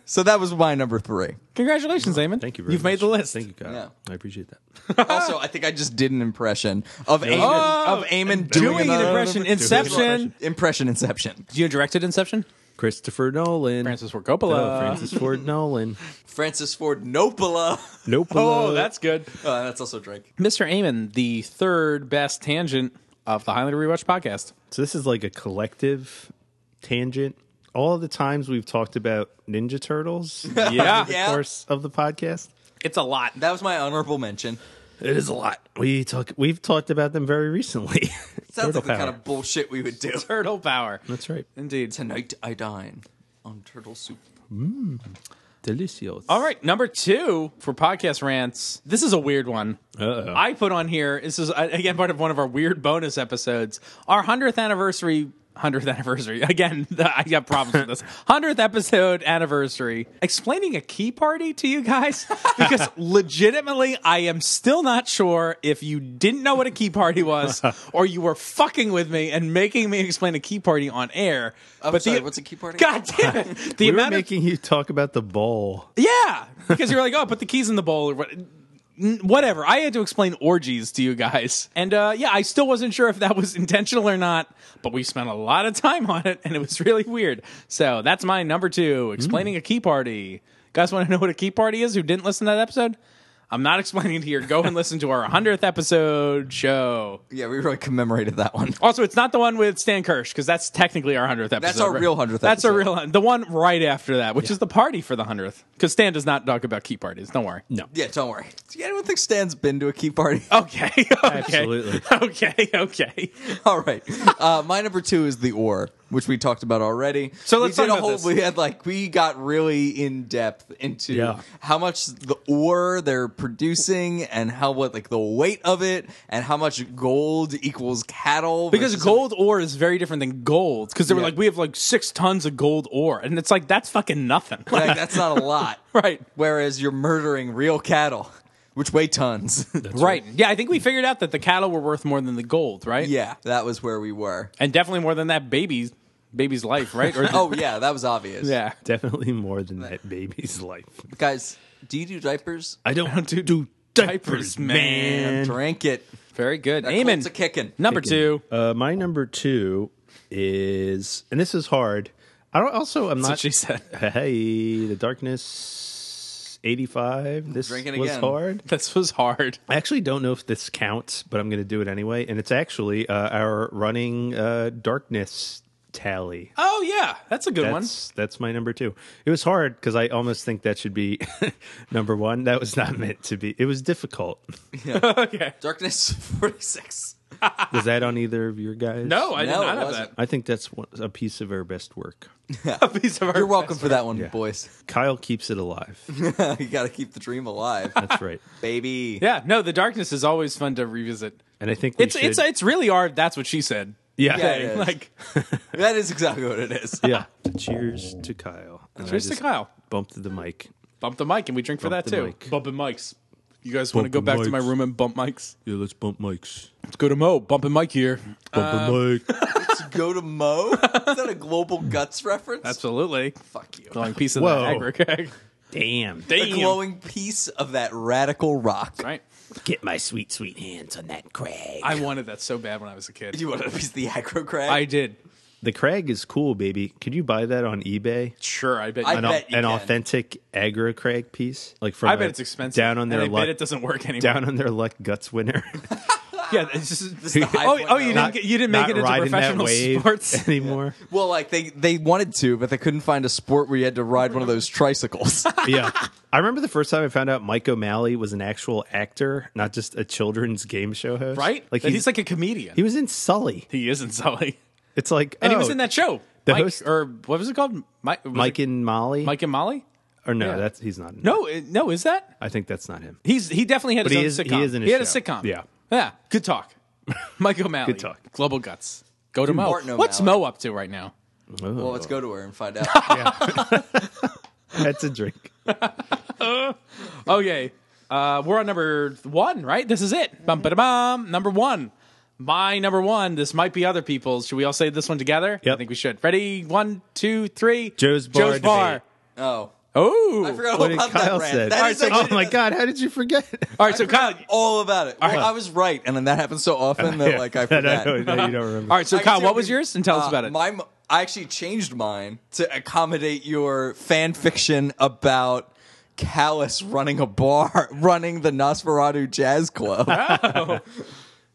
[SPEAKER 2] so that was my number three.
[SPEAKER 1] Congratulations, Eamon.
[SPEAKER 3] Thank you very
[SPEAKER 1] You've
[SPEAKER 3] much.
[SPEAKER 1] made the list.
[SPEAKER 3] Thank you, Kyle.
[SPEAKER 2] Yeah.
[SPEAKER 3] I appreciate that.
[SPEAKER 2] Also, I think I just did an impression of Eamon, of Eamon doing,
[SPEAKER 1] Uh, Doing an
[SPEAKER 2] another-
[SPEAKER 1] impression. Inception.
[SPEAKER 2] Impression Inception.
[SPEAKER 1] You directed Inception?
[SPEAKER 3] Christopher Nolan.
[SPEAKER 1] Francis Ford
[SPEAKER 3] Oh,
[SPEAKER 1] Coppola.
[SPEAKER 3] Francis Ford Nolan.
[SPEAKER 2] Francis Ford Nopola.
[SPEAKER 3] Nope.
[SPEAKER 1] Oh, that's good.
[SPEAKER 2] Uh, that's also Drake.
[SPEAKER 1] Mr. Amon, the third best tangent of the Highlander Rewatch podcast.
[SPEAKER 3] So this is like a collective tangent. All the times we've talked about Ninja Turtles over
[SPEAKER 1] Yeah.
[SPEAKER 3] the course of the podcast.
[SPEAKER 1] It's a lot.
[SPEAKER 2] That was my honorable mention.
[SPEAKER 3] It is a lot. We talk we've talked about them very recently.
[SPEAKER 2] Sounds
[SPEAKER 3] Turtle
[SPEAKER 2] like the kind
[SPEAKER 3] power.
[SPEAKER 2] of bullshit we would do.
[SPEAKER 1] Turtle power.
[SPEAKER 3] That's right.
[SPEAKER 1] Indeed.
[SPEAKER 2] Tonight I dine on turtle soup.
[SPEAKER 3] Delicious.
[SPEAKER 1] All right, number two for podcast rants. This is a weird one.
[SPEAKER 3] Uh-oh.
[SPEAKER 1] I put on here. This is uh, again part of one of our weird bonus episodes. Our hundredth anniversary hundredth anniversary. Again, I got problems with this hundredth episode anniversary. Explaining a key party to you guys because legitimately, I am still not sure if you didn't know what a key party was or you were fucking with me and making me explain a key party on air.
[SPEAKER 2] I'm
[SPEAKER 1] but
[SPEAKER 2] sorry,
[SPEAKER 1] the,
[SPEAKER 2] what's a key party?
[SPEAKER 1] God damn it! The
[SPEAKER 3] We were
[SPEAKER 1] amount of
[SPEAKER 3] making you talk about the bowl.
[SPEAKER 1] yeah, because you're like, oh, put the keys in the bowl or what. n- Whatever. I had to explain orgies to you guys, and uh, yeah, I still wasn't sure if that was intentional or not. But we spent a lot of time on it, and it was really weird. So that's my number two: explaining a key party. Guys, want to know what a key party is? Who didn't listen to that episode? I'm not explaining it here. Go and listen to our hundredth episode show.
[SPEAKER 2] Yeah, we really commemorated that one.
[SPEAKER 1] Also, it's not the one with Stan Kirsch because that's technically our hundredth episode.
[SPEAKER 2] That's our
[SPEAKER 1] right?
[SPEAKER 2] real 100th
[SPEAKER 1] That's our
[SPEAKER 2] episode.
[SPEAKER 1] real the one right after that, which is the party for the hundredth. Because Stan does not talk about key parties. Don't worry. No.
[SPEAKER 2] Yeah, don't worry. Do anyone think Stan's been to a key party?
[SPEAKER 1] Okay. okay.
[SPEAKER 3] Absolutely.
[SPEAKER 1] Okay. Okay.
[SPEAKER 2] All right. Uh, my number two is the ore, which we talked about already.
[SPEAKER 1] So
[SPEAKER 2] We
[SPEAKER 1] let's
[SPEAKER 2] did
[SPEAKER 1] talk
[SPEAKER 2] a
[SPEAKER 1] about
[SPEAKER 2] whole.
[SPEAKER 1] this.
[SPEAKER 2] We had like we got really in depth into
[SPEAKER 3] Yeah.
[SPEAKER 2] how much the ore they're producing and how what like the weight of it and how much gold equals cattle
[SPEAKER 1] Because
[SPEAKER 2] versus-
[SPEAKER 1] gold ore is very different than gold. Because they were
[SPEAKER 2] Yeah.
[SPEAKER 1] like, we have like six tons of gold ore, and it's like that's fucking nothing.
[SPEAKER 2] Like, that's not a lot,
[SPEAKER 1] Right.
[SPEAKER 2] Whereas you're murdering real cattle, which weigh tons.
[SPEAKER 1] right. Yeah, I think we figured out that the cattle were worth more than the gold, right?
[SPEAKER 2] yeah, that was where we were.
[SPEAKER 1] And definitely more than that baby's baby's life, right? Or
[SPEAKER 2] Oh yeah, that was obvious.
[SPEAKER 1] yeah.
[SPEAKER 3] Definitely more than that baby's life.
[SPEAKER 2] guys, do you do diapers?
[SPEAKER 3] I don't do, do
[SPEAKER 1] diapers, man.
[SPEAKER 2] Drink it.
[SPEAKER 1] Very good.
[SPEAKER 2] That
[SPEAKER 1] Amen.
[SPEAKER 2] colt's a kicking.
[SPEAKER 1] Number two.
[SPEAKER 3] Uh, my number two is, and this is hard. I don't. Also, I'm
[SPEAKER 1] what
[SPEAKER 3] not.
[SPEAKER 1] she said.
[SPEAKER 3] Hey, the darkness. 85. This
[SPEAKER 2] Drink it
[SPEAKER 3] was
[SPEAKER 2] again.
[SPEAKER 3] hard.
[SPEAKER 1] This was hard.
[SPEAKER 3] I actually don't know if this counts, but I'm going to do it anyway. And it's actually uh, our running uh, darkness tally.
[SPEAKER 1] Oh yeah, that's a good one.
[SPEAKER 3] That's that's my number two. It was hard because I almost think that should be number one. That was not meant to be. It was difficult.
[SPEAKER 1] okay.
[SPEAKER 2] Darkness forty six.
[SPEAKER 3] Was that on either of your guys?
[SPEAKER 1] No, I did
[SPEAKER 2] No,
[SPEAKER 1] not
[SPEAKER 2] it
[SPEAKER 1] have
[SPEAKER 2] wasn't.
[SPEAKER 3] I think that's one- a piece of our best work.
[SPEAKER 1] that. A piece of
[SPEAKER 2] You're welcome for that one, boys.
[SPEAKER 3] Kyle keeps it alive.
[SPEAKER 2] you got to keep the dream alive,
[SPEAKER 3] That's right.
[SPEAKER 2] baby.
[SPEAKER 1] Yeah. No, the darkness is always fun to revisit.
[SPEAKER 3] And I think we
[SPEAKER 1] It's
[SPEAKER 3] should,
[SPEAKER 1] it's it's really hard. That's what she said.
[SPEAKER 3] yeah,
[SPEAKER 2] Yeah,
[SPEAKER 3] yeah.
[SPEAKER 2] yeah.
[SPEAKER 1] Like
[SPEAKER 2] That is exactly what it is.
[SPEAKER 3] Cheers to Kyle. And I
[SPEAKER 1] Cheers to
[SPEAKER 3] just
[SPEAKER 1] Kyle.
[SPEAKER 3] Bumped the mic.
[SPEAKER 1] bump the mic, and we drink for
[SPEAKER 3] Bump
[SPEAKER 1] that
[SPEAKER 3] the
[SPEAKER 1] too.
[SPEAKER 3] mic.
[SPEAKER 1] Bumping mics. You guys want to
[SPEAKER 3] Bumping
[SPEAKER 1] go back to my
[SPEAKER 3] mics.
[SPEAKER 1] room and bump mics?
[SPEAKER 3] Yeah, let's bump mics.
[SPEAKER 1] Let's go to Mo. Bumping mic here. Uh,
[SPEAKER 3] Bump the mic.
[SPEAKER 2] Let's go to Mo. Is that a global guts reference?
[SPEAKER 1] Absolutely.
[SPEAKER 2] fuck you.
[SPEAKER 1] Glowing piece of
[SPEAKER 3] Whoa.
[SPEAKER 1] that agri
[SPEAKER 5] Damn.
[SPEAKER 1] Damn.
[SPEAKER 2] A glowing piece of that radical rock.
[SPEAKER 1] Right.
[SPEAKER 5] Get my sweet, sweet hands on that crag.
[SPEAKER 1] I wanted that so bad when I was a kid.
[SPEAKER 2] You want a piece of the acro crag?
[SPEAKER 1] I did.
[SPEAKER 3] The crag is cool, baby. Could you buy that on eBay?
[SPEAKER 1] Sure. I bet.
[SPEAKER 2] I
[SPEAKER 1] you
[SPEAKER 3] An,
[SPEAKER 1] did.
[SPEAKER 2] bet you
[SPEAKER 3] an
[SPEAKER 2] can.
[SPEAKER 3] authentic aggro crag piece, like from
[SPEAKER 1] I bet
[SPEAKER 3] a-
[SPEAKER 1] it's expensive.
[SPEAKER 3] Down on
[SPEAKER 1] And
[SPEAKER 3] their
[SPEAKER 1] I
[SPEAKER 3] luck.
[SPEAKER 1] bet it doesn't work anymore.
[SPEAKER 3] down on their luck guts winner.
[SPEAKER 1] Yeah. It's just,
[SPEAKER 2] This is the high
[SPEAKER 1] oh,
[SPEAKER 2] point
[SPEAKER 1] oh, you
[SPEAKER 2] in my
[SPEAKER 1] didn't
[SPEAKER 2] life.
[SPEAKER 1] get, you didn't
[SPEAKER 3] Not
[SPEAKER 1] make it into
[SPEAKER 3] riding that
[SPEAKER 1] professional
[SPEAKER 3] wave
[SPEAKER 1] sports.
[SPEAKER 3] anymore.
[SPEAKER 2] Well, like they they wanted to, but they couldn't find a sport where you had to ride
[SPEAKER 1] Oh,
[SPEAKER 2] one of those tricycles.
[SPEAKER 3] yeah. I remember the first time I found out Mike O'Malley was an actual actor, not just a children's game show host.
[SPEAKER 1] right?
[SPEAKER 3] Like
[SPEAKER 1] Like
[SPEAKER 3] he's,
[SPEAKER 1] he's, like a comedian.
[SPEAKER 3] he was in Sully.
[SPEAKER 1] He is in Sully,
[SPEAKER 3] It's like
[SPEAKER 1] and he
[SPEAKER 3] oh,
[SPEAKER 1] was in that show.
[SPEAKER 3] The
[SPEAKER 1] Mike,
[SPEAKER 3] host-
[SPEAKER 1] or what was it called? Mike, was
[SPEAKER 3] Mike
[SPEAKER 1] it
[SPEAKER 3] and Molly.
[SPEAKER 1] Mike and Molly.
[SPEAKER 3] or no,
[SPEAKER 1] yeah.
[SPEAKER 3] that's he's not. in
[SPEAKER 1] No, it- no, is that
[SPEAKER 3] that. I think that's not him.
[SPEAKER 1] he's he definitely had
[SPEAKER 3] But
[SPEAKER 1] his
[SPEAKER 3] he
[SPEAKER 1] own
[SPEAKER 3] is- he
[SPEAKER 1] sitcom.
[SPEAKER 3] is in a
[SPEAKER 1] he had a
[SPEAKER 3] show.
[SPEAKER 1] sitcom.
[SPEAKER 3] Yeah.
[SPEAKER 1] yeah. Good talk, Mike O'Malley.
[SPEAKER 3] Good talk.
[SPEAKER 1] Global guts. Go to Mo.
[SPEAKER 2] Martin
[SPEAKER 1] What's
[SPEAKER 2] O'Malley.
[SPEAKER 1] Mo up to right now?
[SPEAKER 2] well, let's go to her and find out.
[SPEAKER 3] That's a drink.
[SPEAKER 1] Okay, Oh, uh, we're on number one, right? This is it. Bum ba bum. Number one. My number one. This might be other people's. Should we all say this one together?
[SPEAKER 3] Yep.
[SPEAKER 1] I think we should. Ready? One, two, three.
[SPEAKER 3] Joe's bar
[SPEAKER 1] Joe's bar.
[SPEAKER 3] debate.
[SPEAKER 2] Oh,
[SPEAKER 1] Oh.
[SPEAKER 2] I forgot
[SPEAKER 3] What
[SPEAKER 2] all
[SPEAKER 3] did
[SPEAKER 2] about
[SPEAKER 3] Kyle
[SPEAKER 2] that rant.
[SPEAKER 3] said?
[SPEAKER 2] That
[SPEAKER 3] All
[SPEAKER 2] is
[SPEAKER 1] right, so-
[SPEAKER 3] Oh
[SPEAKER 2] actually-
[SPEAKER 3] my god! How did you forget?
[SPEAKER 1] All right. So Kyle.
[SPEAKER 2] all about it. Well,
[SPEAKER 1] right.
[SPEAKER 2] I was right, and then that happened so often that like I
[SPEAKER 3] That
[SPEAKER 2] forgot.
[SPEAKER 3] don't, that you don't remember.
[SPEAKER 1] All right. So
[SPEAKER 2] I can
[SPEAKER 1] Kyle,
[SPEAKER 2] see
[SPEAKER 1] what
[SPEAKER 2] what
[SPEAKER 1] was
[SPEAKER 2] you-
[SPEAKER 1] yours? And tell us
[SPEAKER 2] Uh,
[SPEAKER 1] about it.
[SPEAKER 2] My, I actually changed mine to accommodate your fan fiction about Callus running a bar, running the Nosferatu Jazz Club.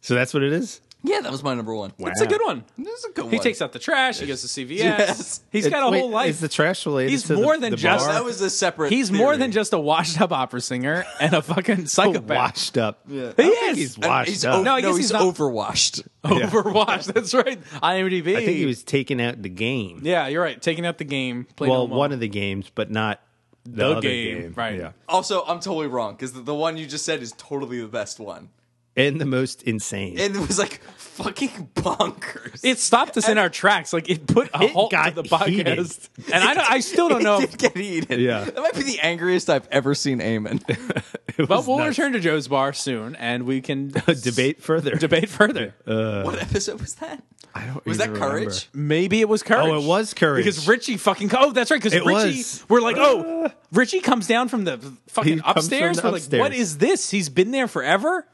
[SPEAKER 3] So that's what it is.
[SPEAKER 2] yeah, that was my number one.
[SPEAKER 1] That's a good one.
[SPEAKER 2] This is a good
[SPEAKER 1] He
[SPEAKER 2] one.
[SPEAKER 1] takes out the trash. He goes to CVS.
[SPEAKER 2] Yes.
[SPEAKER 1] He's
[SPEAKER 3] It-
[SPEAKER 1] got a
[SPEAKER 3] wait,
[SPEAKER 1] whole life.
[SPEAKER 3] Is the trash related?
[SPEAKER 1] He's
[SPEAKER 3] to the-
[SPEAKER 1] more than
[SPEAKER 3] the
[SPEAKER 1] just-
[SPEAKER 3] bar?
[SPEAKER 2] That was a separate.
[SPEAKER 1] he's more
[SPEAKER 2] theory.
[SPEAKER 1] than just a washed-up opera singer and a fucking psychopath.
[SPEAKER 3] washed up.
[SPEAKER 1] He
[SPEAKER 3] He's
[SPEAKER 1] is
[SPEAKER 2] And
[SPEAKER 3] washed
[SPEAKER 2] he's
[SPEAKER 3] up.
[SPEAKER 2] o-
[SPEAKER 1] No,
[SPEAKER 2] no,
[SPEAKER 1] I guess
[SPEAKER 2] he's,
[SPEAKER 1] he's not-
[SPEAKER 2] overwashed.
[SPEAKER 1] overwashed. That's right. IMDb.
[SPEAKER 3] I think he was taking out the game.
[SPEAKER 1] Yeah, you're right. Taking out the game. Playing
[SPEAKER 3] well, one of the games, but not the,
[SPEAKER 1] The
[SPEAKER 3] other
[SPEAKER 1] game,
[SPEAKER 3] game.
[SPEAKER 1] right.
[SPEAKER 3] Yeah.
[SPEAKER 2] Also, I'm totally wrong because the, the one you just said is totally the best one.
[SPEAKER 3] and the most insane.
[SPEAKER 2] and it was like fucking bonkers.
[SPEAKER 1] It stopped us in our tracks. Like it put a
[SPEAKER 3] It
[SPEAKER 1] halt to
[SPEAKER 3] got
[SPEAKER 1] the podcast.
[SPEAKER 3] heated.
[SPEAKER 1] And I, don't- I still don't know.
[SPEAKER 2] It did get eaten.
[SPEAKER 3] Yeah.
[SPEAKER 2] that might be the angriest I've ever seen Eamon.
[SPEAKER 3] It
[SPEAKER 1] But
[SPEAKER 3] was
[SPEAKER 1] we'll
[SPEAKER 3] nuts.
[SPEAKER 1] return to Joe's bar soon, and we can
[SPEAKER 3] debate Uh, further.
[SPEAKER 1] debate further.
[SPEAKER 2] what episode was that? I
[SPEAKER 3] don't
[SPEAKER 2] was that
[SPEAKER 3] even
[SPEAKER 2] Courage?
[SPEAKER 3] remember.
[SPEAKER 1] Maybe it was courage.
[SPEAKER 3] Oh, it was courage.
[SPEAKER 1] because Richie fucking. Oh, that's right. Because
[SPEAKER 3] It
[SPEAKER 1] Richie,
[SPEAKER 3] was. Uh.
[SPEAKER 1] we're like, oh, Richie comes down from the
[SPEAKER 3] He
[SPEAKER 1] fucking
[SPEAKER 3] comes from
[SPEAKER 1] upstairs.
[SPEAKER 3] the
[SPEAKER 1] we're
[SPEAKER 3] upstairs.
[SPEAKER 1] like, what is this? He's been there forever.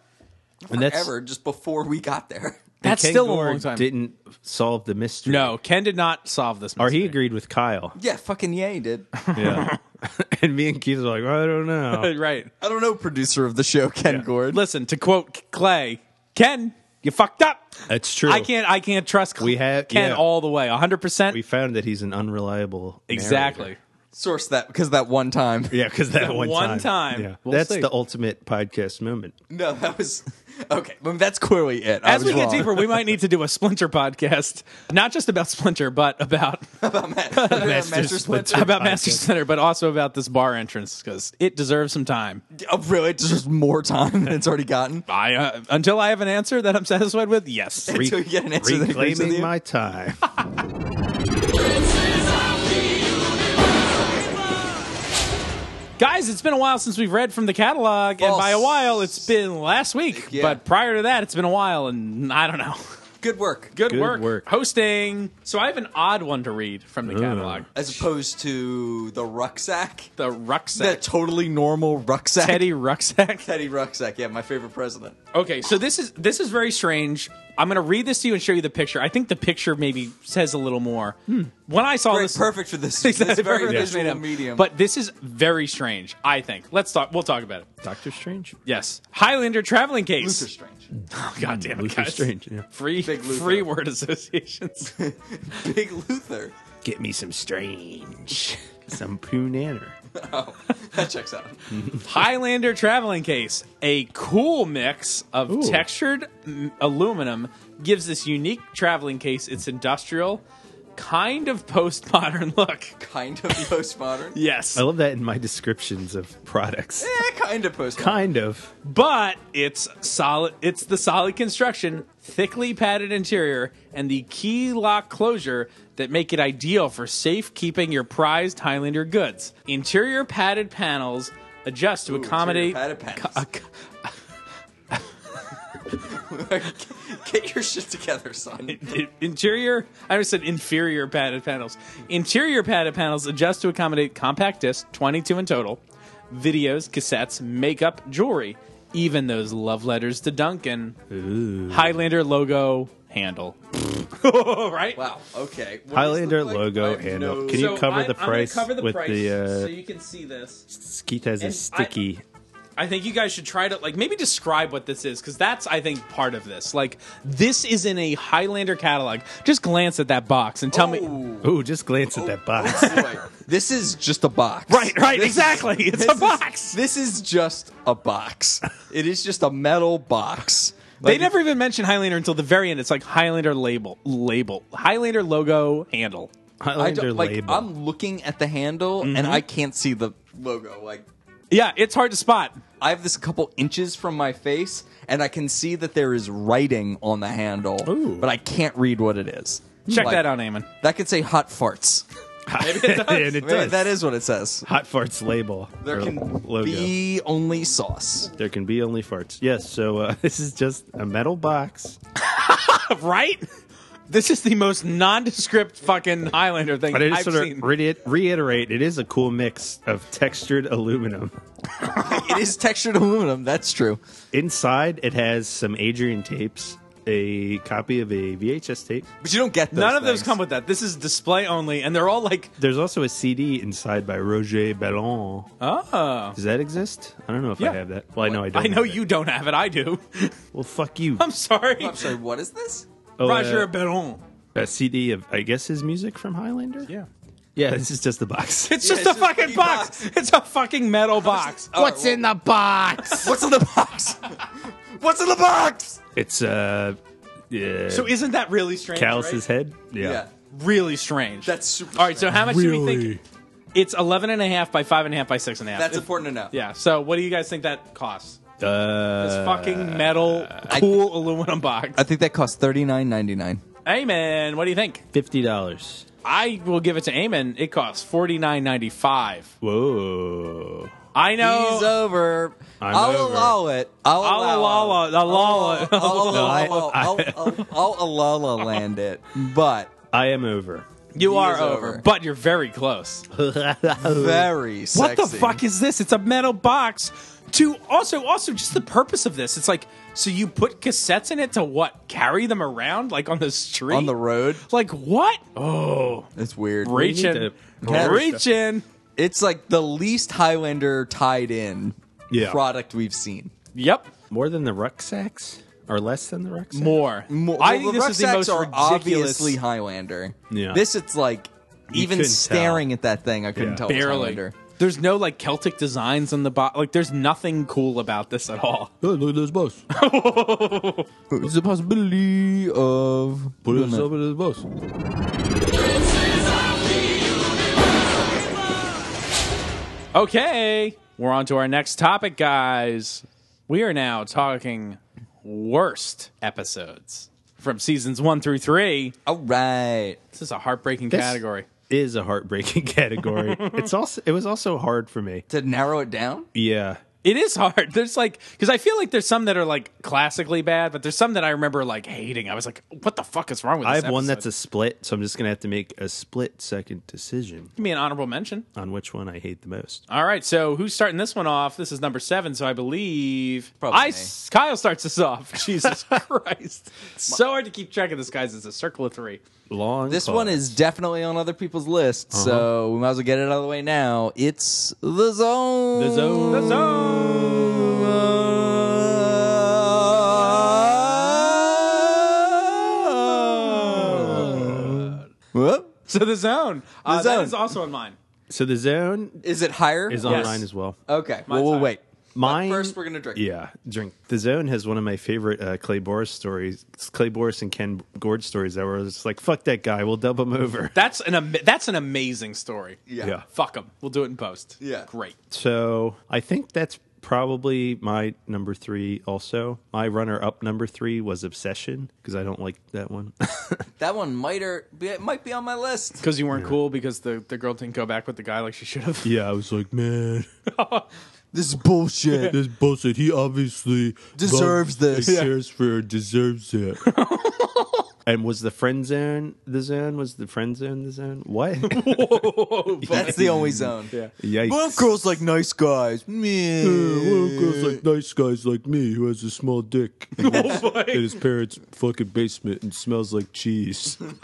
[SPEAKER 3] and that's
[SPEAKER 2] Ever just before we got there.
[SPEAKER 3] and
[SPEAKER 1] That's
[SPEAKER 3] Ken
[SPEAKER 1] still
[SPEAKER 3] Gore
[SPEAKER 1] a long time.
[SPEAKER 3] Didn't solve the mystery.
[SPEAKER 1] no, Ken did not solve this.
[SPEAKER 3] or he
[SPEAKER 1] mystery.
[SPEAKER 3] agreed with Kyle.
[SPEAKER 2] Yeah, fucking yay, dude.
[SPEAKER 3] Yeah, and me and Keith were like, I don't know.
[SPEAKER 1] right.
[SPEAKER 2] I don't know, producer of the show, Ken Gord.
[SPEAKER 1] Listen to quote Clay. Ken, you fucked up.
[SPEAKER 3] That's true.
[SPEAKER 1] I can't. I can't trust.
[SPEAKER 3] We have-
[SPEAKER 1] Ken
[SPEAKER 3] yeah.
[SPEAKER 1] all the way. hundred percent.
[SPEAKER 3] We found that he's an unreliable.
[SPEAKER 1] Exactly.
[SPEAKER 2] Source that because that one time.
[SPEAKER 3] narrator. Yeah, because that one
[SPEAKER 1] one
[SPEAKER 3] time.
[SPEAKER 1] time.
[SPEAKER 3] Yeah,
[SPEAKER 1] We'll
[SPEAKER 3] that's
[SPEAKER 1] see.
[SPEAKER 3] the ultimate podcast moment.
[SPEAKER 2] No, that was okay. I mean, that's clearly it. I
[SPEAKER 1] As we
[SPEAKER 2] was
[SPEAKER 1] get
[SPEAKER 2] wrong.
[SPEAKER 1] deeper, we might need to do a Splinter podcast, not just about Splinter, but about
[SPEAKER 2] Master,
[SPEAKER 3] Master Splinter.
[SPEAKER 2] Splinter.
[SPEAKER 1] about Master Splinter, but also about this bar entrance because it deserves some time.
[SPEAKER 2] Oh, really? It's just more time than it's already gotten.
[SPEAKER 1] I uh, until I have an answer that I'm satisfied with. Yes.
[SPEAKER 2] Until you get an answer that agrees with
[SPEAKER 3] Reclaiming
[SPEAKER 2] you.
[SPEAKER 3] my time.
[SPEAKER 1] Guys, it's been a while since we've read from the catalog, and
[SPEAKER 2] False.
[SPEAKER 1] by a while, it's been last week.
[SPEAKER 2] Yeah.
[SPEAKER 1] But prior to that, it's been a while, and I don't know.
[SPEAKER 2] Good work.
[SPEAKER 1] Good,
[SPEAKER 3] Good
[SPEAKER 1] work.
[SPEAKER 3] work.
[SPEAKER 1] hosting. So I have an odd one to read from the catalog.
[SPEAKER 2] As opposed to the rucksack,
[SPEAKER 1] The
[SPEAKER 2] that
[SPEAKER 1] rucksack,
[SPEAKER 2] totally normal rucksack.
[SPEAKER 1] Teddy rucksack.
[SPEAKER 2] Teddy rucksack. Yeah, my favorite president.
[SPEAKER 1] Okay, so this is this is very strange. I'm going to read this to you and show you the picture. I think the picture maybe says a little more. When I saw
[SPEAKER 2] Hmm. Great,
[SPEAKER 1] this,
[SPEAKER 2] perfect for this,
[SPEAKER 1] Exactly,
[SPEAKER 2] this very
[SPEAKER 1] perfect.
[SPEAKER 2] visual medium.
[SPEAKER 1] But this is very strange. I think. Let's talk. We'll talk about it.
[SPEAKER 3] Doctor Strange.
[SPEAKER 1] Yes, Highlander traveling case.
[SPEAKER 2] Luther Strange,
[SPEAKER 1] Oh, God damn it,
[SPEAKER 3] Luther
[SPEAKER 1] guys.
[SPEAKER 3] Strange, yeah.
[SPEAKER 1] Free
[SPEAKER 2] Big Luther.
[SPEAKER 1] free word associations.
[SPEAKER 2] Big Luther.
[SPEAKER 3] Get me some strange. Some poo nanner.
[SPEAKER 2] That checks out.
[SPEAKER 1] Highlander traveling case. A cool mix of
[SPEAKER 3] Ooh.
[SPEAKER 1] textured mm, aluminum gives this unique traveling case its industrial, kind of postmodern look.
[SPEAKER 2] Kind of postmodern.
[SPEAKER 1] Yes.
[SPEAKER 3] I love that in my descriptions of products.
[SPEAKER 2] Yeah, kind of postmodern.
[SPEAKER 3] Kind of.
[SPEAKER 1] But it's solid it's the solid construction, thickly padded interior, and the key lock closure that make it ideal for safekeeping your prized Highlander goods. Interior padded panels adjust to accommodate
[SPEAKER 2] interior padded panels.
[SPEAKER 1] Ca-
[SPEAKER 2] Get your shit together, son.
[SPEAKER 1] I- interior i always said inferior padded panels interior padded panels adjust to accommodate compact discs 22 in total videos cassettes makeup jewelry even those love letters to duncan highlander logo handle right
[SPEAKER 2] Wow. Okay. What does this
[SPEAKER 3] Highlander
[SPEAKER 2] look like? I
[SPEAKER 3] logo
[SPEAKER 1] uh,
[SPEAKER 2] have
[SPEAKER 3] handle.
[SPEAKER 2] no-
[SPEAKER 3] Can you
[SPEAKER 1] So
[SPEAKER 3] cover
[SPEAKER 1] I'm-
[SPEAKER 3] the
[SPEAKER 1] I'm gonna
[SPEAKER 3] price
[SPEAKER 1] cover the
[SPEAKER 3] with
[SPEAKER 1] price
[SPEAKER 3] the? Uh,
[SPEAKER 1] so you can see this
[SPEAKER 3] Keith has a
[SPEAKER 1] And I-
[SPEAKER 3] sticky.
[SPEAKER 1] i think you guys should try to like maybe describe what this is because that's i think part of this like this is in a highlander catalog just glance at that box and tell me
[SPEAKER 2] Ooh. Oh,
[SPEAKER 3] oh, just glance at that box.
[SPEAKER 2] Boy, this is just a box.
[SPEAKER 1] Right, right,
[SPEAKER 2] This-
[SPEAKER 1] exactly. It's
[SPEAKER 2] this
[SPEAKER 1] a
[SPEAKER 2] is-
[SPEAKER 1] box.
[SPEAKER 2] this is just a box. It is just a metal box.
[SPEAKER 1] They
[SPEAKER 2] Like,
[SPEAKER 1] never even mention Highlander until the very end. It's like Highlander label, label, Highlander logo, handle.
[SPEAKER 2] I
[SPEAKER 3] Highlander
[SPEAKER 2] don't, like um,
[SPEAKER 3] label.
[SPEAKER 2] I'm looking at the handle
[SPEAKER 1] Mm-hmm.
[SPEAKER 2] and I can't see the logo. Like
[SPEAKER 1] Yeah, it's hard to spot.
[SPEAKER 2] I have this a couple inches from my face and I can see that there is writing on the handle,
[SPEAKER 3] Ooh.
[SPEAKER 2] but I can't read what it is.
[SPEAKER 1] Check
[SPEAKER 2] Like,
[SPEAKER 1] that out, Eamon.
[SPEAKER 2] That could say hot farts.
[SPEAKER 3] and it
[SPEAKER 2] Maybe
[SPEAKER 3] does.
[SPEAKER 2] that is what it says.
[SPEAKER 3] Hot farts label.
[SPEAKER 2] There
[SPEAKER 3] or
[SPEAKER 2] can
[SPEAKER 3] logo.
[SPEAKER 2] be only sauce.
[SPEAKER 3] There can be only farts. Yes. So uh, this is just a metal box.
[SPEAKER 1] Right? This is the most nondescript fucking Highlander thing
[SPEAKER 3] But I
[SPEAKER 1] I've
[SPEAKER 3] just sort
[SPEAKER 1] seen.
[SPEAKER 3] of re- reiterate, it is a cool mix of textured aluminum.
[SPEAKER 2] it is textured aluminum. That's true.
[SPEAKER 3] Inside, it has some Adrian tapes, a copy of a VHS tape.
[SPEAKER 2] But you don't get those
[SPEAKER 1] None of those
[SPEAKER 2] things.
[SPEAKER 1] come with that. This is display only, and they're all like,
[SPEAKER 3] There's also a CD inside by Roger Ballon.
[SPEAKER 1] oh,
[SPEAKER 3] Does that exist? I don't know if
[SPEAKER 1] Yeah.
[SPEAKER 3] I have that. Well, I know I don't.
[SPEAKER 1] I know
[SPEAKER 3] have it.
[SPEAKER 1] you don't have it. I do.
[SPEAKER 3] Well, fuck you.
[SPEAKER 1] I'm sorry.
[SPEAKER 2] Oh, I'm sorry. What is this?
[SPEAKER 3] Oh,
[SPEAKER 1] Roger
[SPEAKER 3] uh,
[SPEAKER 1] Baron.
[SPEAKER 3] a CD of, I guess, his music from Highlander.
[SPEAKER 1] Yeah.
[SPEAKER 3] yeah. This is just the box.
[SPEAKER 1] It's
[SPEAKER 2] Yeah,
[SPEAKER 1] just
[SPEAKER 2] it's
[SPEAKER 1] a
[SPEAKER 2] just a
[SPEAKER 1] fucking
[SPEAKER 2] big
[SPEAKER 1] box.
[SPEAKER 2] box.
[SPEAKER 1] It's a fucking metal box. Oh,
[SPEAKER 2] All right,
[SPEAKER 5] What's in the box?
[SPEAKER 2] What's in the box? What's in the box?
[SPEAKER 3] It's uh, yeah.
[SPEAKER 1] So isn't that really strange?
[SPEAKER 3] Callus's
[SPEAKER 1] right?
[SPEAKER 3] head. Yeah.
[SPEAKER 1] really strange.
[SPEAKER 2] That's super
[SPEAKER 1] All right, so how much do we think? It's 11 and a half by 5 and a half by 6 and a half.
[SPEAKER 2] That's important to know.
[SPEAKER 1] yeah, so what do you guys think that costs?
[SPEAKER 3] Uh,
[SPEAKER 1] This fucking metal, cool aluminum box.
[SPEAKER 2] I think that costs thirty nine ninety nine.
[SPEAKER 1] Amen. What do you think?
[SPEAKER 3] Fifty dollars.
[SPEAKER 1] I will give it to Amen. It costs forty nine ninety five.
[SPEAKER 3] Whoa.
[SPEAKER 1] I
[SPEAKER 2] He's
[SPEAKER 1] know.
[SPEAKER 2] over.
[SPEAKER 3] I'm
[SPEAKER 2] will
[SPEAKER 3] over.
[SPEAKER 2] allow it. I'll
[SPEAKER 1] I'll
[SPEAKER 2] allow
[SPEAKER 1] allow
[SPEAKER 2] it.
[SPEAKER 1] it. I'll allow it.
[SPEAKER 2] I'll allow it. I'll- I'll- I'll allow it land it. But
[SPEAKER 3] I am over.
[SPEAKER 1] You
[SPEAKER 2] He's
[SPEAKER 1] are
[SPEAKER 2] over.
[SPEAKER 1] over, but you're very close.
[SPEAKER 2] very sexy.
[SPEAKER 1] What the fuck is this? It's a metal box. To also, also just the purpose of this. It's like so you put cassettes in it to what? Carry them around like on the street,
[SPEAKER 2] on the road?
[SPEAKER 1] Like what? Oh,
[SPEAKER 2] It's weird.
[SPEAKER 1] reaching,
[SPEAKER 2] Yeah.
[SPEAKER 1] reaching.
[SPEAKER 2] It's like the least Highlander tied in
[SPEAKER 3] Yeah.
[SPEAKER 2] product we've seen.
[SPEAKER 1] Yep,
[SPEAKER 3] More than the rucksacks, or less than the rucksacks?
[SPEAKER 1] more.
[SPEAKER 2] Mo-
[SPEAKER 1] I
[SPEAKER 2] well,
[SPEAKER 1] think this is the most
[SPEAKER 2] rucksacks are
[SPEAKER 1] ridiculous.
[SPEAKER 2] obviously Highlander.
[SPEAKER 3] Yeah.
[SPEAKER 2] This it's like
[SPEAKER 3] You
[SPEAKER 2] even
[SPEAKER 3] couldn't
[SPEAKER 2] staring at that thing, I couldn't
[SPEAKER 3] Yeah.
[SPEAKER 2] tell. it's
[SPEAKER 1] barely.
[SPEAKER 2] Highlander.
[SPEAKER 1] There's no like Celtic designs on the box. Like there's nothing cool about this at all.
[SPEAKER 3] Oh, look at those boats.
[SPEAKER 2] There's a possibility of
[SPEAKER 3] those boats.
[SPEAKER 1] Okay, we're on to our next topic, guys. We are now talking worst episodes from seasons one through three.
[SPEAKER 2] All right.
[SPEAKER 1] This is a heartbreaking
[SPEAKER 3] This-
[SPEAKER 1] category.
[SPEAKER 3] Is a heartbreaking category. it's also it was also hard for me.
[SPEAKER 2] To narrow it down?
[SPEAKER 3] Yeah.
[SPEAKER 1] It is hard. There's like because I feel like there's some that are like classically bad, but there's some that I remember like hating. I was like, what the fuck is wrong with?
[SPEAKER 3] I
[SPEAKER 1] this
[SPEAKER 3] have one that's
[SPEAKER 1] episode?
[SPEAKER 3] a split, so I'm just gonna have to make a split second decision
[SPEAKER 1] give me an honorable mention.
[SPEAKER 3] on which one I hate the most.
[SPEAKER 1] All right, so who's starting this one off? This is number seven, so I believe
[SPEAKER 2] Probably
[SPEAKER 1] I
[SPEAKER 2] me.
[SPEAKER 1] Kyle starts us off. Jesus Christ, It's so hard to keep track of this, guys. It's a circle of three.
[SPEAKER 3] Long.
[SPEAKER 2] This
[SPEAKER 3] pause.
[SPEAKER 2] one is definitely on other people's lists, so we might as well get it out of the way now. It's the zone.
[SPEAKER 3] The Zone.
[SPEAKER 1] The zone.
[SPEAKER 2] Ah. Whoop.
[SPEAKER 1] So the zone. Uh,
[SPEAKER 2] The Zone.
[SPEAKER 1] That is also on mine.
[SPEAKER 3] So the zone
[SPEAKER 2] Is it higher?
[SPEAKER 3] is
[SPEAKER 1] Yes.
[SPEAKER 3] online as well.
[SPEAKER 2] okay.
[SPEAKER 1] Mine's
[SPEAKER 2] well, we'll
[SPEAKER 1] higher.
[SPEAKER 2] wait.
[SPEAKER 3] Mine
[SPEAKER 2] first we're gonna drink.
[SPEAKER 3] Yeah, drink. The Zone has one of my favorite uh, Clay Boris stories, Clay Boris and Ken Gord stories that were just like, "Fuck that guy, we'll dub him over."
[SPEAKER 1] That's an am- that's an amazing story.
[SPEAKER 2] Yeah.
[SPEAKER 3] Yeah.
[SPEAKER 1] Fuck them. We'll do it in post.
[SPEAKER 2] Yeah.
[SPEAKER 1] Great.
[SPEAKER 3] So I think that's probably my number three. Also, my runner-up number three was Obsession because I don't like that one.
[SPEAKER 2] That one might or it might be on my list.
[SPEAKER 1] Because you weren't cool. Because the, the girl didn't go back with the guy like she should have.
[SPEAKER 3] yeah, I was like, man,
[SPEAKER 2] This is bullshit.
[SPEAKER 3] this bullshit. He obviously
[SPEAKER 2] Deserves this. Yeah.
[SPEAKER 3] Cares for deserves it. And was the friend zone the zone? Was the friend zone the zone? What?
[SPEAKER 1] Oh,
[SPEAKER 2] That's the only zone. Yeah.
[SPEAKER 3] Yikes.
[SPEAKER 2] girls like nice guys. Me.
[SPEAKER 3] girls like nice guys like me who has a small dick
[SPEAKER 2] Oh
[SPEAKER 3] in his parents' fucking basement and smells like cheese.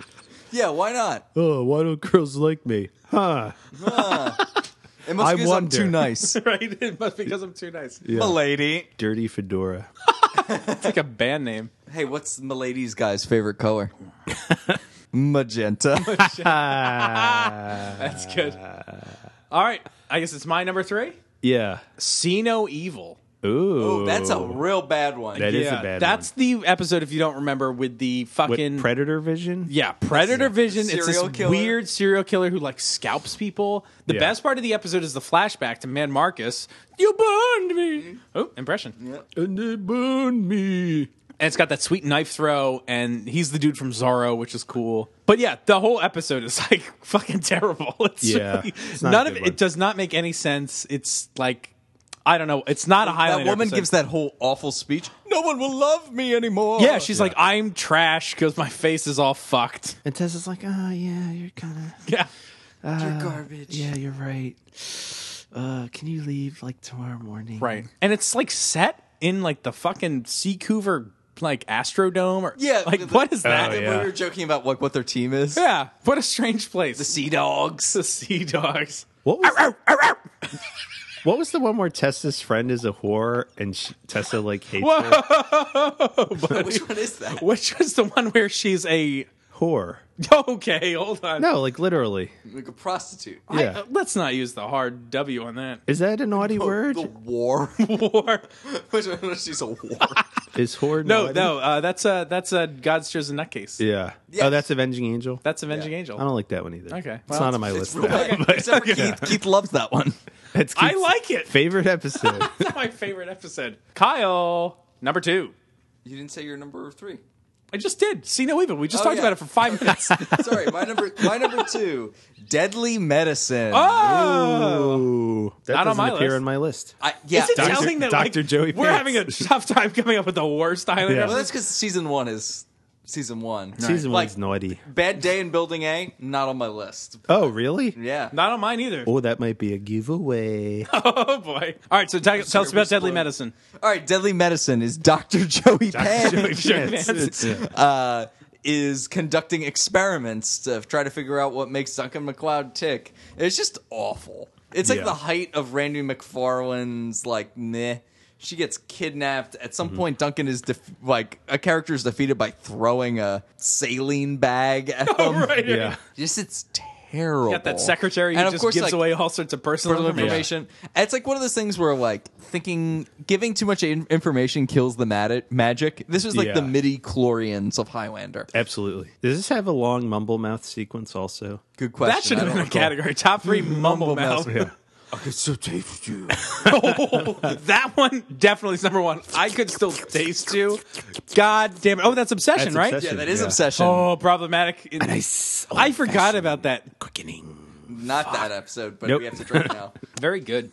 [SPEAKER 2] Yeah, why not?
[SPEAKER 3] Oh, why don't girls like me? Huh?
[SPEAKER 2] It must
[SPEAKER 3] I
[SPEAKER 2] be 'cause I'm
[SPEAKER 3] wonder.
[SPEAKER 2] too nice.
[SPEAKER 1] right. It must be because I'm too nice.
[SPEAKER 3] Yeah.
[SPEAKER 2] Milady.
[SPEAKER 3] Dirty fedora.
[SPEAKER 1] It's like a band name.
[SPEAKER 2] Hey, what's Milady's guy's favorite color? Magenta.
[SPEAKER 3] Ah.
[SPEAKER 1] That's good.
[SPEAKER 2] Uh,
[SPEAKER 1] All right. I guess it's my number three.
[SPEAKER 3] Yeah.
[SPEAKER 1] See no evil.
[SPEAKER 3] Ooh.
[SPEAKER 2] Oh, that's a real bad one.
[SPEAKER 3] That is a bad
[SPEAKER 1] That's the episode if you don't remember with the
[SPEAKER 3] one.
[SPEAKER 1] fucking
[SPEAKER 3] With Predator Vision?
[SPEAKER 1] Yeah, Predator Vision. It's this
[SPEAKER 2] Serial killer.
[SPEAKER 1] weird serial killer who like scalps people. The
[SPEAKER 3] Yeah.
[SPEAKER 1] best part of the episode is the flashback to Man Marcus. You burned me. Oh, impression.
[SPEAKER 3] And they burn me.
[SPEAKER 1] And it's got that sweet knife throw, and he's the dude from Zorro, which is cool. But yeah, the whole episode is like fucking terrible. It's
[SPEAKER 3] Yeah.
[SPEAKER 1] really-
[SPEAKER 3] It's not a
[SPEAKER 1] none of
[SPEAKER 3] good
[SPEAKER 1] it.
[SPEAKER 3] one.
[SPEAKER 1] It does not make any sense. It's like I don't know. It's not a
[SPEAKER 2] That
[SPEAKER 1] Highlander.
[SPEAKER 2] woman
[SPEAKER 1] episode.
[SPEAKER 2] gives that whole awful speech. No one will love me anymore.
[SPEAKER 1] Yeah, she's like, I'm trash because my face is all fucked.
[SPEAKER 3] And Tessa's like, oh, yeah, you're kind of.
[SPEAKER 1] Yeah.
[SPEAKER 2] You're garbage.
[SPEAKER 3] Yeah, you're right. Uh, can you leave like tomorrow morning?
[SPEAKER 1] Right. And it's like set in like the fucking Seacouver like Astrodome or
[SPEAKER 2] Yeah,
[SPEAKER 1] Like
[SPEAKER 2] the-
[SPEAKER 1] what is that?
[SPEAKER 3] Oh,
[SPEAKER 2] And
[SPEAKER 3] yeah.
[SPEAKER 2] We were joking about like what their team is.
[SPEAKER 1] Yeah, What a strange place. The
[SPEAKER 2] Sea dogs.
[SPEAKER 1] the sea dogs.
[SPEAKER 3] What was, what was the one where Tessa's friend is a whore and she, Tessa like hates her?
[SPEAKER 2] Which one is that?
[SPEAKER 1] Which was the one where she's a
[SPEAKER 3] Whore.
[SPEAKER 1] Okay, hold on.
[SPEAKER 3] No, like literally.
[SPEAKER 2] Like a prostitute.
[SPEAKER 1] I-
[SPEAKER 3] Yeah.
[SPEAKER 1] uh, let's not use the hard W on that.
[SPEAKER 3] Is that a naughty word?
[SPEAKER 2] The war.
[SPEAKER 1] War.
[SPEAKER 2] Which one was she's a war?
[SPEAKER 3] Is whore
[SPEAKER 1] No,
[SPEAKER 3] naughty?
[SPEAKER 1] no, uh, that's a that's a God's chosen nutcase.
[SPEAKER 3] Yeah.
[SPEAKER 2] Yes.
[SPEAKER 3] Oh, that's Avenging Angel.
[SPEAKER 1] That's Avenging
[SPEAKER 2] Yeah.
[SPEAKER 1] Angel.
[SPEAKER 3] I don't like that one either.
[SPEAKER 1] Okay.
[SPEAKER 3] it's
[SPEAKER 1] Well,
[SPEAKER 3] not on my
[SPEAKER 2] It's
[SPEAKER 3] list.
[SPEAKER 2] real bad. Except for Keith. Keith loves that one.
[SPEAKER 3] That's
[SPEAKER 1] I
[SPEAKER 3] Keith's
[SPEAKER 1] like it.
[SPEAKER 3] Favorite episode.
[SPEAKER 1] That's my favorite episode. Kyle, number two.
[SPEAKER 2] You didn't say your number three.
[SPEAKER 1] I just did. See no evil. We just
[SPEAKER 2] Oh,
[SPEAKER 1] talked
[SPEAKER 2] yeah.
[SPEAKER 1] about it for five minutes.
[SPEAKER 2] Sorry, my number my number two, Deadly Medicine.
[SPEAKER 1] Oh,
[SPEAKER 3] Ooh, that
[SPEAKER 1] Not on
[SPEAKER 3] doesn't
[SPEAKER 1] my
[SPEAKER 3] appear
[SPEAKER 1] list.
[SPEAKER 3] on my list.
[SPEAKER 2] I, yeah,
[SPEAKER 1] is it
[SPEAKER 3] Dr.
[SPEAKER 1] telling that
[SPEAKER 3] Dr.
[SPEAKER 1] like,
[SPEAKER 3] Joey
[SPEAKER 1] we're
[SPEAKER 3] Pants.
[SPEAKER 1] having a tough time coming up with the worst Highlander?
[SPEAKER 3] Yeah.
[SPEAKER 2] well,
[SPEAKER 1] episode?
[SPEAKER 2] that's because season one is season one.
[SPEAKER 3] Season
[SPEAKER 2] Like-
[SPEAKER 3] one's naughty.
[SPEAKER 2] Bad Day in Building A, not on my list.
[SPEAKER 3] Oh, really?
[SPEAKER 2] Yeah.
[SPEAKER 1] Not on mine either.
[SPEAKER 3] Oh, that might be a giveaway.
[SPEAKER 1] Oh boy! All right, so tell, tell us
[SPEAKER 2] we
[SPEAKER 1] about Deadly
[SPEAKER 2] spoiled-
[SPEAKER 1] Medicine.
[SPEAKER 2] All right, Deadly Medicine is Dr. Joey Pan.
[SPEAKER 1] Yes.
[SPEAKER 2] uh, is conducting experiments to try to figure out what makes Duncan McLeod tick. It's just awful. It's like
[SPEAKER 3] Yeah.
[SPEAKER 2] the height of Randy McFarlane's like meh. She gets kidnapped. At some point, Duncan is def- like a character is defeated by throwing a saline bag at
[SPEAKER 1] Oh,
[SPEAKER 2] them.
[SPEAKER 1] right.
[SPEAKER 3] yeah.
[SPEAKER 2] Just it's terrible.
[SPEAKER 1] Got that secretary who
[SPEAKER 2] and of
[SPEAKER 1] just
[SPEAKER 2] course,
[SPEAKER 1] gives
[SPEAKER 2] like,
[SPEAKER 1] away all sorts of personal,
[SPEAKER 2] personal
[SPEAKER 1] information.
[SPEAKER 2] information. It's like one of those things where like thinking giving too much in- information kills the mad- magic. This was like
[SPEAKER 3] Yeah.
[SPEAKER 2] the midi chlorians of Highlander.
[SPEAKER 3] Absolutely. Does this have a long mumble mouth sequence also?
[SPEAKER 2] Good question.
[SPEAKER 1] That should
[SPEAKER 2] I
[SPEAKER 1] have
[SPEAKER 2] don't
[SPEAKER 1] been a
[SPEAKER 2] recall.
[SPEAKER 1] category. Top three mumble, mouth.
[SPEAKER 2] I could still taste you.
[SPEAKER 1] that one definitely is number one. I could still taste you. God damn it! Oh, that's obsession,
[SPEAKER 3] That's
[SPEAKER 1] right?
[SPEAKER 3] Obsession.
[SPEAKER 2] Yeah, that is
[SPEAKER 3] Yeah.
[SPEAKER 2] obsession.
[SPEAKER 1] Oh, problematic. In-
[SPEAKER 5] oh,
[SPEAKER 1] I forgot about that.
[SPEAKER 2] Not that episode, but
[SPEAKER 3] Nope.
[SPEAKER 2] we have to drink now.
[SPEAKER 1] Very good.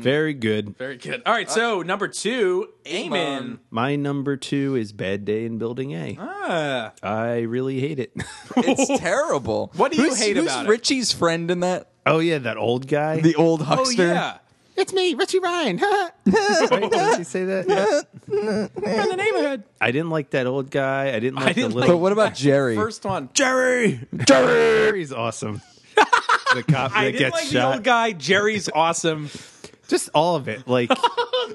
[SPEAKER 3] Very good.
[SPEAKER 1] Very good. All
[SPEAKER 2] Uh,
[SPEAKER 1] right, so number two, Amen.
[SPEAKER 2] Amon.
[SPEAKER 3] My number two is Bad Day in Building A.
[SPEAKER 1] Ah,
[SPEAKER 3] I really hate it.
[SPEAKER 2] It's terrible.
[SPEAKER 1] What do you
[SPEAKER 2] who's,
[SPEAKER 1] hate
[SPEAKER 2] who's
[SPEAKER 1] about it?
[SPEAKER 2] Richie's friend in that?
[SPEAKER 3] oh yeah, that old guy.
[SPEAKER 2] The old
[SPEAKER 1] oh
[SPEAKER 2] huckster.
[SPEAKER 1] yeah.
[SPEAKER 5] It's me, Richie Ryan.
[SPEAKER 3] Right? Did he say that? Yeah.
[SPEAKER 1] We're in the neighborhood.
[SPEAKER 3] I didn't like that old guy. I didn't like
[SPEAKER 1] didn't
[SPEAKER 3] the
[SPEAKER 1] like-
[SPEAKER 2] But
[SPEAKER 3] little
[SPEAKER 2] what about Jerry?
[SPEAKER 1] First one.
[SPEAKER 3] Jerry. Jerry's awesome. the cop
[SPEAKER 1] I
[SPEAKER 3] that
[SPEAKER 1] didn't
[SPEAKER 3] gets
[SPEAKER 1] like the
[SPEAKER 3] shot.
[SPEAKER 1] old guy. Jerry's awesome.
[SPEAKER 3] Just all of it. Like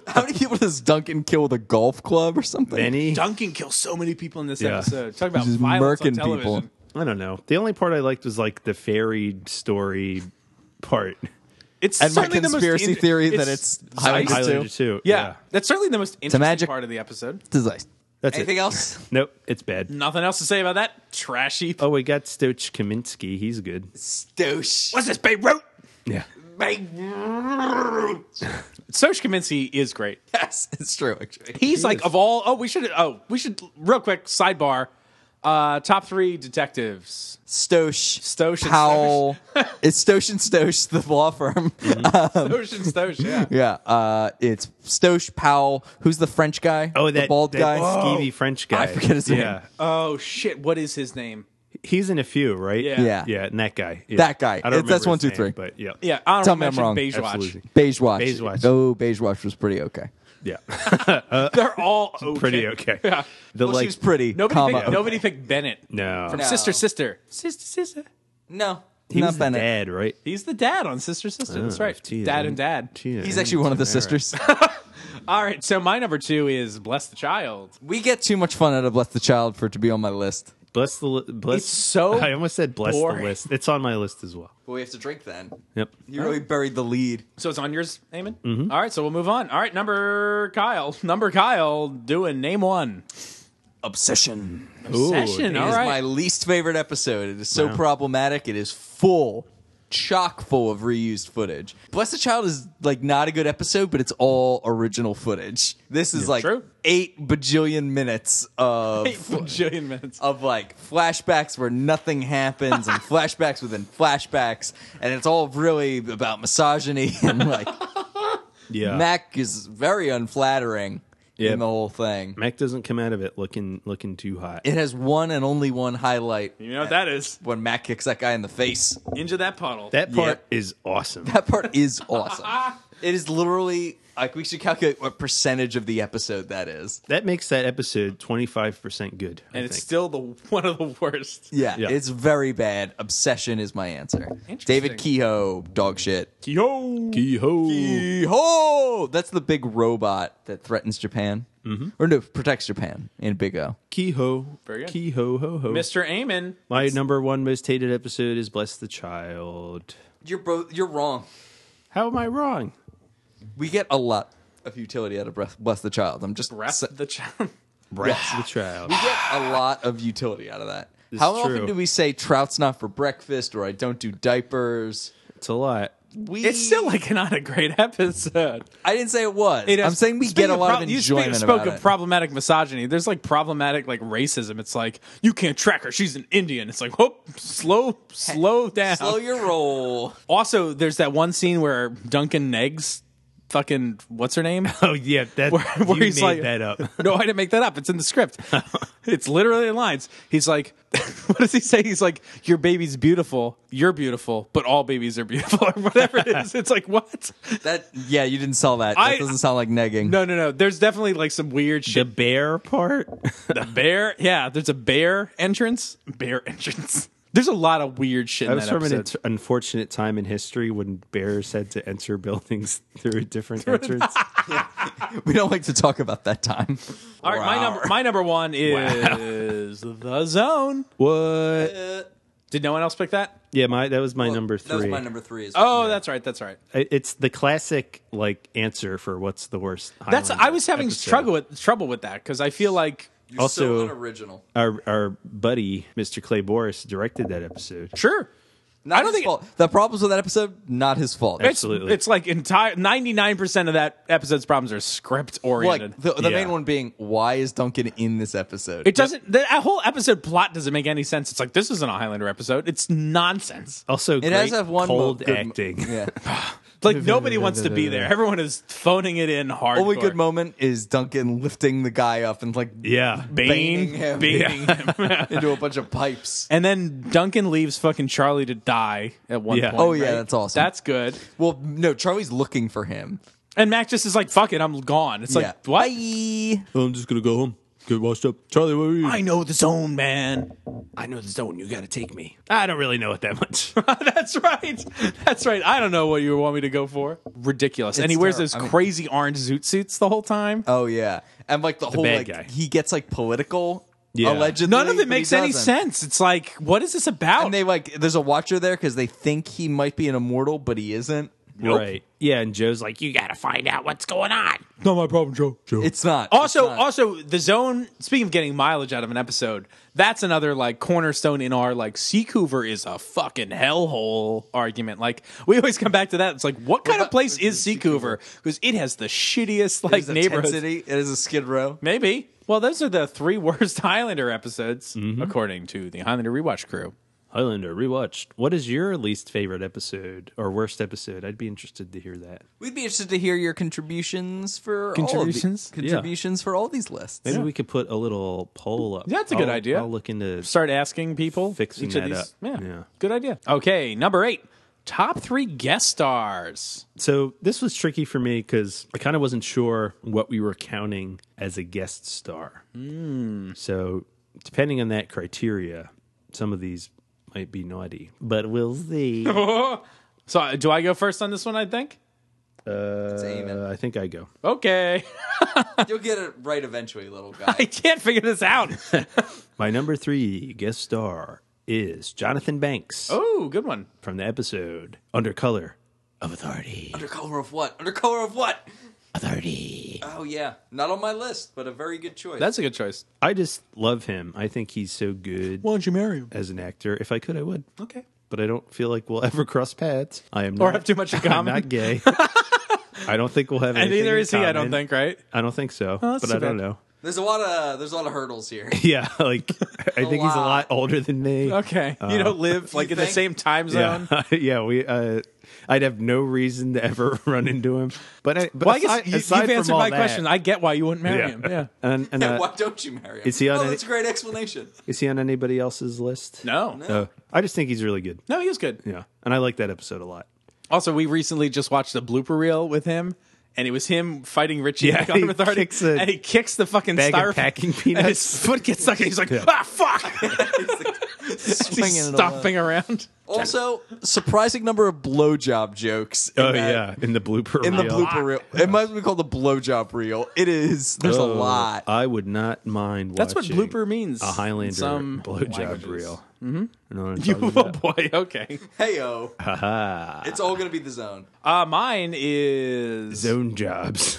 [SPEAKER 2] How many people does Duncan kill with a golf club or something?
[SPEAKER 3] any
[SPEAKER 1] Duncan kills so many people in this
[SPEAKER 3] Yeah.
[SPEAKER 1] episode. Talk about
[SPEAKER 2] He's just
[SPEAKER 1] violence on
[SPEAKER 2] murking people.
[SPEAKER 1] television.
[SPEAKER 3] I don't know. The only part I liked was like the fairy story part.
[SPEAKER 1] It's
[SPEAKER 2] And my
[SPEAKER 1] certainly the most
[SPEAKER 2] conspiracy
[SPEAKER 1] in-
[SPEAKER 2] theory that it's Highlander
[SPEAKER 1] Zeist-
[SPEAKER 2] Highlander
[SPEAKER 3] Highlander
[SPEAKER 2] too.
[SPEAKER 3] too.
[SPEAKER 1] Yeah, that's certainly the most interesting
[SPEAKER 2] magic-
[SPEAKER 1] part of the episode.
[SPEAKER 2] Disaster.
[SPEAKER 3] That's
[SPEAKER 2] Anything
[SPEAKER 3] it.
[SPEAKER 2] else?
[SPEAKER 3] Nope, it's bad.
[SPEAKER 1] Nothing else to say about that trashy.
[SPEAKER 3] Oh, we got Stoch Kaminsky. He's good.
[SPEAKER 2] Stoosh.
[SPEAKER 1] What's this Beirut?
[SPEAKER 3] Yeah.
[SPEAKER 1] Soch Kaminsky is great.
[SPEAKER 2] Yes, it's true. Actually,
[SPEAKER 1] He's like of all. Oh, we should. Oh, we should. Real quick sidebar. Uh, top three detectives.
[SPEAKER 2] Stosh,
[SPEAKER 1] Stosh and
[SPEAKER 2] Powell. it's Stosh and Stosh, the law firm.
[SPEAKER 3] Mm-hmm.
[SPEAKER 2] Um,
[SPEAKER 1] Stosh and Stosh. Yeah.
[SPEAKER 2] yeah, uh, it's Stosh Powell. Who's the French guy?
[SPEAKER 3] Oh, that
[SPEAKER 2] the bald
[SPEAKER 3] that
[SPEAKER 2] guy.
[SPEAKER 3] skeevy French guy.
[SPEAKER 2] I forget his name.
[SPEAKER 3] Yeah,
[SPEAKER 1] Oh shit! What is his name?
[SPEAKER 3] he's in a few, right?
[SPEAKER 1] Yeah.
[SPEAKER 2] Yeah.
[SPEAKER 3] yeah, and that guy. Yeah.
[SPEAKER 2] That guy.
[SPEAKER 3] I don't
[SPEAKER 2] It's- that's
[SPEAKER 3] remember
[SPEAKER 2] one,
[SPEAKER 3] his
[SPEAKER 2] two,
[SPEAKER 3] name,
[SPEAKER 2] three.
[SPEAKER 3] But yeah,
[SPEAKER 1] Yeah. Honorable
[SPEAKER 2] Tell me I'm
[SPEAKER 1] mention,
[SPEAKER 2] wrong.
[SPEAKER 1] Beige Watch.
[SPEAKER 3] absolutely.
[SPEAKER 2] Beige Watch.
[SPEAKER 3] Beige Watch.
[SPEAKER 2] Oh, Beige Watch was pretty okay.
[SPEAKER 3] Yeah,
[SPEAKER 1] They're all okay.
[SPEAKER 3] pretty okay.
[SPEAKER 1] Yeah.
[SPEAKER 3] The
[SPEAKER 2] Well,
[SPEAKER 3] like
[SPEAKER 2] she was pretty.
[SPEAKER 1] Nobody
[SPEAKER 2] comma,
[SPEAKER 1] picked,
[SPEAKER 2] okay.
[SPEAKER 1] nobody picked Bennett.
[SPEAKER 3] no,
[SPEAKER 1] From
[SPEAKER 2] No.
[SPEAKER 1] Sister Sister. Sister Sister.
[SPEAKER 2] No,
[SPEAKER 3] he
[SPEAKER 2] not
[SPEAKER 3] was the
[SPEAKER 2] Bennett.
[SPEAKER 3] dad, right?
[SPEAKER 1] He's the dad on Sister Sister. That's
[SPEAKER 3] Oh,
[SPEAKER 1] right.
[SPEAKER 3] geez,
[SPEAKER 1] dad
[SPEAKER 3] I
[SPEAKER 1] and dad.
[SPEAKER 3] Gee,
[SPEAKER 2] He's
[SPEAKER 3] I
[SPEAKER 2] actually one of the
[SPEAKER 3] didn't-
[SPEAKER 2] sisters.
[SPEAKER 1] All right. So my number two is Bless the Child.
[SPEAKER 2] we get too much fun out of Bless the Child for it to be on my list.
[SPEAKER 3] Bless the li- bless.
[SPEAKER 1] It's so
[SPEAKER 3] I almost said bless
[SPEAKER 1] boring.
[SPEAKER 3] the list. It's on my list as well.
[SPEAKER 2] But we have to drink then.
[SPEAKER 3] Yep.
[SPEAKER 2] You really buried the lead.
[SPEAKER 1] So it's on yours, Eamon? All right. So we'll move on. All right. Number Kyle. Number Kyle doing name one.
[SPEAKER 2] Obsession.
[SPEAKER 1] Session.
[SPEAKER 3] it
[SPEAKER 1] All
[SPEAKER 2] It is
[SPEAKER 1] right.
[SPEAKER 2] my least favorite episode. It is so problematic. It is full, chock full of reused footage. Bless the Child is like not a good episode, but it's all original footage. This is like
[SPEAKER 1] True.
[SPEAKER 2] eight bajillion minutes of
[SPEAKER 1] Eight bajillion minutes.
[SPEAKER 2] of like flashbacks where nothing happens and flashbacks within flashbacks, and it's all really about misogyny and like
[SPEAKER 3] Yeah.
[SPEAKER 2] Mac is very unflattering
[SPEAKER 3] Yeah.
[SPEAKER 2] in the whole thing.
[SPEAKER 3] Mac doesn't come out of it looking looking too hot.
[SPEAKER 2] It has one and only one highlight.
[SPEAKER 1] You know what that is?
[SPEAKER 2] when Mac kicks that guy in the face.
[SPEAKER 1] Into that puddle.
[SPEAKER 3] That part is awesome.
[SPEAKER 2] That part is awesome. it is literally like we should calculate what percentage of the episode that is.
[SPEAKER 3] That makes that episode twenty five percent good. I
[SPEAKER 1] and it's
[SPEAKER 3] think.
[SPEAKER 1] still the one of the worst.
[SPEAKER 2] Yeah,
[SPEAKER 3] Yeah.
[SPEAKER 2] it's very bad. Obsession is my answer. David Kehoe, dog shit.
[SPEAKER 1] Yo.
[SPEAKER 3] Yee-ho.
[SPEAKER 2] Kehoe! That's the big robot that threatens Japan. Mm-hmm. Or no, protects Japan in Big O.
[SPEAKER 3] Kehoe.
[SPEAKER 1] Very good.
[SPEAKER 3] Kehoe ho ho.
[SPEAKER 1] Mr. Eamon.
[SPEAKER 3] My number one most hated episode is Bless the Child.
[SPEAKER 2] You're both. You're wrong.
[SPEAKER 3] How am I wrong?
[SPEAKER 2] We get a lot of utility out of Breath, Bless the Child. I'm just.
[SPEAKER 1] Rest
[SPEAKER 2] sa-
[SPEAKER 1] the child.
[SPEAKER 3] Bless the Child.
[SPEAKER 2] We get a lot of utility out of that.
[SPEAKER 3] It's
[SPEAKER 2] How
[SPEAKER 3] true.
[SPEAKER 2] often do we say trout's not for breakfast or I don't do diapers?
[SPEAKER 3] It's a lot.
[SPEAKER 2] we
[SPEAKER 1] It's still like not a great episode.
[SPEAKER 2] I didn't say it was.
[SPEAKER 1] It has-
[SPEAKER 2] I'm saying we
[SPEAKER 1] speaking
[SPEAKER 2] get a lot
[SPEAKER 1] prob-
[SPEAKER 2] of
[SPEAKER 1] you
[SPEAKER 2] enjoyment
[SPEAKER 1] speak, spoke
[SPEAKER 2] about
[SPEAKER 1] of
[SPEAKER 2] it.
[SPEAKER 1] problematic misogyny. There's like problematic like racism. It's like you can't track her. She's an Indian. It's like whoop, slow, slow down.
[SPEAKER 2] Slow your roll.
[SPEAKER 1] also, there's that one scene where Duncan negs fucking what's her name?
[SPEAKER 3] Oh yeah, that
[SPEAKER 1] where, where
[SPEAKER 3] you
[SPEAKER 1] he's
[SPEAKER 3] made
[SPEAKER 1] like,
[SPEAKER 3] that up.
[SPEAKER 1] no, I didn't make that up. It's in the script. it's literally in lines. He's like, what does he say? He's like, your baby's beautiful. You're beautiful, but all babies are beautiful, or whatever it is. It's like what?
[SPEAKER 2] That yeah, you didn't sell that. That
[SPEAKER 1] I-
[SPEAKER 2] doesn't sound like negging.
[SPEAKER 1] No, no, no. There's definitely like some weird shit.
[SPEAKER 3] the bear part.
[SPEAKER 1] The bear, yeah. There's a bear entrance. Bear entrance. There's a lot of weird shit
[SPEAKER 3] I
[SPEAKER 1] in
[SPEAKER 3] was
[SPEAKER 1] that
[SPEAKER 3] from an
[SPEAKER 1] episode.
[SPEAKER 3] int- unfortunate time in history when bears had to enter buildings through a different entrance.
[SPEAKER 2] We don't like to talk about that time.
[SPEAKER 1] All right, my number, my number one is the zone.
[SPEAKER 3] what?
[SPEAKER 1] Did no one else pick that?
[SPEAKER 3] Yeah, my that was my number
[SPEAKER 2] That was
[SPEAKER 3] three.
[SPEAKER 2] my number three. As
[SPEAKER 1] Oh,
[SPEAKER 2] well.
[SPEAKER 1] that's right. That's right.
[SPEAKER 3] I- it's the classic like answer for what's the worst.
[SPEAKER 1] That's.
[SPEAKER 3] Highlander
[SPEAKER 1] I was having
[SPEAKER 3] episode.
[SPEAKER 1] struggle with trouble with that because I feel like
[SPEAKER 2] You're
[SPEAKER 3] also-
[SPEAKER 2] so unoriginal.
[SPEAKER 3] Our our buddy Mr. Clay Boris directed that episode.
[SPEAKER 1] sure.
[SPEAKER 2] Not
[SPEAKER 1] don't
[SPEAKER 2] his
[SPEAKER 1] think-
[SPEAKER 2] fault. the problems with that episode. Not his fault.
[SPEAKER 1] It's-
[SPEAKER 3] Absolutely.
[SPEAKER 1] It's, like entire ninety nine percent of that episode's problems are script oriented.
[SPEAKER 2] like the, the
[SPEAKER 3] Yeah.
[SPEAKER 2] main one being why is Duncan in this episode?
[SPEAKER 1] it doesn't. The that whole episode plot doesn't make any sense. It's like this isn't a Highlander episode. It's nonsense.
[SPEAKER 3] Also,
[SPEAKER 2] It
[SPEAKER 3] great
[SPEAKER 2] has that one mo-
[SPEAKER 3] cold
[SPEAKER 2] good mo-
[SPEAKER 3] acting.
[SPEAKER 2] Yeah.
[SPEAKER 1] Like nobody wants to be there. Everyone is phoning it in hard.
[SPEAKER 2] Only good moment is Duncan lifting the guy up and like
[SPEAKER 3] yeah.
[SPEAKER 1] Bane,
[SPEAKER 2] banging him,
[SPEAKER 1] Bane.
[SPEAKER 2] into a bunch of pipes.
[SPEAKER 1] and then Duncan leaves fucking Charlie to die at one
[SPEAKER 3] Yeah.
[SPEAKER 1] point.
[SPEAKER 2] Oh yeah,
[SPEAKER 1] right?
[SPEAKER 2] that's awesome.
[SPEAKER 1] That's good.
[SPEAKER 2] well, no, Charlie's looking for him.
[SPEAKER 1] And Mac just is like, "Fuck it, I'm gone." It's
[SPEAKER 2] yeah.
[SPEAKER 1] like, what?
[SPEAKER 2] Bye.
[SPEAKER 3] I'm just gonna go home. Get washed up, Charlie. What are you?
[SPEAKER 1] I know the zone, man.
[SPEAKER 3] Hmm. I know the zone. You gotta take me. I don't really know it that much.
[SPEAKER 1] That's right. That's right. I don't know what you want me to go for. Ridiculous. and he wears
[SPEAKER 2] terrible.
[SPEAKER 1] those
[SPEAKER 2] I mean-
[SPEAKER 1] crazy orange zoot suits the whole
[SPEAKER 3] Uh,
[SPEAKER 1] time.
[SPEAKER 2] Oh yeah, and like the, whole
[SPEAKER 3] bad
[SPEAKER 2] like
[SPEAKER 3] guy.
[SPEAKER 2] he gets like political.
[SPEAKER 3] Yeah.
[SPEAKER 2] Allegedly,
[SPEAKER 1] None of
[SPEAKER 2] but
[SPEAKER 1] it
[SPEAKER 2] he
[SPEAKER 1] makes any
[SPEAKER 2] doesn't.
[SPEAKER 1] sense. It's like, what is this about?
[SPEAKER 2] And they like, there's a watcher there because they think he might be an immortal, but he isn't.
[SPEAKER 3] Right. Yeah, and Joe's like, you gotta find out what's going on.
[SPEAKER 1] not my problem, Joe. Joe.
[SPEAKER 2] It's not.
[SPEAKER 1] Also,
[SPEAKER 2] It's not.
[SPEAKER 1] also the zone. Speaking of getting mileage out of an episode, that's another like cornerstone in our like Seacouver is a fucking hellhole argument. Like we always come back to that. It's like what kind of
[SPEAKER 2] about-
[SPEAKER 1] place is Seacouver? Because it has the shittiest
[SPEAKER 2] It
[SPEAKER 1] like
[SPEAKER 2] is a
[SPEAKER 1] neighborhoods.
[SPEAKER 2] tent city. It is a skid row.
[SPEAKER 1] Maybe. Well, those are the three worst Highlander episodes
[SPEAKER 2] Mm-hmm.
[SPEAKER 1] according to the Highlander rewatch crew.
[SPEAKER 3] Highlander rewatched. What is your least favorite episode or worst episode? I'd be interested to hear that.
[SPEAKER 2] We'd be interested to hear your contributions
[SPEAKER 1] Contributions?
[SPEAKER 2] for all of the, contributions for all these lists.
[SPEAKER 3] Maybe we could put a little poll up.
[SPEAKER 1] That's a good
[SPEAKER 3] I'll-
[SPEAKER 1] idea.
[SPEAKER 3] I'll look into.
[SPEAKER 1] Start asking people.
[SPEAKER 3] Fixing
[SPEAKER 1] each of
[SPEAKER 3] that
[SPEAKER 1] these.
[SPEAKER 3] up.
[SPEAKER 1] Yeah.
[SPEAKER 3] Yeah.
[SPEAKER 1] Good idea. Okay, number eight. Top three guest stars.
[SPEAKER 3] So this was tricky for me because I kind of wasn't sure what we were counting as a guest star.
[SPEAKER 2] Hmm.
[SPEAKER 3] So depending on that criteria, some of these might be naughty, but we'll see.
[SPEAKER 1] So uh, do I go first on this one? I think.
[SPEAKER 3] Uh, I think I go.
[SPEAKER 1] Okay.
[SPEAKER 2] You'll get it right eventually, little guy.
[SPEAKER 1] I can't figure this out.
[SPEAKER 3] My number three guest star is Jonathan Banks
[SPEAKER 1] Oh, good one.
[SPEAKER 3] from the episode Under Color of Authority.
[SPEAKER 2] Under color of what? Under color of what?
[SPEAKER 3] Authority.
[SPEAKER 2] Oh yeah, not on my list, but a very good choice.
[SPEAKER 1] That's a good choice.
[SPEAKER 3] I just love him. I think he's so good
[SPEAKER 1] don't you marry him?
[SPEAKER 3] as an actor. If I could, I would.
[SPEAKER 1] Okay.
[SPEAKER 3] But I don't feel like we'll ever cross paths. I am
[SPEAKER 1] Or
[SPEAKER 3] not,
[SPEAKER 1] have too much in
[SPEAKER 3] I'm
[SPEAKER 1] common.
[SPEAKER 3] not gay. I don't think we'll have.
[SPEAKER 1] And
[SPEAKER 3] anything
[SPEAKER 1] neither
[SPEAKER 3] in
[SPEAKER 1] is he. I don't
[SPEAKER 3] common.
[SPEAKER 1] think. Right.
[SPEAKER 3] I don't think so.
[SPEAKER 1] Oh, that's
[SPEAKER 3] but
[SPEAKER 1] too
[SPEAKER 3] I don't
[SPEAKER 1] bad.
[SPEAKER 3] know.
[SPEAKER 2] there's a lot of there's a lot of hurdles here.
[SPEAKER 3] Yeah, like I think he's a lot
[SPEAKER 2] lot.
[SPEAKER 3] older than me.
[SPEAKER 1] Okay. you don't live like in the
[SPEAKER 2] think?
[SPEAKER 1] same time
[SPEAKER 3] Uh, Yeah,
[SPEAKER 1] zone.
[SPEAKER 3] yeah. We, uh, I'd have no reason to ever run into him. But I, but
[SPEAKER 1] Well, I
[SPEAKER 3] aside,
[SPEAKER 1] guess you,
[SPEAKER 3] aside
[SPEAKER 1] you've
[SPEAKER 3] from
[SPEAKER 1] answered
[SPEAKER 3] all
[SPEAKER 1] my
[SPEAKER 3] that-
[SPEAKER 1] question. I get why you wouldn't marry
[SPEAKER 3] Yeah.
[SPEAKER 1] him. Yeah.
[SPEAKER 3] And, and, uh,
[SPEAKER 2] Why don't you marry him?
[SPEAKER 3] Is he on
[SPEAKER 2] Oh,
[SPEAKER 3] any-
[SPEAKER 2] that's a great explanation.
[SPEAKER 3] is he on anybody else's list?
[SPEAKER 1] No.
[SPEAKER 3] Oh, I just think he's really good.
[SPEAKER 1] No, he was good.
[SPEAKER 3] Yeah, and I like that episode a lot.
[SPEAKER 1] Also, we recently just watched the blooper reel with him, and it was him fighting Richie
[SPEAKER 3] Yeah,
[SPEAKER 1] back on
[SPEAKER 3] he
[SPEAKER 1] Authority,
[SPEAKER 3] kicks a
[SPEAKER 1] and he kicks the fucking
[SPEAKER 3] bag of
[SPEAKER 1] styrofoam
[SPEAKER 3] packing
[SPEAKER 1] and
[SPEAKER 3] peanuts.
[SPEAKER 1] his foot gets stuck, and he's like, "Ah, fuck!"
[SPEAKER 2] Swinging
[SPEAKER 1] he's
[SPEAKER 2] it a lot.
[SPEAKER 1] stomping around.
[SPEAKER 2] Also, surprising number of blowjob jokes. in
[SPEAKER 3] Oh
[SPEAKER 2] that-
[SPEAKER 3] yeah, in the blooper.
[SPEAKER 2] in the
[SPEAKER 3] reel.
[SPEAKER 2] blooper reel. It might be called the blowjob reel. It is. There's a
[SPEAKER 3] Oh,
[SPEAKER 2] lot.
[SPEAKER 3] I would not mind.
[SPEAKER 1] That's what
[SPEAKER 3] watching
[SPEAKER 1] blooper means
[SPEAKER 3] A
[SPEAKER 1] in
[SPEAKER 3] Highlander
[SPEAKER 1] some
[SPEAKER 3] blowjob
[SPEAKER 1] languages.
[SPEAKER 3] reel. Mm-hmm. You know what I'm
[SPEAKER 1] You,
[SPEAKER 3] talking
[SPEAKER 1] oh
[SPEAKER 3] about?
[SPEAKER 1] boy, okay.
[SPEAKER 2] Heyo. It's all gonna be the zone.
[SPEAKER 1] Uh, mine is
[SPEAKER 3] Zone jobs.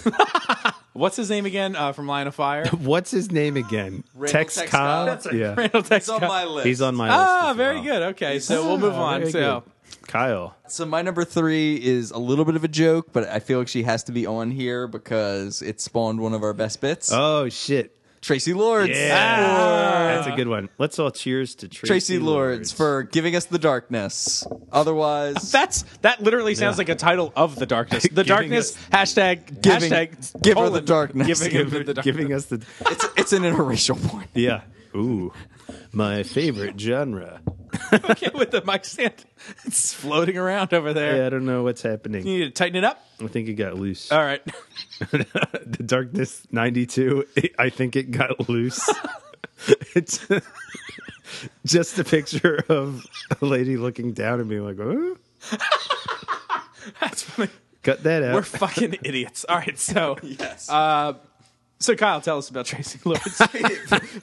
[SPEAKER 1] what's his name again uh, from Line of Fire?
[SPEAKER 3] What's his name again?
[SPEAKER 2] Randall
[SPEAKER 3] Tex
[SPEAKER 2] Tex
[SPEAKER 3] Cobb.
[SPEAKER 2] Cobb. That's
[SPEAKER 3] yeah,
[SPEAKER 1] Randall
[SPEAKER 2] It's on
[SPEAKER 1] Tex-
[SPEAKER 2] my list.
[SPEAKER 3] he's on my list.
[SPEAKER 1] Ah,
[SPEAKER 3] as
[SPEAKER 1] very
[SPEAKER 3] well.
[SPEAKER 1] good. Okay, so we'll move
[SPEAKER 3] Ah,
[SPEAKER 1] on.
[SPEAKER 3] very
[SPEAKER 1] So,
[SPEAKER 3] good. Kyle.
[SPEAKER 2] So my number three is a little bit of a joke, but I feel like she has to be on here because it spawned one of our best bits.
[SPEAKER 3] Oh shit.
[SPEAKER 2] Tracy Lords.
[SPEAKER 3] That's a good one. Let's all cheers to Tracy,
[SPEAKER 2] Tracy Lords for giving us the darkness. Otherwise,
[SPEAKER 1] That's that literally sounds like a title of the darkness. The
[SPEAKER 3] Giving
[SPEAKER 1] darkness hashtag
[SPEAKER 2] Giving-
[SPEAKER 1] hashtag
[SPEAKER 2] give her the
[SPEAKER 1] colon,
[SPEAKER 2] darkness.
[SPEAKER 1] Giving,
[SPEAKER 3] Give
[SPEAKER 1] her the darkness.
[SPEAKER 3] giving us the
[SPEAKER 2] it's, it's an interracial porn.
[SPEAKER 3] yeah. Ooh, my favorite genre.
[SPEAKER 1] okay with the mic stand. It's floating around over there.
[SPEAKER 3] Yeah, I don't know what's happening.
[SPEAKER 1] You need to tighten it up.
[SPEAKER 3] I think it got loose.
[SPEAKER 1] All right.
[SPEAKER 3] the darkness 92 it- i think it got loose it's just a picture of a lady looking down and being like oh
[SPEAKER 1] That's funny.
[SPEAKER 3] cut that out
[SPEAKER 1] We're fucking idiots. All right, so uh,
[SPEAKER 2] Yes.
[SPEAKER 1] so Kyle, tell us about Tracy Lords.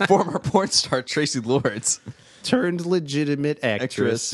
[SPEAKER 2] Former porn star Tracy Lords.
[SPEAKER 3] turned legitimate actress,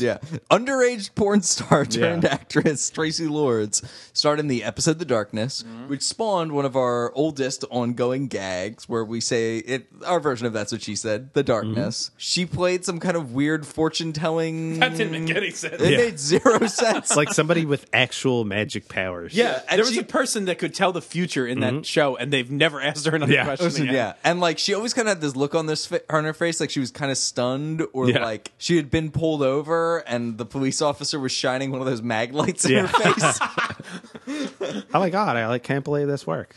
[SPEAKER 2] actress, yeah. Underage porn star turned
[SPEAKER 3] Yeah.
[SPEAKER 2] actress Tracy Lords starred in the episode The Darkness, which spawned one of our oldest ongoing gags where we say it our version of that's what she said, The Darkness. She played some kind of weird fortune telling
[SPEAKER 1] that didn't make any sense.
[SPEAKER 2] It
[SPEAKER 3] Yeah.
[SPEAKER 2] made zero sense.
[SPEAKER 3] It's like somebody with actual magic powers
[SPEAKER 1] Yeah,
[SPEAKER 2] and
[SPEAKER 1] there was
[SPEAKER 2] she-
[SPEAKER 1] a person that could tell the future in that show, and they've never asked her another
[SPEAKER 3] Mm-hmm. Yeah.
[SPEAKER 1] question.
[SPEAKER 2] Listen,
[SPEAKER 1] again.
[SPEAKER 2] yeah, and like she always kind of had this look on this fa- on her face, like she was kind of stunned, or
[SPEAKER 3] Yeah.
[SPEAKER 2] like she had been pulled over, and the police officer was shining one of those mag lights in
[SPEAKER 3] Yeah.
[SPEAKER 2] her face.
[SPEAKER 3] oh my god i like can't believe this worked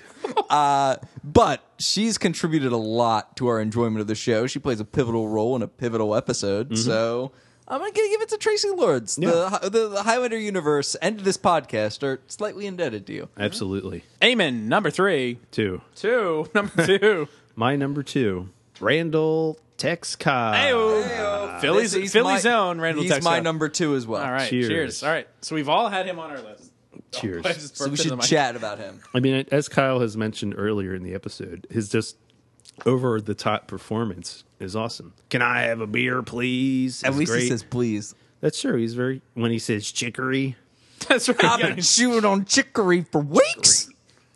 [SPEAKER 2] but she's contributed a lot to our enjoyment of the show. She plays a pivotal role in a pivotal episode, so. I'm gonna give it to Tracy Lords. The,
[SPEAKER 3] Yeah.
[SPEAKER 2] hi- the the Highlander universe and this podcast are slightly indebted to you.
[SPEAKER 3] absolutely
[SPEAKER 1] Amen. Number three,
[SPEAKER 3] two
[SPEAKER 1] two, number two.
[SPEAKER 3] my number two randall tex Cobb.
[SPEAKER 1] Ayo. Philly's
[SPEAKER 2] This- he's
[SPEAKER 1] Philly's
[SPEAKER 2] my-
[SPEAKER 1] own Randall.
[SPEAKER 2] He's my
[SPEAKER 1] Texel.
[SPEAKER 2] number two as well.
[SPEAKER 1] All right. Cheers.
[SPEAKER 3] Cheers.
[SPEAKER 1] All right. So we've all had him on our list.
[SPEAKER 3] cheers
[SPEAKER 1] I just
[SPEAKER 2] so we
[SPEAKER 1] burped into the
[SPEAKER 2] should
[SPEAKER 1] mic.
[SPEAKER 2] chat about him.
[SPEAKER 3] I mean, as Kyle has mentioned earlier in the episode, his just over the top performance is awesome. Can I have a beer, please?
[SPEAKER 2] At
[SPEAKER 3] Is
[SPEAKER 2] least he
[SPEAKER 3] great.
[SPEAKER 2] says please.
[SPEAKER 3] that's true. He's very when he says chicory,
[SPEAKER 1] That's right.
[SPEAKER 2] I've
[SPEAKER 1] yeah.
[SPEAKER 2] been chewing on chicory for weeks.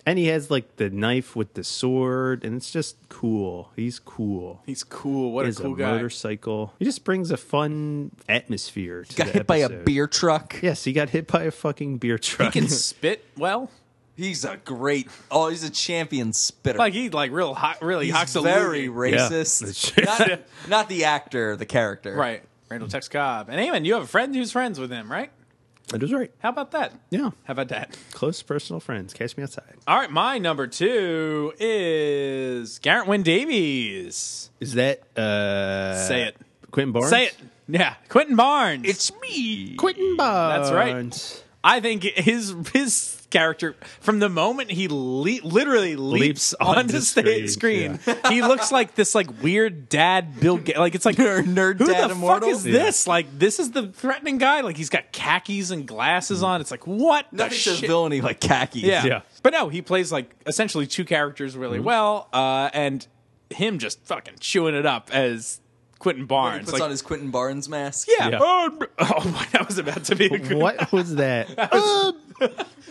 [SPEAKER 3] and he has like the knife with the sword, and it's just cool. He's cool.
[SPEAKER 1] He's cool. What
[SPEAKER 3] He
[SPEAKER 1] a
[SPEAKER 3] has
[SPEAKER 1] cool
[SPEAKER 3] a
[SPEAKER 1] guy.
[SPEAKER 3] motorcycle. He just brings a fun atmosphere. To
[SPEAKER 2] Got
[SPEAKER 3] the
[SPEAKER 2] hit by a
[SPEAKER 3] episode.
[SPEAKER 2] beer truck.
[SPEAKER 3] Yes, he got hit by a fucking beer
[SPEAKER 1] He
[SPEAKER 3] truck.
[SPEAKER 1] can spit well.
[SPEAKER 2] He's a great. Oh, he's a champion spitter.
[SPEAKER 1] Like he like real hot. Really
[SPEAKER 2] he's
[SPEAKER 1] hocks a
[SPEAKER 2] very
[SPEAKER 1] loogie.
[SPEAKER 3] Yeah.
[SPEAKER 2] racist. Not, not the actor, the character.
[SPEAKER 1] right. Randall Tex Cobb. And Amen, you have a friend who's friends with him, right?
[SPEAKER 3] That was right.
[SPEAKER 1] How about that?
[SPEAKER 3] Yeah,
[SPEAKER 1] How about that?
[SPEAKER 3] close personal friends. Catch me outside.
[SPEAKER 1] All right, my number two is Garrett Wynn Davies.
[SPEAKER 3] Is that uh
[SPEAKER 1] Say it.
[SPEAKER 3] Quentin Barnes?
[SPEAKER 1] Say it. Yeah, Quentin Barnes.
[SPEAKER 2] It's me.
[SPEAKER 3] Quentin Barnes.
[SPEAKER 1] That's right. I think his his character from the moment he le- literally leaps,
[SPEAKER 3] Leaps
[SPEAKER 1] onto,
[SPEAKER 3] onto
[SPEAKER 1] sta-
[SPEAKER 3] stage,
[SPEAKER 1] screen, he looks like this like weird dad Bill Gates. Like it's like
[SPEAKER 2] Nerd- nerd
[SPEAKER 1] who
[SPEAKER 2] dad
[SPEAKER 1] the
[SPEAKER 2] immortal?
[SPEAKER 1] fuck is this? Like this is the threatening guy. Like he's got khakis and glasses on. It's like what the
[SPEAKER 2] Nothing says
[SPEAKER 1] shit?
[SPEAKER 2] villainy like khakis.
[SPEAKER 1] Yeah.
[SPEAKER 3] Mm. Yeah. Mm-hmm.
[SPEAKER 1] But no, he plays like essentially two characters really well, uh, and him just fucking chewing it up as Quentin
[SPEAKER 2] He
[SPEAKER 1] Barnes.
[SPEAKER 2] puts
[SPEAKER 1] like,
[SPEAKER 2] on his Quentin Barnes mask.
[SPEAKER 1] yeah.
[SPEAKER 3] Yeah.
[SPEAKER 1] Oh, br- oh, that was about to be a good
[SPEAKER 3] What was that?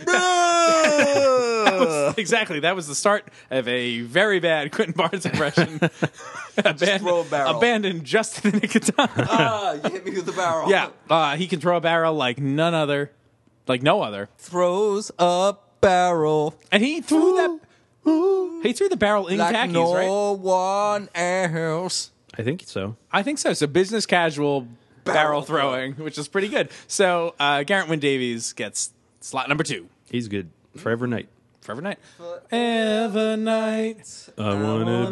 [SPEAKER 1] exactly. That was the start of a very bad Quentin Barnes impression. Abandoned,
[SPEAKER 2] throw a barrel.
[SPEAKER 1] abandoned just in the nick of time.
[SPEAKER 2] Ah, you hit me with the barrel.
[SPEAKER 1] yeah, uh, he can throw a barrel like none other, like no other.
[SPEAKER 2] Throws a barrel
[SPEAKER 1] And he threw that. He threw the barrel in
[SPEAKER 2] like
[SPEAKER 1] khakis, right?
[SPEAKER 2] no one else.
[SPEAKER 3] I think so.
[SPEAKER 1] I think so. So business casual barrel
[SPEAKER 2] Barrel
[SPEAKER 1] throwing, which is pretty good. So uh, Garrett Wynn Davies gets slot number two.
[SPEAKER 3] He's good. Forever night.
[SPEAKER 1] Forever night. Forever night.
[SPEAKER 3] I wanna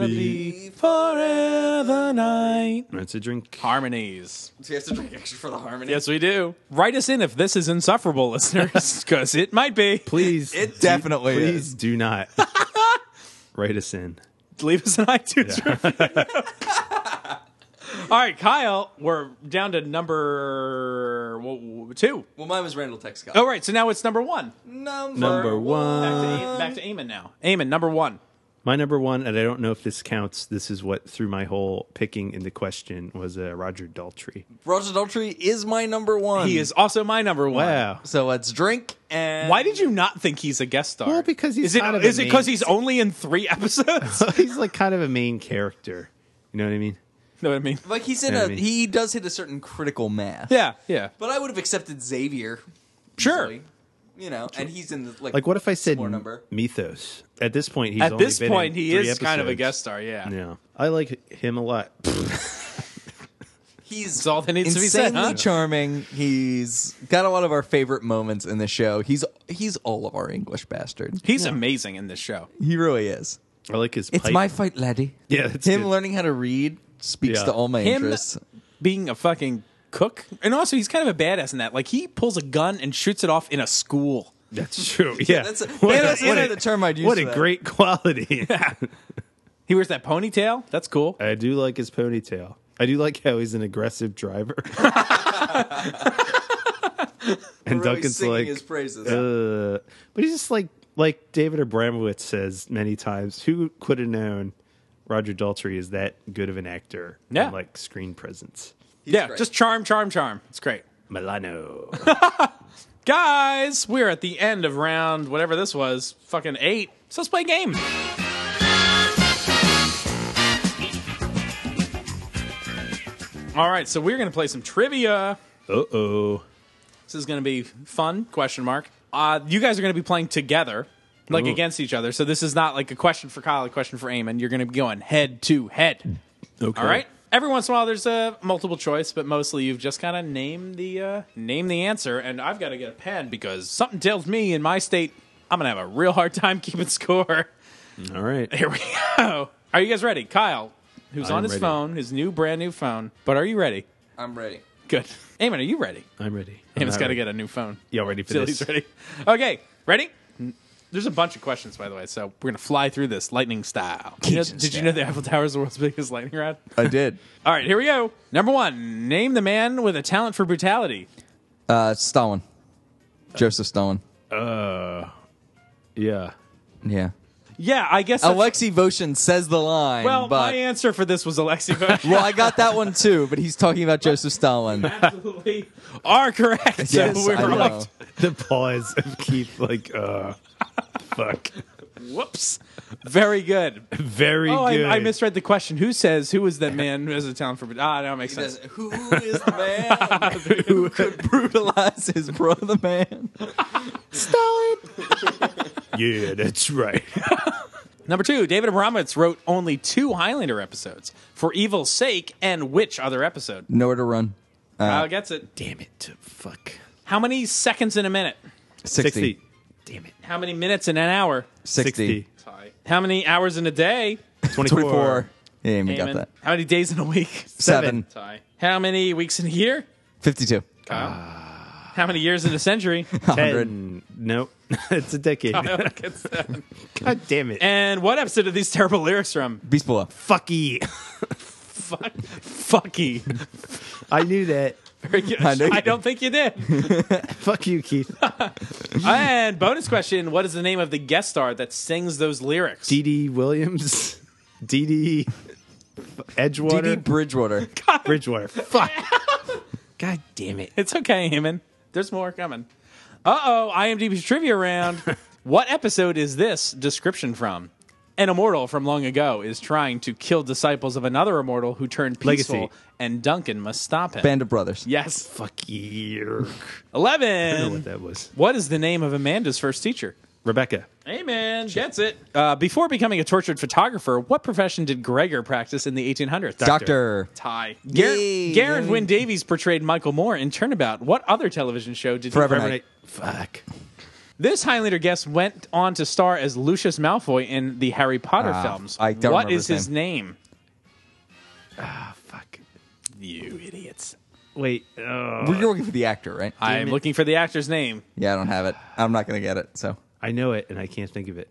[SPEAKER 1] Forever night.
[SPEAKER 3] That's a drink.
[SPEAKER 1] Harmonies.
[SPEAKER 2] So you have to drink extra for the harmony.
[SPEAKER 1] Yes, we do. Write us in if this is insufferable, listeners, because it might be.
[SPEAKER 3] Please
[SPEAKER 2] It definitely
[SPEAKER 3] please
[SPEAKER 2] is.
[SPEAKER 3] do not write us in.
[SPEAKER 1] Leave us an iTunes review. All right, Kyle, we're down to number wo- two.
[SPEAKER 2] Well, mine was Randall Tex Scott.
[SPEAKER 1] All right, so now it's number one.
[SPEAKER 2] Number,
[SPEAKER 3] Number
[SPEAKER 1] Back
[SPEAKER 3] one.
[SPEAKER 1] to, back to Eamon now. Eamon, number one.
[SPEAKER 3] My number one, and I don't know if this counts, this is what threw my whole picking into question was uh, Roger Daltrey.
[SPEAKER 2] Roger Daltrey is my number one.
[SPEAKER 1] He is also my number one.
[SPEAKER 2] So let's drink and
[SPEAKER 1] Why did you not think he's a guest star?
[SPEAKER 3] Well, because he's
[SPEAKER 1] is it
[SPEAKER 3] kind of a
[SPEAKER 1] is it because
[SPEAKER 3] main-
[SPEAKER 1] he's only in three episodes?
[SPEAKER 3] He's like kind of a main character. You know what I mean?
[SPEAKER 1] Know what I mean?
[SPEAKER 2] Like he's in
[SPEAKER 3] Yeah, I
[SPEAKER 2] a
[SPEAKER 3] mean-
[SPEAKER 2] he does hit a certain critical mass.
[SPEAKER 1] Yeah, yeah.
[SPEAKER 2] But I would have accepted Xavier.
[SPEAKER 1] Sure.
[SPEAKER 2] easily, you know, and he's in the, like
[SPEAKER 3] Like, what if I said
[SPEAKER 2] smaller number?
[SPEAKER 3] Mythos? At this point, he's
[SPEAKER 1] At
[SPEAKER 3] only
[SPEAKER 1] this
[SPEAKER 3] been in
[SPEAKER 1] point, he
[SPEAKER 3] three
[SPEAKER 1] is kind of a
[SPEAKER 3] episodes.
[SPEAKER 1] guest star. Yeah.
[SPEAKER 3] Yeah, I like him a lot.
[SPEAKER 2] He's
[SPEAKER 1] That's all that needs to be said,
[SPEAKER 2] insanely
[SPEAKER 1] huh?
[SPEAKER 2] charming. He's got a lot of our favorite moments in the show. He's he's all of our English bastard.
[SPEAKER 1] He's amazing in this show.
[SPEAKER 2] He really is.
[SPEAKER 3] I like his.
[SPEAKER 2] It's
[SPEAKER 3] pipe.
[SPEAKER 2] my fight, laddie.
[SPEAKER 3] Yeah, that's
[SPEAKER 2] him
[SPEAKER 3] good.
[SPEAKER 2] learning how to read speaks
[SPEAKER 3] Yeah.
[SPEAKER 2] to all my
[SPEAKER 1] Him
[SPEAKER 2] interests.
[SPEAKER 1] being a fucking cook, and also he's kind of a badass in that. Like he pulls a gun and shoots it off in a school.
[SPEAKER 3] That's true. Yeah,
[SPEAKER 2] that's a-
[SPEAKER 3] What
[SPEAKER 2] that's another term I'd use
[SPEAKER 3] What
[SPEAKER 2] for
[SPEAKER 3] a
[SPEAKER 2] that.
[SPEAKER 3] great quality.
[SPEAKER 1] He wears that ponytail. That's cool.
[SPEAKER 3] I do like his ponytail. I do like how he's an aggressive driver. and
[SPEAKER 2] We're really
[SPEAKER 3] Duncan's
[SPEAKER 2] singing
[SPEAKER 3] like,
[SPEAKER 2] his praises.
[SPEAKER 3] "Uh," but he's just like, like David Abramowitz says many times, who could have known Roger Daltrey is that good of an actor? and,
[SPEAKER 1] Yeah.
[SPEAKER 3] like screen presence.
[SPEAKER 1] yeah,
[SPEAKER 2] great.
[SPEAKER 1] just charm, charm, charm. It's great.
[SPEAKER 3] Milano.
[SPEAKER 1] Guys, we're at the end of round whatever this was, fucking eight. So let's play a game. All right, so we're going to play some trivia.
[SPEAKER 3] uh oh.
[SPEAKER 1] This is going to be fun? Question mark. Uh, you guys are going to be playing together, like against each other. So this is not like a question for Kyle, a question for Eamon. You're going to be going head to head.
[SPEAKER 3] Okay.
[SPEAKER 1] All right. Every once in a while, there's a multiple choice, but mostly you've just got to name the uh, name the answer. And I've got to get a pen because something tells me in my state I'm gonna have a real hard time keeping score.
[SPEAKER 3] All right.
[SPEAKER 1] Here we go. Are you guys ready, Kyle? Who's
[SPEAKER 3] I'm
[SPEAKER 1] on his
[SPEAKER 3] ready.
[SPEAKER 1] phone, his new brand new phone? But are you ready?
[SPEAKER 2] I'm ready.
[SPEAKER 1] Good. Eamon, are you ready?
[SPEAKER 3] I'm ready. I'm
[SPEAKER 1] Eamon's
[SPEAKER 3] not
[SPEAKER 1] got to
[SPEAKER 3] ready.
[SPEAKER 1] get a new phone.
[SPEAKER 3] Y'all ready for
[SPEAKER 1] Silly's
[SPEAKER 3] this?
[SPEAKER 1] ready. Okay, ready? There's a bunch of questions, by the way, so we're gonna fly through this lightning style. You know-
[SPEAKER 2] Cajun
[SPEAKER 1] did you
[SPEAKER 2] style.
[SPEAKER 1] know the Eiffel Tower is the world's biggest lightning rod?
[SPEAKER 2] I did.
[SPEAKER 1] All right, here we go. Number one, name the man with a talent for brutality.
[SPEAKER 2] Uh, Stalin, Joseph Stalin.
[SPEAKER 3] Yeah.
[SPEAKER 2] Yeah.
[SPEAKER 1] Yeah, I guess. that's-
[SPEAKER 2] Alexei Voshin says the line.
[SPEAKER 1] well, my
[SPEAKER 2] but
[SPEAKER 1] answer for this was Alexei Voshin.
[SPEAKER 2] well, I got that one too. But he's talking about Joseph Stalin.
[SPEAKER 1] Absolutely, are correct. So
[SPEAKER 2] Yes,
[SPEAKER 1] we're
[SPEAKER 2] I know.
[SPEAKER 1] off.
[SPEAKER 3] The pause of Keith, like, uh, fuck.
[SPEAKER 1] Whoops. Very good.
[SPEAKER 3] Very
[SPEAKER 1] Oh,
[SPEAKER 3] good.
[SPEAKER 1] I, I misread the question. Who says who is that man who has a talent for? brut- Ah, that makes
[SPEAKER 2] He
[SPEAKER 1] sense.
[SPEAKER 2] does- Who is the man who could brutalize his brother man? Stalin.
[SPEAKER 3] Yeah, that's right.
[SPEAKER 1] Number two, David Abramowitz wrote only two Highlander episodes for Evil's Sake and which other episode?
[SPEAKER 2] Nowhere to run.
[SPEAKER 1] Kyle gets it.
[SPEAKER 3] Damn it. Fuck.
[SPEAKER 1] How many seconds in a minute?
[SPEAKER 2] 60.
[SPEAKER 3] Damn it.
[SPEAKER 1] How many minutes in an hour?
[SPEAKER 2] 60.
[SPEAKER 1] How many hours in a day?
[SPEAKER 3] 24.
[SPEAKER 2] 24. Yeah, we got
[SPEAKER 1] Amen.
[SPEAKER 2] that.
[SPEAKER 1] How many days in a week?
[SPEAKER 2] Seven.
[SPEAKER 1] Tie. How many weeks in a year?
[SPEAKER 2] 52.
[SPEAKER 1] How many years in a century?
[SPEAKER 2] 100.
[SPEAKER 3] 10. No, it's a decade. God damn it.
[SPEAKER 1] and what episode are these terrible lyrics from?
[SPEAKER 2] Beast below.
[SPEAKER 3] fucky.
[SPEAKER 1] Fuck, fucky.
[SPEAKER 3] I knew that.
[SPEAKER 1] Very good.
[SPEAKER 2] I know you-
[SPEAKER 1] I don't think you did.
[SPEAKER 3] Fuck you, Keith.
[SPEAKER 1] and bonus question: What is the name of the guest star that sings those lyrics?
[SPEAKER 3] D.D. Williams. D.D.
[SPEAKER 2] D.D.
[SPEAKER 3] Edgewater.
[SPEAKER 2] Bridgewater.
[SPEAKER 3] Bridgewater. Fuck. God damn it.
[SPEAKER 1] it's okay, Heyman. There's more coming. Uh oh, IMDb trivia round. what episode is this description from? An immortal from long ago is trying to kill disciples of another immortal who turned peaceful,
[SPEAKER 3] Legacy.
[SPEAKER 1] and Duncan must stop him.
[SPEAKER 2] Band of Brothers.
[SPEAKER 1] Yes.
[SPEAKER 3] Fuck you. I don't know what
[SPEAKER 1] Eleven.
[SPEAKER 3] that was.
[SPEAKER 1] What is the name of Amanda's first teacher?
[SPEAKER 3] Rebecca.
[SPEAKER 1] Amen. Gets it. Uh, before becoming a tortured photographer, what profession did Gregor practice in the 1800s?
[SPEAKER 2] Doctor.
[SPEAKER 1] Tie. Gar-
[SPEAKER 2] Yay.
[SPEAKER 1] Garrett Wynne Davies portrayed Michael Moore in Turnabout. What other television show did
[SPEAKER 2] Forever
[SPEAKER 1] he
[SPEAKER 2] Night.
[SPEAKER 3] Right. Fuck.
[SPEAKER 1] This Highlander guest went on to star as Lucius Malfoy in the Harry Potter
[SPEAKER 2] Ah,
[SPEAKER 1] films.
[SPEAKER 2] I don't
[SPEAKER 1] What
[SPEAKER 2] remember
[SPEAKER 1] is
[SPEAKER 2] his
[SPEAKER 1] his name?
[SPEAKER 3] Ah, fuck.
[SPEAKER 1] You idiots.
[SPEAKER 3] Wait. Uh,
[SPEAKER 2] We're looking for the actor, right?
[SPEAKER 1] I'm looking for the actor's name.
[SPEAKER 2] Yeah, I don't have it. I'm not going to get it. So
[SPEAKER 3] I know it, and I can't think of it.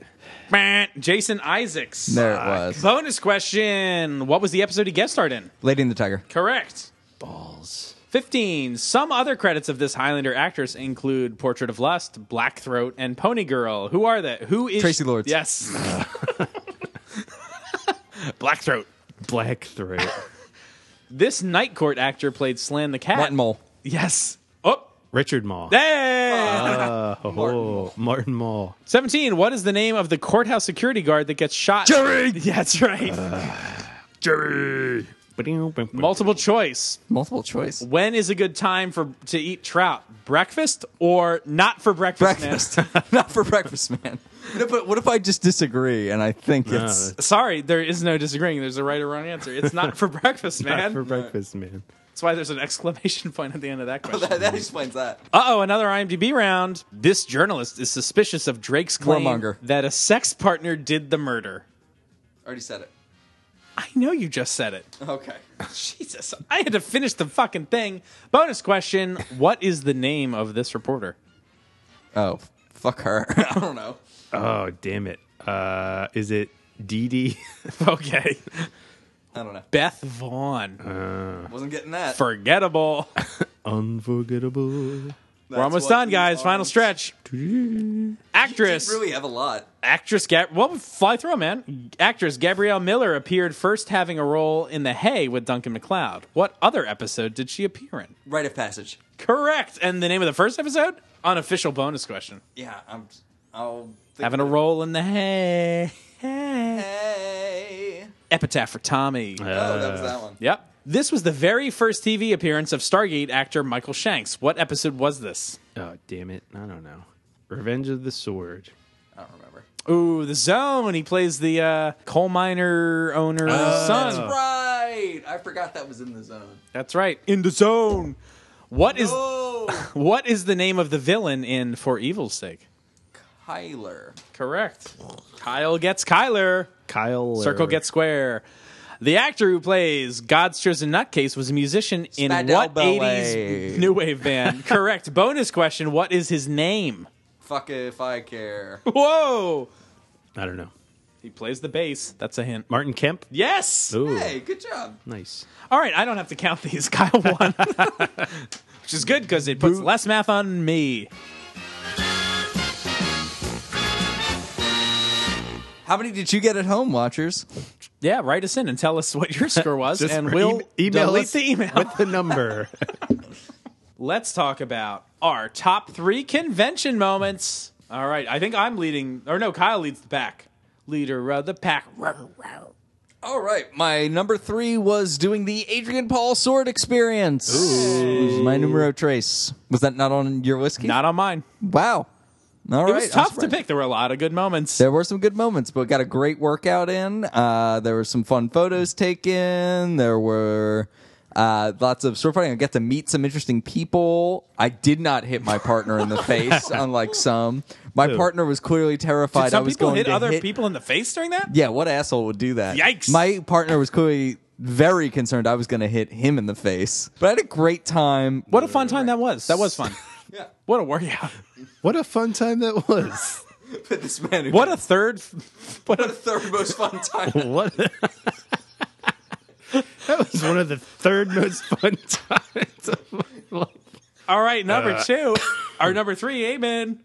[SPEAKER 1] Bah, Jason Isaacs.
[SPEAKER 2] there it was.
[SPEAKER 1] Bonus question. What was the episode he guest starred in?
[SPEAKER 2] Lady and the Tiger.
[SPEAKER 1] Correct.
[SPEAKER 3] Balls.
[SPEAKER 1] 15. Some other credits of this Highlander actress include Portrait of Lust, Black Throat, and Pony Girl. Who are they? Who is
[SPEAKER 2] Tracy Lords.
[SPEAKER 1] Yes. Black Throat.
[SPEAKER 3] Black throat.
[SPEAKER 1] This Night Court actor played Slan the Cat.
[SPEAKER 2] Martin Mole.
[SPEAKER 1] Yes. Oh.
[SPEAKER 3] Richard Mall.
[SPEAKER 1] Hey!
[SPEAKER 3] oh, Martin Mall.
[SPEAKER 1] 17. What is the name of the courthouse security guard that gets shot?
[SPEAKER 2] Jerry!
[SPEAKER 1] Yeah, that's right.
[SPEAKER 3] Jerry.
[SPEAKER 1] Multiple choice.
[SPEAKER 2] Multiple choice.
[SPEAKER 1] When is a good time for to eat trout? Breakfast or not for breakfast? man?
[SPEAKER 2] Breakfast. Not for breakfast, man. What if, what if I just disagree and I think it's.
[SPEAKER 1] Sorry, there is no disagreeing. There's a right or wrong answer. It's not for breakfast, man.
[SPEAKER 3] for breakfast, man.
[SPEAKER 1] That's why there's an exclamation point at the end of that question.
[SPEAKER 2] That, that explains that.
[SPEAKER 1] Uh oh, another IMDb round. This journalist is suspicious of Drake's claim
[SPEAKER 2] Warmonger.
[SPEAKER 1] that a sex partner did the murder.
[SPEAKER 2] Already said it.
[SPEAKER 1] I know you just said it.
[SPEAKER 2] Okay.
[SPEAKER 1] Jesus, I had to finish the fucking thing. Bonus question What is the name of this reporter?
[SPEAKER 2] Oh, fuck her. I don't know.
[SPEAKER 3] Oh, damn it. Uh, is it DD?
[SPEAKER 1] Okay.
[SPEAKER 2] I don't know.
[SPEAKER 1] Beth Vaughn.
[SPEAKER 2] Wasn't getting that.
[SPEAKER 1] Forgettable.
[SPEAKER 3] Unforgettable. Oh,
[SPEAKER 1] We're almost done, guys. Final stretch. Actress.
[SPEAKER 2] Didn't really have a lot.
[SPEAKER 1] Actress Gab. Well, fly through, 'em, man. Actress Gabrielle Miller appeared first having a role in The Hay with Duncan MacLeod. What other episode did she appear in?
[SPEAKER 2] Rite of passage.
[SPEAKER 1] Correct. And the name of the first episode? Unofficial bonus question.
[SPEAKER 2] Yeah, I'm. I'll think
[SPEAKER 1] Having a role in The Hay. Hay.
[SPEAKER 2] Hey.
[SPEAKER 1] Epitaph for Tommy.
[SPEAKER 2] Oh, that was that one.
[SPEAKER 1] Yep. This was the very first TV appearance of Stargate actor Michael Shanks. What episode was this?
[SPEAKER 3] Oh, damn it. I don't know. Revenge of the Sword.
[SPEAKER 2] I don't remember.
[SPEAKER 1] Ooh, The Zone. He plays the uh, coal miner owner's son.
[SPEAKER 2] That's right. I forgot that was in the zone.
[SPEAKER 1] That's right. In the zone. What is
[SPEAKER 2] Oh,
[SPEAKER 1] what is the name of the villain in For Evil's Sake?
[SPEAKER 2] Tyler.
[SPEAKER 1] Correct. Kyle gets Kyler.
[SPEAKER 3] Kyle.
[SPEAKER 1] Circle
[SPEAKER 3] or-
[SPEAKER 1] gets square. The actor who plays God's Chosen Nutcase was a musician in
[SPEAKER 2] Spandau
[SPEAKER 1] what
[SPEAKER 2] Ballet.
[SPEAKER 1] 80s new wave band? Correct. Bonus question, what is his name?
[SPEAKER 2] Fuck if I care.
[SPEAKER 1] Whoa!
[SPEAKER 3] I don't know.
[SPEAKER 1] He plays the bass. That's a hint.
[SPEAKER 3] Martin Kemp.
[SPEAKER 1] Yes.
[SPEAKER 3] Ooh,
[SPEAKER 2] Hey, good job.
[SPEAKER 3] nice.
[SPEAKER 1] All right, I don't have to count these. Kyle won, which is good because it puts less math on me.
[SPEAKER 2] How many did you get at home, watchers?
[SPEAKER 1] Yeah, write us in and tell us what your score was,
[SPEAKER 3] Just
[SPEAKER 1] and
[SPEAKER 3] re-
[SPEAKER 1] we'll
[SPEAKER 3] email
[SPEAKER 1] delete
[SPEAKER 3] us
[SPEAKER 1] the e-, email.
[SPEAKER 3] with the number.
[SPEAKER 1] Let's talk about our top three convention moments. All right, I think I'm leading, or no, Kyle leads the pack. Leader of the pack.
[SPEAKER 2] All right, my number three was doing the Adrian Paul sword experience. Ooh. My numero trace. Was that not on your whiskey?
[SPEAKER 1] Not on mine.
[SPEAKER 2] Wow. All right.
[SPEAKER 1] It was
[SPEAKER 2] I'm
[SPEAKER 1] tough to
[SPEAKER 2] surprised.
[SPEAKER 1] pick. There were a lot of good moments.
[SPEAKER 2] There were some good moments, but got a great workout in. Uh, there were some fun photos taken. There were uh, lots of sword fighting. I got to meet some interesting people. I did not hit my partner in the face, unlike some. My partner was clearly terrified.
[SPEAKER 1] Did some
[SPEAKER 2] I was
[SPEAKER 1] people
[SPEAKER 2] going
[SPEAKER 1] hit
[SPEAKER 2] to
[SPEAKER 1] other
[SPEAKER 2] hit
[SPEAKER 1] people in the face during that?
[SPEAKER 2] Yeah, what asshole would do that?
[SPEAKER 1] Yikes.
[SPEAKER 2] My partner was clearly very concerned I was going to hit him in the face. But I had a great time.
[SPEAKER 1] What a fun time that was. That was fun. yeah. What a workout.
[SPEAKER 3] what a fun time that was.
[SPEAKER 2] But this man who-
[SPEAKER 1] What a third. What a
[SPEAKER 2] third most fun time.
[SPEAKER 3] what? that was one of the third most fun times of my life.
[SPEAKER 1] All right, number two, or number three, Amen.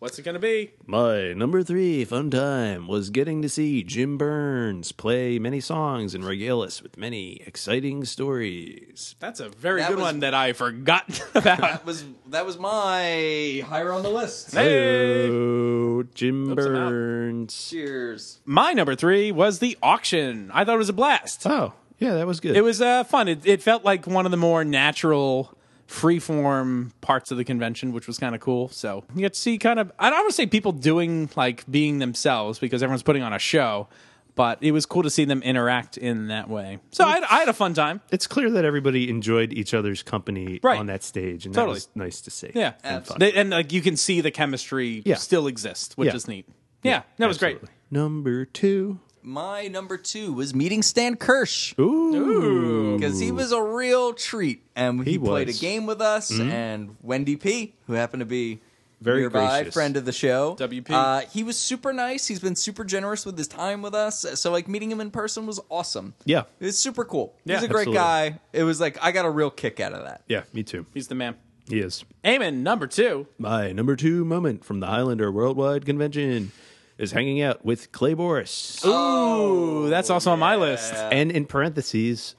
[SPEAKER 1] What's it gonna be?
[SPEAKER 3] My number three fun time was getting to see Jim Burns play many songs and regale us with many exciting stories.
[SPEAKER 1] That's a very
[SPEAKER 2] That
[SPEAKER 1] good
[SPEAKER 2] was-
[SPEAKER 1] one that I forgot about.
[SPEAKER 2] That was that was my higher on the list.
[SPEAKER 1] hey!
[SPEAKER 3] Oh, Jim
[SPEAKER 1] Oops, I'm out.
[SPEAKER 3] Burns.
[SPEAKER 2] Cheers.
[SPEAKER 1] My number three was the auction. I thought it was a blast.
[SPEAKER 3] Oh, yeah, that was good.
[SPEAKER 1] It was uh, fun. It, it felt like one of the more natural, freeform parts of the convention, which was kind of cool. So you get to see kind of, I don't want to say people doing like being themselves because everyone's putting on a show, but it was cool to see them interact in that way. So I, I had a fun time.
[SPEAKER 3] it's clear that everybody enjoyed each other's company
[SPEAKER 1] Right.
[SPEAKER 3] on that stage, and
[SPEAKER 1] Totally.
[SPEAKER 3] that was nice to see.
[SPEAKER 1] Yeah,
[SPEAKER 3] and fun.
[SPEAKER 1] They, and like you can see the chemistry
[SPEAKER 3] Yeah.
[SPEAKER 1] still exist, which
[SPEAKER 3] Yeah.
[SPEAKER 1] is neat. Yeah, that was great.
[SPEAKER 3] Absolutely. Number two.
[SPEAKER 2] My number two was meeting Stan Kirsch
[SPEAKER 3] Ooh,
[SPEAKER 2] because he was a real treat, and he,
[SPEAKER 3] He
[SPEAKER 2] played a
[SPEAKER 3] was.
[SPEAKER 2] game with us. And Wendy P, who happened to be
[SPEAKER 3] Very
[SPEAKER 2] nearby
[SPEAKER 3] gracious.
[SPEAKER 2] friend of the show,
[SPEAKER 1] WP.
[SPEAKER 2] Uh, he was super nice. He's been super generous with his time with us. So like meeting him in person was awesome.
[SPEAKER 3] Yeah.
[SPEAKER 2] it was super cool.
[SPEAKER 1] Yeah,
[SPEAKER 2] He's a great
[SPEAKER 3] absolutely.
[SPEAKER 2] guy. It was like I got a real kick out of that.
[SPEAKER 3] Yeah, me too.
[SPEAKER 1] He's the man.
[SPEAKER 3] He is.
[SPEAKER 1] Eamon, number two.
[SPEAKER 3] My number two moment from the Highlander Worldwide Convention is hanging out with Clay Boris.
[SPEAKER 1] Ooh, that's also on my list.
[SPEAKER 3] and in parentheses,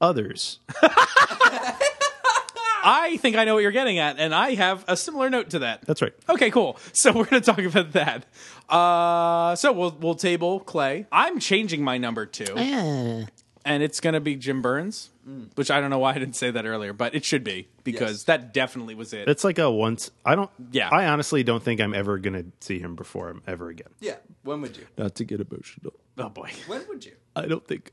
[SPEAKER 3] others.
[SPEAKER 1] I think I know what you're getting at, and I have a similar note to that.
[SPEAKER 3] That's right.
[SPEAKER 1] Okay, cool. So we're going to talk about that. Uh, so we'll we'll table Clay. I'm changing my number two.
[SPEAKER 3] Ah.
[SPEAKER 5] Yeah.
[SPEAKER 1] and it's going to be Jim Burns, which I don't know why I didn't say that earlier, but it should be because
[SPEAKER 2] Yes.
[SPEAKER 1] that definitely was it.
[SPEAKER 3] It's like a once. I don't.
[SPEAKER 1] Yeah.
[SPEAKER 3] I honestly don't think I'm ever gonna see him before him ever again.
[SPEAKER 2] Yeah. When would you?
[SPEAKER 6] Not to get emotional.
[SPEAKER 1] oh boy.
[SPEAKER 2] When would you?
[SPEAKER 6] I don't think.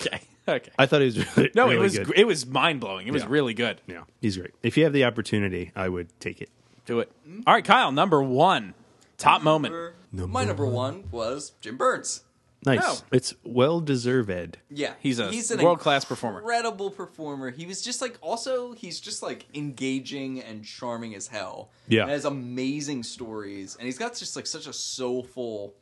[SPEAKER 1] Okay. Okay.
[SPEAKER 3] I thought he was really,
[SPEAKER 1] no,
[SPEAKER 3] really
[SPEAKER 1] it was
[SPEAKER 3] good.
[SPEAKER 1] it was mind blowing. It was
[SPEAKER 3] Yeah.
[SPEAKER 1] really good.
[SPEAKER 3] Yeah, he's great. If you have the opportunity, I would take it.
[SPEAKER 1] Do it. All right, Kyle, number 1. Top moment.
[SPEAKER 2] Uh, My number one was Jim Burns.
[SPEAKER 6] Nice.
[SPEAKER 1] No.
[SPEAKER 6] It's well deserved.
[SPEAKER 2] Yeah,
[SPEAKER 1] He's a
[SPEAKER 2] an
[SPEAKER 1] world-class performer.
[SPEAKER 2] Incredible performer. He was just like also he's just like engaging and charming as hell.
[SPEAKER 3] Yeah.
[SPEAKER 2] and has amazing stories, and he's got just like such a soulful,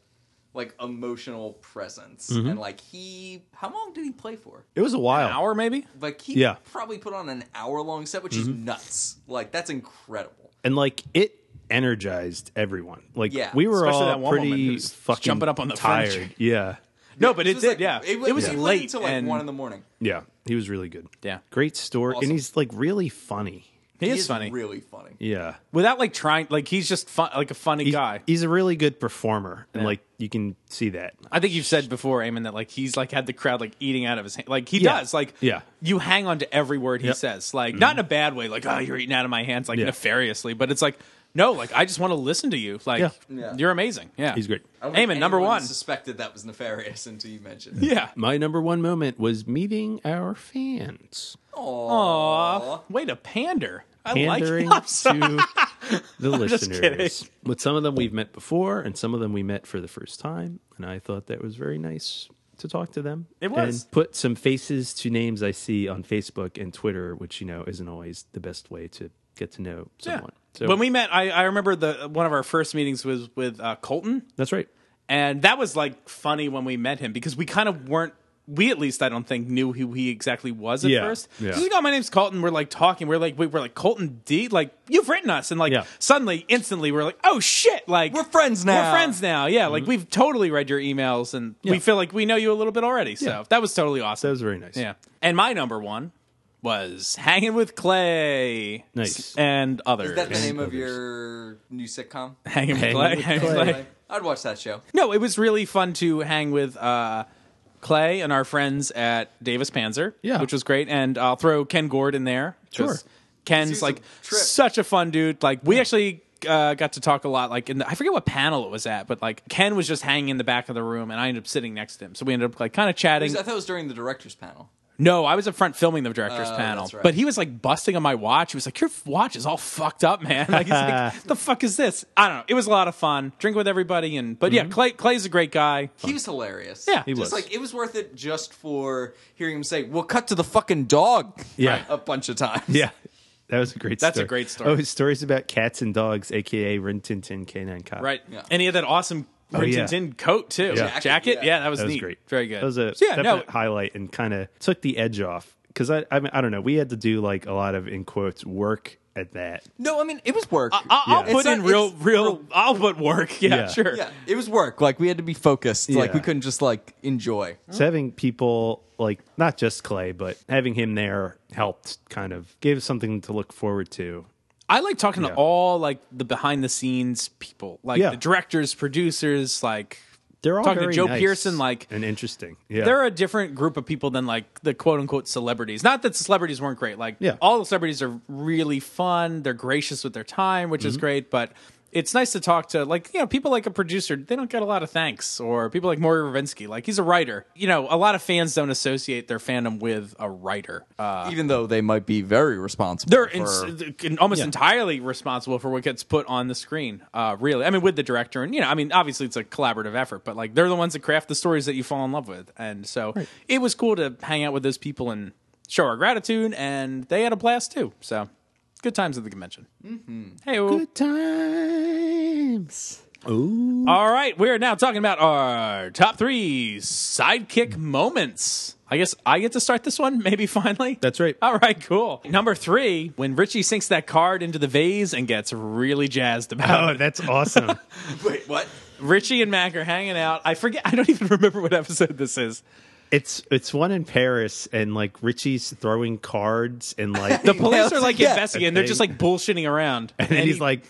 [SPEAKER 2] like emotional presence.
[SPEAKER 1] Mm-hmm.
[SPEAKER 2] And like he, how long did he play for?
[SPEAKER 3] It was a while.
[SPEAKER 1] Hour maybe?
[SPEAKER 2] Like he
[SPEAKER 3] Yeah.
[SPEAKER 2] probably put on an hour long set, which
[SPEAKER 1] Mm-hmm.
[SPEAKER 2] is nuts. Like that's incredible.
[SPEAKER 3] and like it energized everyone. Like
[SPEAKER 2] Yeah.
[SPEAKER 3] we were
[SPEAKER 1] Especially
[SPEAKER 3] all
[SPEAKER 1] that one
[SPEAKER 3] pretty
[SPEAKER 1] woman who was
[SPEAKER 3] fucking
[SPEAKER 1] jumping up on the
[SPEAKER 3] tired.
[SPEAKER 1] furniture.
[SPEAKER 3] Yeah,
[SPEAKER 1] No, but it,
[SPEAKER 2] was,
[SPEAKER 1] did.
[SPEAKER 2] like,
[SPEAKER 1] yeah. It,
[SPEAKER 2] wa-
[SPEAKER 1] was
[SPEAKER 2] he went
[SPEAKER 1] late
[SPEAKER 2] until like
[SPEAKER 1] and
[SPEAKER 2] one in the morning.
[SPEAKER 3] yeah, he was really good.
[SPEAKER 1] Yeah.
[SPEAKER 3] great story,
[SPEAKER 2] Awesome.
[SPEAKER 3] and he's like really funny.
[SPEAKER 1] he,
[SPEAKER 2] He
[SPEAKER 1] is funny.
[SPEAKER 2] really funny.
[SPEAKER 3] Yeah,
[SPEAKER 1] Without like trying like he's just fun like a funny
[SPEAKER 3] He's-
[SPEAKER 1] guy.
[SPEAKER 3] He's a really good performer, and like you can see that.
[SPEAKER 1] I think you've said before, Eamon, that like he's like had the crowd like eating out of his hand. Like he
[SPEAKER 3] Yeah.
[SPEAKER 1] does. Like
[SPEAKER 3] Yeah.
[SPEAKER 1] you hang on to every word he
[SPEAKER 3] Yep. Mm-hmm.
[SPEAKER 1] says. Like not in a bad way, like, oh, you're eating out of my hands, like
[SPEAKER 3] Yeah.
[SPEAKER 1] nefariously, but it's like, no, like I just want to listen to you. Like
[SPEAKER 3] Yeah.
[SPEAKER 2] Yeah.
[SPEAKER 1] you're amazing. Yeah.
[SPEAKER 3] He's great.
[SPEAKER 2] I don't think
[SPEAKER 1] Eamon, number
[SPEAKER 2] anyone
[SPEAKER 1] one.
[SPEAKER 2] Suspected that was nefarious until you mentioned it.
[SPEAKER 1] yeah.
[SPEAKER 3] My number one moment was meeting our fans,
[SPEAKER 1] Aw. Way to pander. I
[SPEAKER 3] pandering
[SPEAKER 1] like
[SPEAKER 3] to the
[SPEAKER 1] just
[SPEAKER 3] listeners.
[SPEAKER 1] kidding.
[SPEAKER 3] With some of them we've met before, and some of them we met for the first time, and I thought that was very nice to talk to them.
[SPEAKER 1] It was.
[SPEAKER 3] and put some faces to names I see on Facebook and Twitter, which you know isn't always the best way to get to know someone. So
[SPEAKER 1] when we met, I, I remember the one of our first meetings was with uh, Colton,
[SPEAKER 3] that's right.
[SPEAKER 1] and that was like funny when we met him because we kind of weren't. We at least I don't think knew who he exactly was at
[SPEAKER 3] Yeah,
[SPEAKER 1] first.
[SPEAKER 3] yeah.
[SPEAKER 1] He's like, oh, my name's Colton. We're like talking. We're like, wait, we're like Colton D. Like you've written us, and like
[SPEAKER 3] Yeah.
[SPEAKER 1] suddenly, instantly, we're like, oh shit, like
[SPEAKER 2] We're friends now.
[SPEAKER 1] We're friends now. Yeah,
[SPEAKER 3] Mm-hmm.
[SPEAKER 1] like we've totally read your emails, and we feel like we know you a little bit already. So
[SPEAKER 3] Yeah.
[SPEAKER 1] that was totally awesome.
[SPEAKER 3] That was very nice.
[SPEAKER 1] Yeah. And my number one was hanging with Clay.
[SPEAKER 3] Nice.
[SPEAKER 1] And others.
[SPEAKER 2] Is that the name of your new sitcom?
[SPEAKER 1] Hanging with
[SPEAKER 3] Hanging
[SPEAKER 1] Clay.
[SPEAKER 3] with
[SPEAKER 1] Hanging with
[SPEAKER 3] Clay.
[SPEAKER 1] Clay.
[SPEAKER 2] I'd watch that show.
[SPEAKER 1] No, it was really fun to hang with uh, Clay and our friends at Davis Panzer,
[SPEAKER 3] Yeah.
[SPEAKER 1] which was great. And I'll throw Ken Gord in there. 'cause
[SPEAKER 3] Sure.
[SPEAKER 1] Ken's
[SPEAKER 2] He's a
[SPEAKER 1] like
[SPEAKER 2] trip.
[SPEAKER 1] such a fun dude. Like we actually uh, got to talk a lot. Like in the, I forget what panel it was at, but like Ken was just hanging in the back of the room, and I ended up sitting next to him. So we ended up like kind of
[SPEAKER 2] I
[SPEAKER 1] chatting.
[SPEAKER 2] thought it was during the director's panel.
[SPEAKER 1] No, I was up front filming the director's
[SPEAKER 2] Oh,
[SPEAKER 1] panel,
[SPEAKER 2] that's right.
[SPEAKER 1] but he was like busting on my watch. He was like, "Your watch is all fucked up, man." Like, he's like, "The fuck is this?" I don't know. It was a lot of fun. Drink with everybody, and but
[SPEAKER 3] Mm-hmm.
[SPEAKER 1] yeah, Clay Clay's a great guy.
[SPEAKER 2] He was hilarious.
[SPEAKER 1] Yeah. He
[SPEAKER 2] just
[SPEAKER 3] was.
[SPEAKER 2] like it was worth it just for hearing him say, "We'll cut to the fucking dog."
[SPEAKER 3] Yeah.
[SPEAKER 2] a bunch of times.
[SPEAKER 3] Yeah. That was a great
[SPEAKER 1] That's a
[SPEAKER 3] story.
[SPEAKER 1] great story.
[SPEAKER 3] Oh, his stories about cats and dogs, aka Rin Tin Tin Canine Cop.
[SPEAKER 1] Right,
[SPEAKER 2] Yeah.
[SPEAKER 1] and he had that awesome
[SPEAKER 3] Oh, yeah.
[SPEAKER 1] Rintin Tin coat too,
[SPEAKER 3] Yeah.
[SPEAKER 1] jacket.
[SPEAKER 2] Jacket,
[SPEAKER 1] Yeah.
[SPEAKER 2] yeah.
[SPEAKER 1] that was,
[SPEAKER 3] That was
[SPEAKER 1] neat.
[SPEAKER 3] great.
[SPEAKER 1] Very good.
[SPEAKER 3] That was a
[SPEAKER 1] So, yeah, no,
[SPEAKER 3] definite highlight and kind of took the edge off. Because I, I, mean, I don't know. We had to do like a lot of, in quotes, work at that.
[SPEAKER 2] No, I mean it was work.
[SPEAKER 1] I'll, I'll
[SPEAKER 3] Yeah.
[SPEAKER 1] put
[SPEAKER 2] It's not-
[SPEAKER 1] in real,
[SPEAKER 2] it's
[SPEAKER 1] real, I'll put work. Yeah,
[SPEAKER 3] Yeah.
[SPEAKER 1] sure.
[SPEAKER 2] yeah, it was work. Like we had to be focused. Like
[SPEAKER 3] Yeah.
[SPEAKER 2] we couldn't just like enjoy.
[SPEAKER 3] So having people like not just Clay, but having him there helped kind of gave us something to look forward to.
[SPEAKER 1] I like talking to
[SPEAKER 3] Yeah.
[SPEAKER 1] all like the behind the scenes people, like
[SPEAKER 3] Yeah.
[SPEAKER 1] the directors, producers, like
[SPEAKER 3] They're all
[SPEAKER 1] talking
[SPEAKER 3] very
[SPEAKER 1] to Joe
[SPEAKER 3] nice
[SPEAKER 1] Pearson, like
[SPEAKER 3] and interesting. Yeah,
[SPEAKER 1] they're a different group of people than like the quote unquote celebrities. Not that celebrities weren't great. Like
[SPEAKER 3] Yeah.
[SPEAKER 1] all the celebrities are really fun. They're gracious with their time, which
[SPEAKER 3] Mm-hmm.
[SPEAKER 1] is great. But it's nice to talk to like you know people like a producer. They don't get a lot of thanks. Or people like Maury Ravinsky. Like he's a writer. You know, a lot of fans don't associate their fandom with a writer. Uh,
[SPEAKER 2] Even though they might be very responsible.
[SPEAKER 1] they're
[SPEAKER 2] for,
[SPEAKER 1] in, in- almost entirely responsible for what gets put on the screen. Uh, really, I mean, with the director, and you know, I mean, obviously it's a collaborative effort, but like they're the ones that craft the stories that you fall in love with, and so it was cool to hang out with those people and show our gratitude, and they had a blast too. So good times at the convention. Hey,
[SPEAKER 3] good times.
[SPEAKER 1] all right, we're now talking about our top three sidekick moments. I guess I get to start this one, maybe finally.
[SPEAKER 3] That's right.
[SPEAKER 1] All right, cool. Number three, when Richie sinks that card into the vase and gets really jazzed about
[SPEAKER 3] Oh,
[SPEAKER 1] it.
[SPEAKER 3] that's awesome.
[SPEAKER 2] Wait, what?
[SPEAKER 1] Richie and Mac are hanging out. I forget. I don't even remember what episode this is.
[SPEAKER 3] It's it's one in Paris, and like Richie's throwing cards, and like
[SPEAKER 1] The police are like
[SPEAKER 2] Yeah.
[SPEAKER 1] investigating. They're just like bullshitting around,
[SPEAKER 3] and then he's
[SPEAKER 1] he-
[SPEAKER 3] like,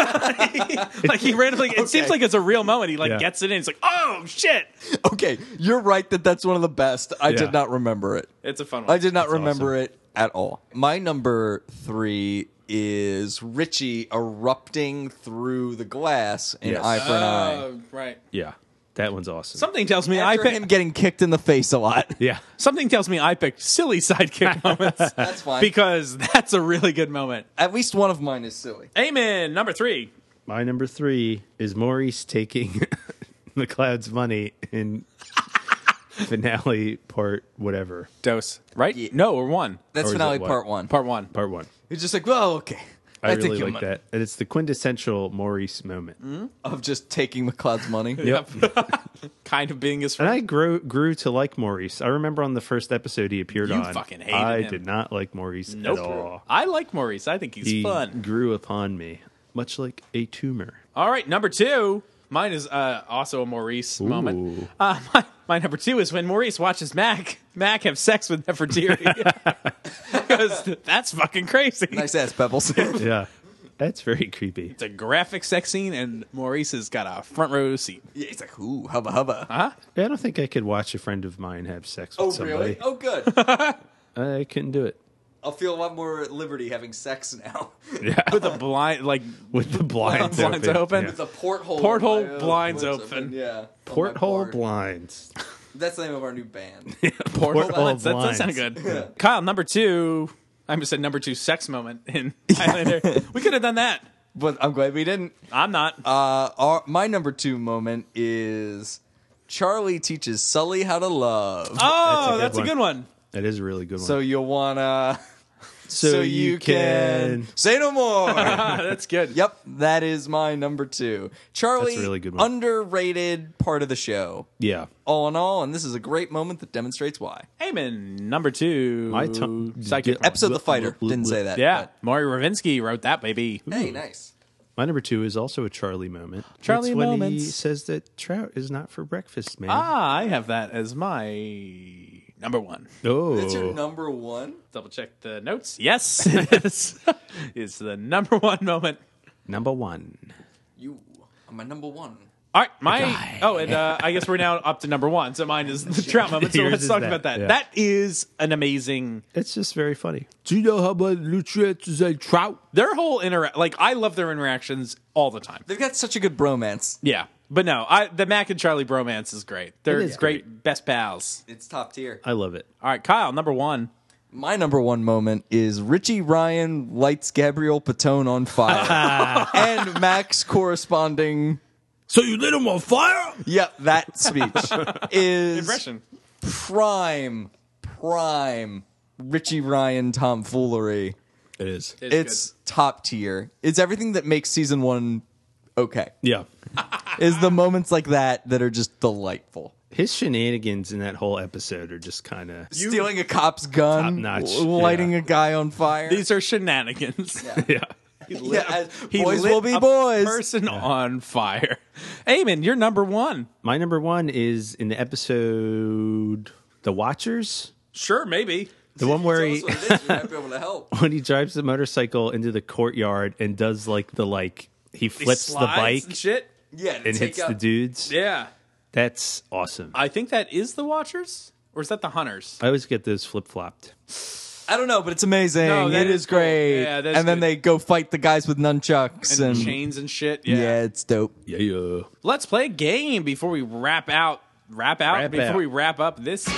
[SPEAKER 1] like he randomly. It seems
[SPEAKER 2] Okay.
[SPEAKER 1] like it's a real moment. He like
[SPEAKER 3] Yeah.
[SPEAKER 1] gets it in. It's like, oh shit!
[SPEAKER 2] Okay, you're right that that's one of the best. I
[SPEAKER 3] Yeah.
[SPEAKER 2] did not remember it.
[SPEAKER 1] It's a fun one.
[SPEAKER 2] I did not remember it at all. My number three is Richie erupting through the glass in
[SPEAKER 3] Yes.
[SPEAKER 2] Eye for an Eye.
[SPEAKER 1] Oh, right.
[SPEAKER 3] yeah, that one's awesome.
[SPEAKER 1] Something tells me I
[SPEAKER 2] After
[SPEAKER 1] picked.
[SPEAKER 2] him getting kicked in the face a lot.
[SPEAKER 3] yeah,
[SPEAKER 1] Something tells me I picked silly sidekick moments.
[SPEAKER 2] That's fine.
[SPEAKER 1] because that's a really good moment.
[SPEAKER 2] At least one of mine is silly.
[SPEAKER 1] Amen. Number three.
[SPEAKER 3] my number three is Maurice taking McLeod's money in finale part whatever
[SPEAKER 1] Dose. Right? No, or one.
[SPEAKER 2] That's
[SPEAKER 3] Or is
[SPEAKER 2] finale
[SPEAKER 3] it what?
[SPEAKER 2] part one.
[SPEAKER 1] Part one.
[SPEAKER 3] part one.
[SPEAKER 2] It's just like, well, okay.
[SPEAKER 3] I,
[SPEAKER 2] think
[SPEAKER 3] really
[SPEAKER 2] you're
[SPEAKER 3] like
[SPEAKER 2] mon-
[SPEAKER 3] that, and it's the quintessential Maurice moment.
[SPEAKER 2] Of just taking McLeod's money.
[SPEAKER 1] kind of being his
[SPEAKER 3] And
[SPEAKER 1] friend.
[SPEAKER 3] I grew grew to like Maurice. I remember on the first episode he appeared
[SPEAKER 1] You
[SPEAKER 3] on.
[SPEAKER 1] fucking hated
[SPEAKER 3] I
[SPEAKER 1] him.
[SPEAKER 3] did not like Maurice
[SPEAKER 1] Nope.
[SPEAKER 3] at all.
[SPEAKER 1] I like Maurice. I think he's
[SPEAKER 3] He
[SPEAKER 1] fun. Oh.
[SPEAKER 3] grew upon me, much like a tumor.
[SPEAKER 1] All right, number two. Mine is uh, also a Maurice moment.
[SPEAKER 3] Ooh.
[SPEAKER 1] Uh, my, my number two is when Maurice watches Mac Mac have sex with Nefertiti. Because that's fucking crazy.
[SPEAKER 2] Nice ass, Pebbles.
[SPEAKER 3] Yeah, that's very creepy.
[SPEAKER 1] It's a graphic sex scene, and Maurice has got a front row seat.
[SPEAKER 2] Yeah, He's like, ooh, hubba hubba.
[SPEAKER 3] I don't think I could watch a friend of mine have sex with
[SPEAKER 2] oh,
[SPEAKER 3] somebody.
[SPEAKER 2] really? Oh, good.
[SPEAKER 3] I couldn't do it
[SPEAKER 2] I'll feel a lot more at liberty having sex now.
[SPEAKER 1] With a blind, like,
[SPEAKER 3] with the blinds,
[SPEAKER 1] Blinds
[SPEAKER 3] open.
[SPEAKER 1] open.
[SPEAKER 3] Yeah.
[SPEAKER 2] With a porthole.
[SPEAKER 1] Porthole
[SPEAKER 2] in my, uh,
[SPEAKER 1] blinds
[SPEAKER 2] lips
[SPEAKER 1] open.
[SPEAKER 2] Yeah.
[SPEAKER 3] Porthole
[SPEAKER 2] On my bar.
[SPEAKER 3] blinds.
[SPEAKER 2] That's the name of our new band.
[SPEAKER 1] Portal
[SPEAKER 3] Portal
[SPEAKER 1] Blinds. That does sound
[SPEAKER 3] Blinds.
[SPEAKER 1] good. Kyle, number two. I almost said number two sex moment in Highlander. we could have done that.
[SPEAKER 2] but I'm glad we didn't.
[SPEAKER 1] I'm not.
[SPEAKER 2] Uh, our, my number two moment is Charlie teaches Sully how to love.
[SPEAKER 1] oh, that's
[SPEAKER 3] that's
[SPEAKER 1] a
[SPEAKER 3] a
[SPEAKER 1] good,
[SPEAKER 3] good
[SPEAKER 1] one.
[SPEAKER 3] That is a really good one.
[SPEAKER 2] So you'll wanna.
[SPEAKER 3] So you can-
[SPEAKER 2] say no more.
[SPEAKER 1] Ah, that's good.
[SPEAKER 2] yep, that is my number two. Charlie,
[SPEAKER 3] That's a really good one.
[SPEAKER 2] underrated part of the show.
[SPEAKER 3] yeah,
[SPEAKER 2] All in all, and this is a great moment that demonstrates why.
[SPEAKER 1] Amen. Number two.
[SPEAKER 3] My tongue-
[SPEAKER 1] Psychic.
[SPEAKER 3] Ep-
[SPEAKER 2] Episode of the fighter
[SPEAKER 3] Blip, blip,
[SPEAKER 2] didn't say
[SPEAKER 3] blip.
[SPEAKER 2] that.
[SPEAKER 1] yeah. Maury Ravinsky wrote that, baby.
[SPEAKER 2] but- hey, nice.
[SPEAKER 3] my number two is also a Charlie moment.
[SPEAKER 1] Charlie
[SPEAKER 3] That's when he
[SPEAKER 1] moments.
[SPEAKER 3] says that trout is not for breakfast, man.
[SPEAKER 1] Ah, I have that as my number one.
[SPEAKER 3] oh,
[SPEAKER 2] That's your number one.
[SPEAKER 1] Double check the notes. Yes, it is. it's the number one moment.
[SPEAKER 3] number one.
[SPEAKER 2] You are my number one.
[SPEAKER 1] All right, my oh, and uh, I guess we're now up to number one. So mine is the trout moment. So
[SPEAKER 3] Yours
[SPEAKER 1] let's
[SPEAKER 3] is
[SPEAKER 1] talk
[SPEAKER 3] that,
[SPEAKER 1] about that.
[SPEAKER 3] yeah.
[SPEAKER 1] That is an amazing.
[SPEAKER 3] It's just very funny.
[SPEAKER 7] Do you know how much nutrients is a trout?
[SPEAKER 1] Their whole interact, like I love their interactions all the time.
[SPEAKER 2] They've got such a good bromance.
[SPEAKER 1] Yeah, but no, I the Mac and Charlie bromance is great. They're
[SPEAKER 3] It is
[SPEAKER 1] great, best pals.
[SPEAKER 2] It's top tier.
[SPEAKER 3] I love it.
[SPEAKER 1] All right, Kyle, number one.
[SPEAKER 2] My number one moment is Richie Ryan lights Gabrielle Patone on fire, and Max corresponding.
[SPEAKER 7] So you lit him on fire?
[SPEAKER 2] Yep, that speech is
[SPEAKER 1] Impression.
[SPEAKER 2] prime, prime Richie Ryan tomfoolery.
[SPEAKER 7] It is.
[SPEAKER 1] It's,
[SPEAKER 2] It's top tier. It's everything that makes season one okay.
[SPEAKER 7] Yeah.
[SPEAKER 2] Is the moments like that that are just delightful.
[SPEAKER 3] His shenanigans in that whole episode are just kind of
[SPEAKER 2] Stealing a cop's gun,
[SPEAKER 3] Top notch,
[SPEAKER 2] l- lighting
[SPEAKER 3] yeah.
[SPEAKER 2] a guy on fire.
[SPEAKER 1] good. these are shenanigans.
[SPEAKER 3] yeah.
[SPEAKER 2] yeah, as-
[SPEAKER 1] He
[SPEAKER 2] boys
[SPEAKER 1] lit
[SPEAKER 2] will be
[SPEAKER 1] a
[SPEAKER 2] boys.
[SPEAKER 1] Person on fire. Amen. You're number one.
[SPEAKER 3] My number one is in the episode The Watchers,
[SPEAKER 1] Sure, maybe.
[SPEAKER 3] the one where he
[SPEAKER 2] is. You might be able to help.
[SPEAKER 3] when he drives the motorcycle into the courtyard and does like the like he flips the
[SPEAKER 1] Slides
[SPEAKER 3] bike
[SPEAKER 1] and
[SPEAKER 3] and,
[SPEAKER 1] shit.
[SPEAKER 2] Yeah, to take
[SPEAKER 3] hits the
[SPEAKER 2] out-
[SPEAKER 3] dudes.
[SPEAKER 1] Yeah,
[SPEAKER 3] That's awesome. I,
[SPEAKER 1] I think that is the Watchers, or is that the Hunters?
[SPEAKER 3] always get those flip flopped.
[SPEAKER 2] I don't know, but it's amazing.
[SPEAKER 1] No, that
[SPEAKER 2] it
[SPEAKER 1] is
[SPEAKER 2] is,
[SPEAKER 1] cool.
[SPEAKER 2] great.
[SPEAKER 1] Yeah, that's
[SPEAKER 2] and then
[SPEAKER 1] good.
[SPEAKER 2] they go fight the guys with nunchucks
[SPEAKER 1] and
[SPEAKER 2] and,
[SPEAKER 1] chains and shit. Yeah.
[SPEAKER 2] yeah. it's dope.
[SPEAKER 7] Yeah, yeah.
[SPEAKER 1] Let's play a game before we wrap out. Wrap out
[SPEAKER 3] Wrap
[SPEAKER 1] before
[SPEAKER 3] out.
[SPEAKER 1] we wrap up this.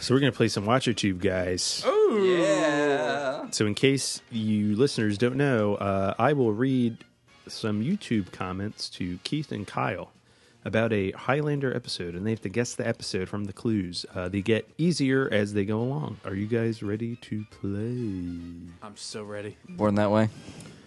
[SPEAKER 3] So we're gonna play some Watcher Tube, guys.
[SPEAKER 2] Yeah,
[SPEAKER 3] So in case you listeners don't know, uh, I will read some YouTube comments to Keith and Kyle about a Highlander episode, and they have to guess the episode from the clues. Uh, they get easier as they go along. Are you guys ready to play?
[SPEAKER 1] I'm so ready.
[SPEAKER 2] born that way.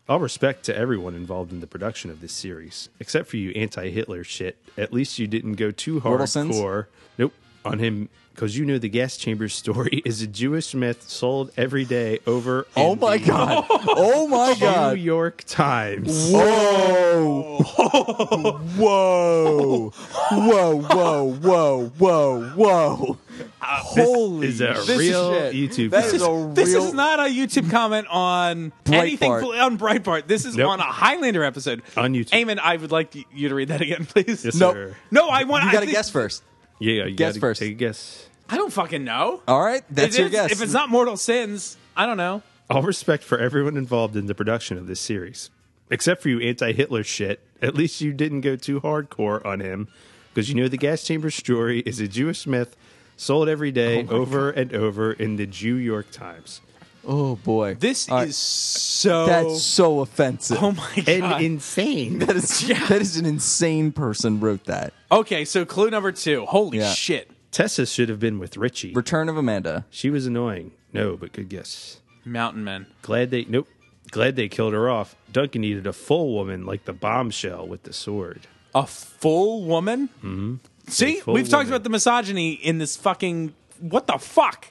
[SPEAKER 3] All respect to everyone involved in the production of this series, except for you anti-Hitler shit. At least you didn't go too
[SPEAKER 2] Mortelsons?
[SPEAKER 3] hardcore. Nope, on him because you know the gas chamber story is a Jewish myth sold every day over.
[SPEAKER 2] Oh
[SPEAKER 3] in
[SPEAKER 2] my
[SPEAKER 3] the
[SPEAKER 2] god! Oh my
[SPEAKER 3] New
[SPEAKER 2] god!
[SPEAKER 3] York Times.
[SPEAKER 2] Whoa! whoa, whoa, whoa, whoa, whoa, whoa! Holy
[SPEAKER 3] is a
[SPEAKER 2] this
[SPEAKER 3] real
[SPEAKER 2] shit.
[SPEAKER 3] YouTube
[SPEAKER 2] That
[SPEAKER 3] clip.
[SPEAKER 2] is
[SPEAKER 3] This
[SPEAKER 2] a
[SPEAKER 3] is-
[SPEAKER 2] real.
[SPEAKER 1] This is not a YouTube comment on anything
[SPEAKER 2] Breitbart.
[SPEAKER 1] fl- on Breitbart. This is
[SPEAKER 3] Nope.
[SPEAKER 1] on a Highlander episode
[SPEAKER 3] On YouTube.
[SPEAKER 1] Eamon, I would like y- you to read that again, please.
[SPEAKER 3] Yes,
[SPEAKER 2] Nope.
[SPEAKER 3] sir.
[SPEAKER 1] No, I want.
[SPEAKER 2] You
[SPEAKER 1] I
[SPEAKER 2] got to
[SPEAKER 1] think-
[SPEAKER 2] guess first.
[SPEAKER 3] Yeah, you
[SPEAKER 2] Guess
[SPEAKER 3] gotta
[SPEAKER 2] first.
[SPEAKER 3] Take a guess.
[SPEAKER 1] I don't fucking know.
[SPEAKER 2] All right, that's
[SPEAKER 1] If
[SPEAKER 2] your
[SPEAKER 1] it's-
[SPEAKER 2] guess.
[SPEAKER 1] If it's not Mortal Sins, I don't know.
[SPEAKER 3] All respect for everyone involved in the production of this series, except for you anti-Hitler shit. At least you didn't go too hardcore on him, because you know the gas chamber story is a Jewish myth sold every day over and over in the Jew York Times.
[SPEAKER 2] oh boy,
[SPEAKER 1] This
[SPEAKER 2] All right.
[SPEAKER 1] is so.
[SPEAKER 2] that's so offensive.
[SPEAKER 1] oh my god.
[SPEAKER 3] And insane.
[SPEAKER 2] That is that is an insane person wrote that.
[SPEAKER 1] okay, so clue number two. Holy
[SPEAKER 2] Yeah.
[SPEAKER 1] shit.
[SPEAKER 3] Tessa should have been with Richie.
[SPEAKER 2] Return of Amanda.
[SPEAKER 3] She was annoying. No, but good guess.
[SPEAKER 1] Mountain Men.
[SPEAKER 3] Glad they nope. Glad they killed her off. Duncan needed a full woman like the bombshell with the sword.
[SPEAKER 1] A full woman? Mm-hmm. See,
[SPEAKER 3] A full
[SPEAKER 1] we've talked
[SPEAKER 3] woman.
[SPEAKER 1] about the misogyny in this fucking. What the fuck?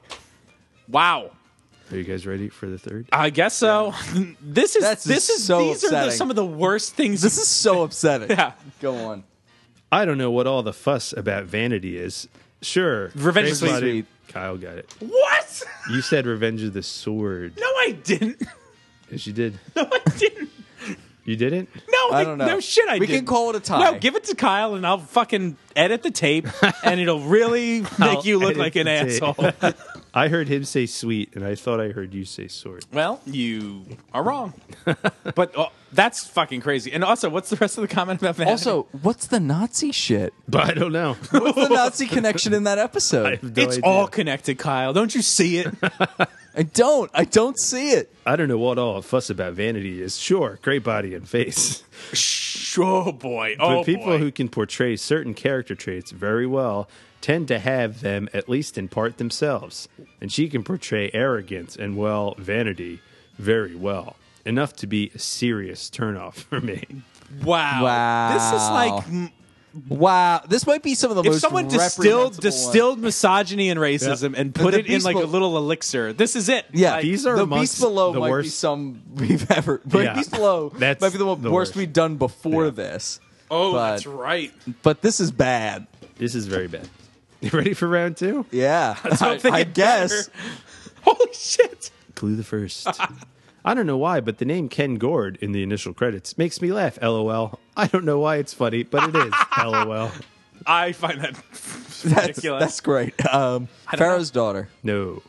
[SPEAKER 1] Wow.
[SPEAKER 3] Are you guys ready for the third?
[SPEAKER 1] I guess so. this is
[SPEAKER 2] That's
[SPEAKER 1] this is
[SPEAKER 2] so
[SPEAKER 1] these are the,
[SPEAKER 2] upsetting.
[SPEAKER 1] some of the worst things.
[SPEAKER 2] This is so upsetting.
[SPEAKER 1] Yeah.
[SPEAKER 2] Go on.
[SPEAKER 3] I don't know what all the fuss about vanity is. Sure.
[SPEAKER 1] Revenge of the
[SPEAKER 3] Everybody-
[SPEAKER 2] Sweet.
[SPEAKER 3] Kyle got it.
[SPEAKER 1] what?
[SPEAKER 3] You said revenge of the sword.
[SPEAKER 1] No, I didn't.
[SPEAKER 3] Yes, you did.
[SPEAKER 1] No, I didn't.
[SPEAKER 3] You didn't?
[SPEAKER 1] No,
[SPEAKER 2] I
[SPEAKER 1] I
[SPEAKER 2] don't know.
[SPEAKER 1] No shit, I
[SPEAKER 2] We
[SPEAKER 1] didn't.
[SPEAKER 2] can call it a tie.
[SPEAKER 1] No, give it to Kyle, and I'll fucking edit the tape, and it'll really make you look
[SPEAKER 3] edit
[SPEAKER 1] like an
[SPEAKER 3] the tape.
[SPEAKER 1] asshole.
[SPEAKER 3] I heard him say sweet, and I thought I heard you say sword.
[SPEAKER 1] Well, you are wrong. but uh, that's fucking crazy. And also, what's the rest of the comment about Vanity?
[SPEAKER 2] Also, what's the Nazi shit?
[SPEAKER 3] But I don't know.
[SPEAKER 2] What's the Nazi connection in that
[SPEAKER 3] I
[SPEAKER 2] episode?
[SPEAKER 3] have no
[SPEAKER 1] it's
[SPEAKER 3] idea.
[SPEAKER 1] all connected, Kyle. Don't you see it?
[SPEAKER 2] I don't. I don't see it.
[SPEAKER 3] I don't know what all the fuss about vanity is. Sure, great body and face.
[SPEAKER 1] sure, boy.
[SPEAKER 3] But
[SPEAKER 1] Oh,
[SPEAKER 3] people
[SPEAKER 1] boy.
[SPEAKER 3] who can portray certain character traits very well tend to have them at least in part themselves. And she can portray arrogance and, well, vanity very well. Enough to be a serious turnoff for me.
[SPEAKER 1] Wow. This is
[SPEAKER 2] Wow.
[SPEAKER 1] like m-
[SPEAKER 2] Wow, this might be some of the
[SPEAKER 1] if
[SPEAKER 2] most
[SPEAKER 1] someone distilled
[SPEAKER 2] reprehensible
[SPEAKER 1] distilled misogyny and racism and put
[SPEAKER 2] The
[SPEAKER 1] it in like a
[SPEAKER 2] peaceful-
[SPEAKER 1] little elixir, this is it.
[SPEAKER 2] One. Yeah,
[SPEAKER 1] Like,
[SPEAKER 3] These are
[SPEAKER 2] the
[SPEAKER 3] amongst
[SPEAKER 2] Beast Below
[SPEAKER 3] the
[SPEAKER 2] might be
[SPEAKER 3] worst-
[SPEAKER 2] some we've ever. But
[SPEAKER 3] Yeah.
[SPEAKER 2] Beast Below
[SPEAKER 3] That's
[SPEAKER 2] might be the, one-
[SPEAKER 3] the
[SPEAKER 2] worst,
[SPEAKER 3] worst.
[SPEAKER 2] we've done before this.
[SPEAKER 1] oh,
[SPEAKER 2] but,
[SPEAKER 1] that's right.
[SPEAKER 2] But this is bad.
[SPEAKER 3] This is very bad. You ready for round two?
[SPEAKER 2] Yeah,
[SPEAKER 1] I'm thinking
[SPEAKER 2] I guess.
[SPEAKER 1] better. Holy shit.
[SPEAKER 3] Clue the first. I don't know why, but the name Ken Gord in the initial credits makes me laugh, lol. I don't know why it's funny, but it is, lol.
[SPEAKER 1] I find that
[SPEAKER 2] That's,
[SPEAKER 1] ridiculous.
[SPEAKER 2] that's great. Um,
[SPEAKER 1] don't know.
[SPEAKER 2] Pharaoh's daughter.
[SPEAKER 3] No.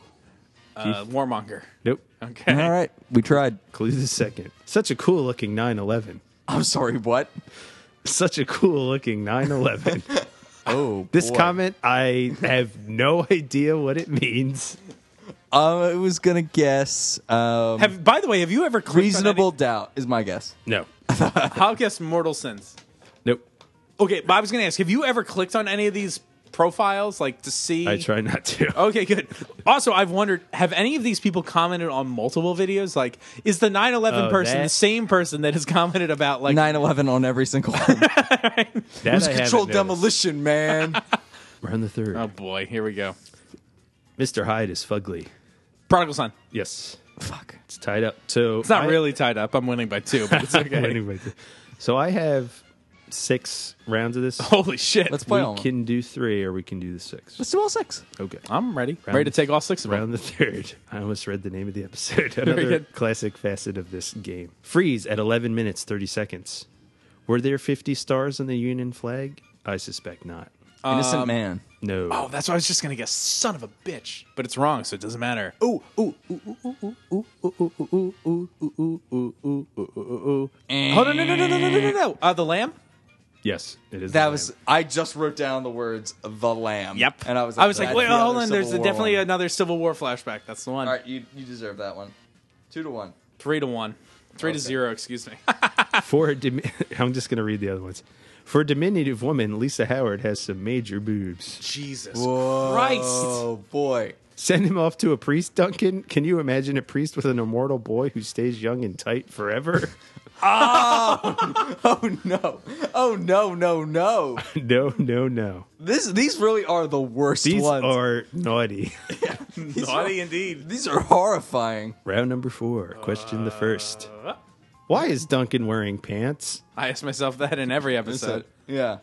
[SPEAKER 1] uh, warmonger.
[SPEAKER 3] Nope.
[SPEAKER 1] Okay.
[SPEAKER 2] All right, we tried.
[SPEAKER 3] Clue the second. Such a cool looking 911.
[SPEAKER 2] I'm sorry. What?
[SPEAKER 3] Such a cool looking 911.
[SPEAKER 2] Oh,
[SPEAKER 3] This
[SPEAKER 2] boy.
[SPEAKER 3] comment, I have no idea what it means.
[SPEAKER 2] Um, I was gonna guess. Um,
[SPEAKER 1] Have, by the way, have you ever clicked on
[SPEAKER 2] reasonable doubt is my guess.
[SPEAKER 3] No.
[SPEAKER 1] Any, I'll guess mortal sins.
[SPEAKER 3] Nope.
[SPEAKER 1] Okay, but I was going to ask: Have you ever clicked on any of these profiles, like to see?
[SPEAKER 3] I try not to.
[SPEAKER 1] Okay, good. Also, I've wondered: Have any of these people commented on multiple videos? Like, is the 9/11
[SPEAKER 3] Oh,
[SPEAKER 1] person
[SPEAKER 3] that-
[SPEAKER 1] the same person that has commented about like
[SPEAKER 2] 9/11 on every single one.
[SPEAKER 3] That
[SPEAKER 2] It was
[SPEAKER 3] I haven't
[SPEAKER 2] controlled
[SPEAKER 3] noticed.
[SPEAKER 2] demolition, man.
[SPEAKER 3] Round the third.
[SPEAKER 1] Oh boy, here we go.
[SPEAKER 3] Mr. Hyde is fugly.
[SPEAKER 1] Prodigal son.
[SPEAKER 3] Yes.
[SPEAKER 2] Fuck.
[SPEAKER 3] It's tied up. So
[SPEAKER 1] It's not really tied up. I'm winning by two, but it's okay.
[SPEAKER 3] anyway, so I have six rounds of this.
[SPEAKER 1] Holy shit!
[SPEAKER 2] Let's play
[SPEAKER 3] we
[SPEAKER 2] all. of them.
[SPEAKER 3] can do three or we can do the six.
[SPEAKER 2] Let's do all six.
[SPEAKER 3] Okay.
[SPEAKER 1] I'm ready. ready to take all six of them.
[SPEAKER 3] Round the third. I almost read the name of the episode. Another
[SPEAKER 1] good.
[SPEAKER 3] classic facet of this game. Freeze at 11 minutes, 30 seconds. Were there 50 stars on the Union flag? I suspect not.
[SPEAKER 2] Innocent man.
[SPEAKER 3] No.
[SPEAKER 1] Oh, that's what I was just gonna guess. Son of a bitch. But it's wrong, so it doesn't matter. Ooh, ooh, ooh, ooh, ooh, ooh, ooh, ooh, ooh, ooh, ooh, ooh, ooh, ooh, ooh, ooh, ooh. Hold on, no, no, no, no, no, no, no, no. Uh, the lamb.
[SPEAKER 3] Yes, it is.
[SPEAKER 2] That
[SPEAKER 3] the
[SPEAKER 2] was.
[SPEAKER 3] name.
[SPEAKER 2] I just wrote down the words "the lamb."
[SPEAKER 1] Yep.
[SPEAKER 2] And I was. Like,
[SPEAKER 1] I was like,
[SPEAKER 2] that's
[SPEAKER 1] wait,
[SPEAKER 2] the
[SPEAKER 1] hold
[SPEAKER 2] other
[SPEAKER 1] on. There's
[SPEAKER 2] Civil War
[SPEAKER 1] definitely
[SPEAKER 2] one.
[SPEAKER 1] another Civil War flashback. That's the one.
[SPEAKER 2] All right, you you deserve that one. Two to one.
[SPEAKER 1] Three to one. Three to zero. Excuse me.
[SPEAKER 3] for. Dom- I'm just going to read the other ones. For a diminutive woman, Lisa Howard has some major boobs.
[SPEAKER 1] Jesus Christ.
[SPEAKER 2] Oh boy.
[SPEAKER 3] Send him off to a priest, Duncan. Can you imagine a priest with an immortal boy who stays young and tight forever?
[SPEAKER 2] Oh no. Oh no no no.
[SPEAKER 3] no, no, no.
[SPEAKER 2] This these really are the worst
[SPEAKER 3] These
[SPEAKER 2] ones.
[SPEAKER 3] are naughty.
[SPEAKER 1] Naughty indeed.
[SPEAKER 2] these are horrifying. Uh.
[SPEAKER 3] Round number four. Question the first. Why is Duncan wearing pants?
[SPEAKER 1] I ask myself that in every episode.
[SPEAKER 2] Yeah.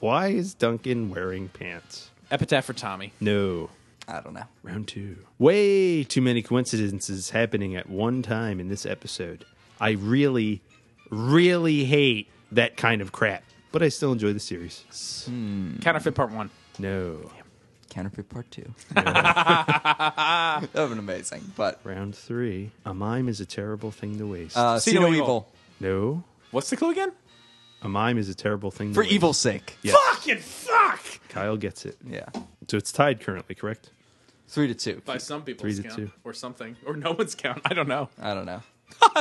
[SPEAKER 3] Why is Duncan wearing pants?
[SPEAKER 1] Epitaph for Tommy.
[SPEAKER 3] No.
[SPEAKER 2] I don't know.
[SPEAKER 3] Round two. Way too many coincidences happening at one time in this episode. I really, really hate that kind of crap, but I still enjoy the series.
[SPEAKER 2] Hmm.
[SPEAKER 1] Counterfeit part one.
[SPEAKER 3] No.
[SPEAKER 2] Counterfeit Part Two. that would have been amazing. But
[SPEAKER 3] Round three. A mime is a terrible thing to waste.
[SPEAKER 2] uh, see
[SPEAKER 1] See no
[SPEAKER 2] no
[SPEAKER 1] evil.
[SPEAKER 2] evil
[SPEAKER 3] no.
[SPEAKER 1] What's the clue again?
[SPEAKER 3] A mime is a terrible thing to
[SPEAKER 2] for
[SPEAKER 3] waste.
[SPEAKER 2] evil's sake.
[SPEAKER 3] Yeah.
[SPEAKER 1] Fucking fuck!
[SPEAKER 3] Kyle gets it.
[SPEAKER 2] Yeah.
[SPEAKER 3] So it's tied currently, correct?
[SPEAKER 2] Three to two.
[SPEAKER 1] By some people's
[SPEAKER 3] Three to
[SPEAKER 1] count.
[SPEAKER 3] two.
[SPEAKER 1] Or something. Or no one's count. I don't know.
[SPEAKER 2] I don't know.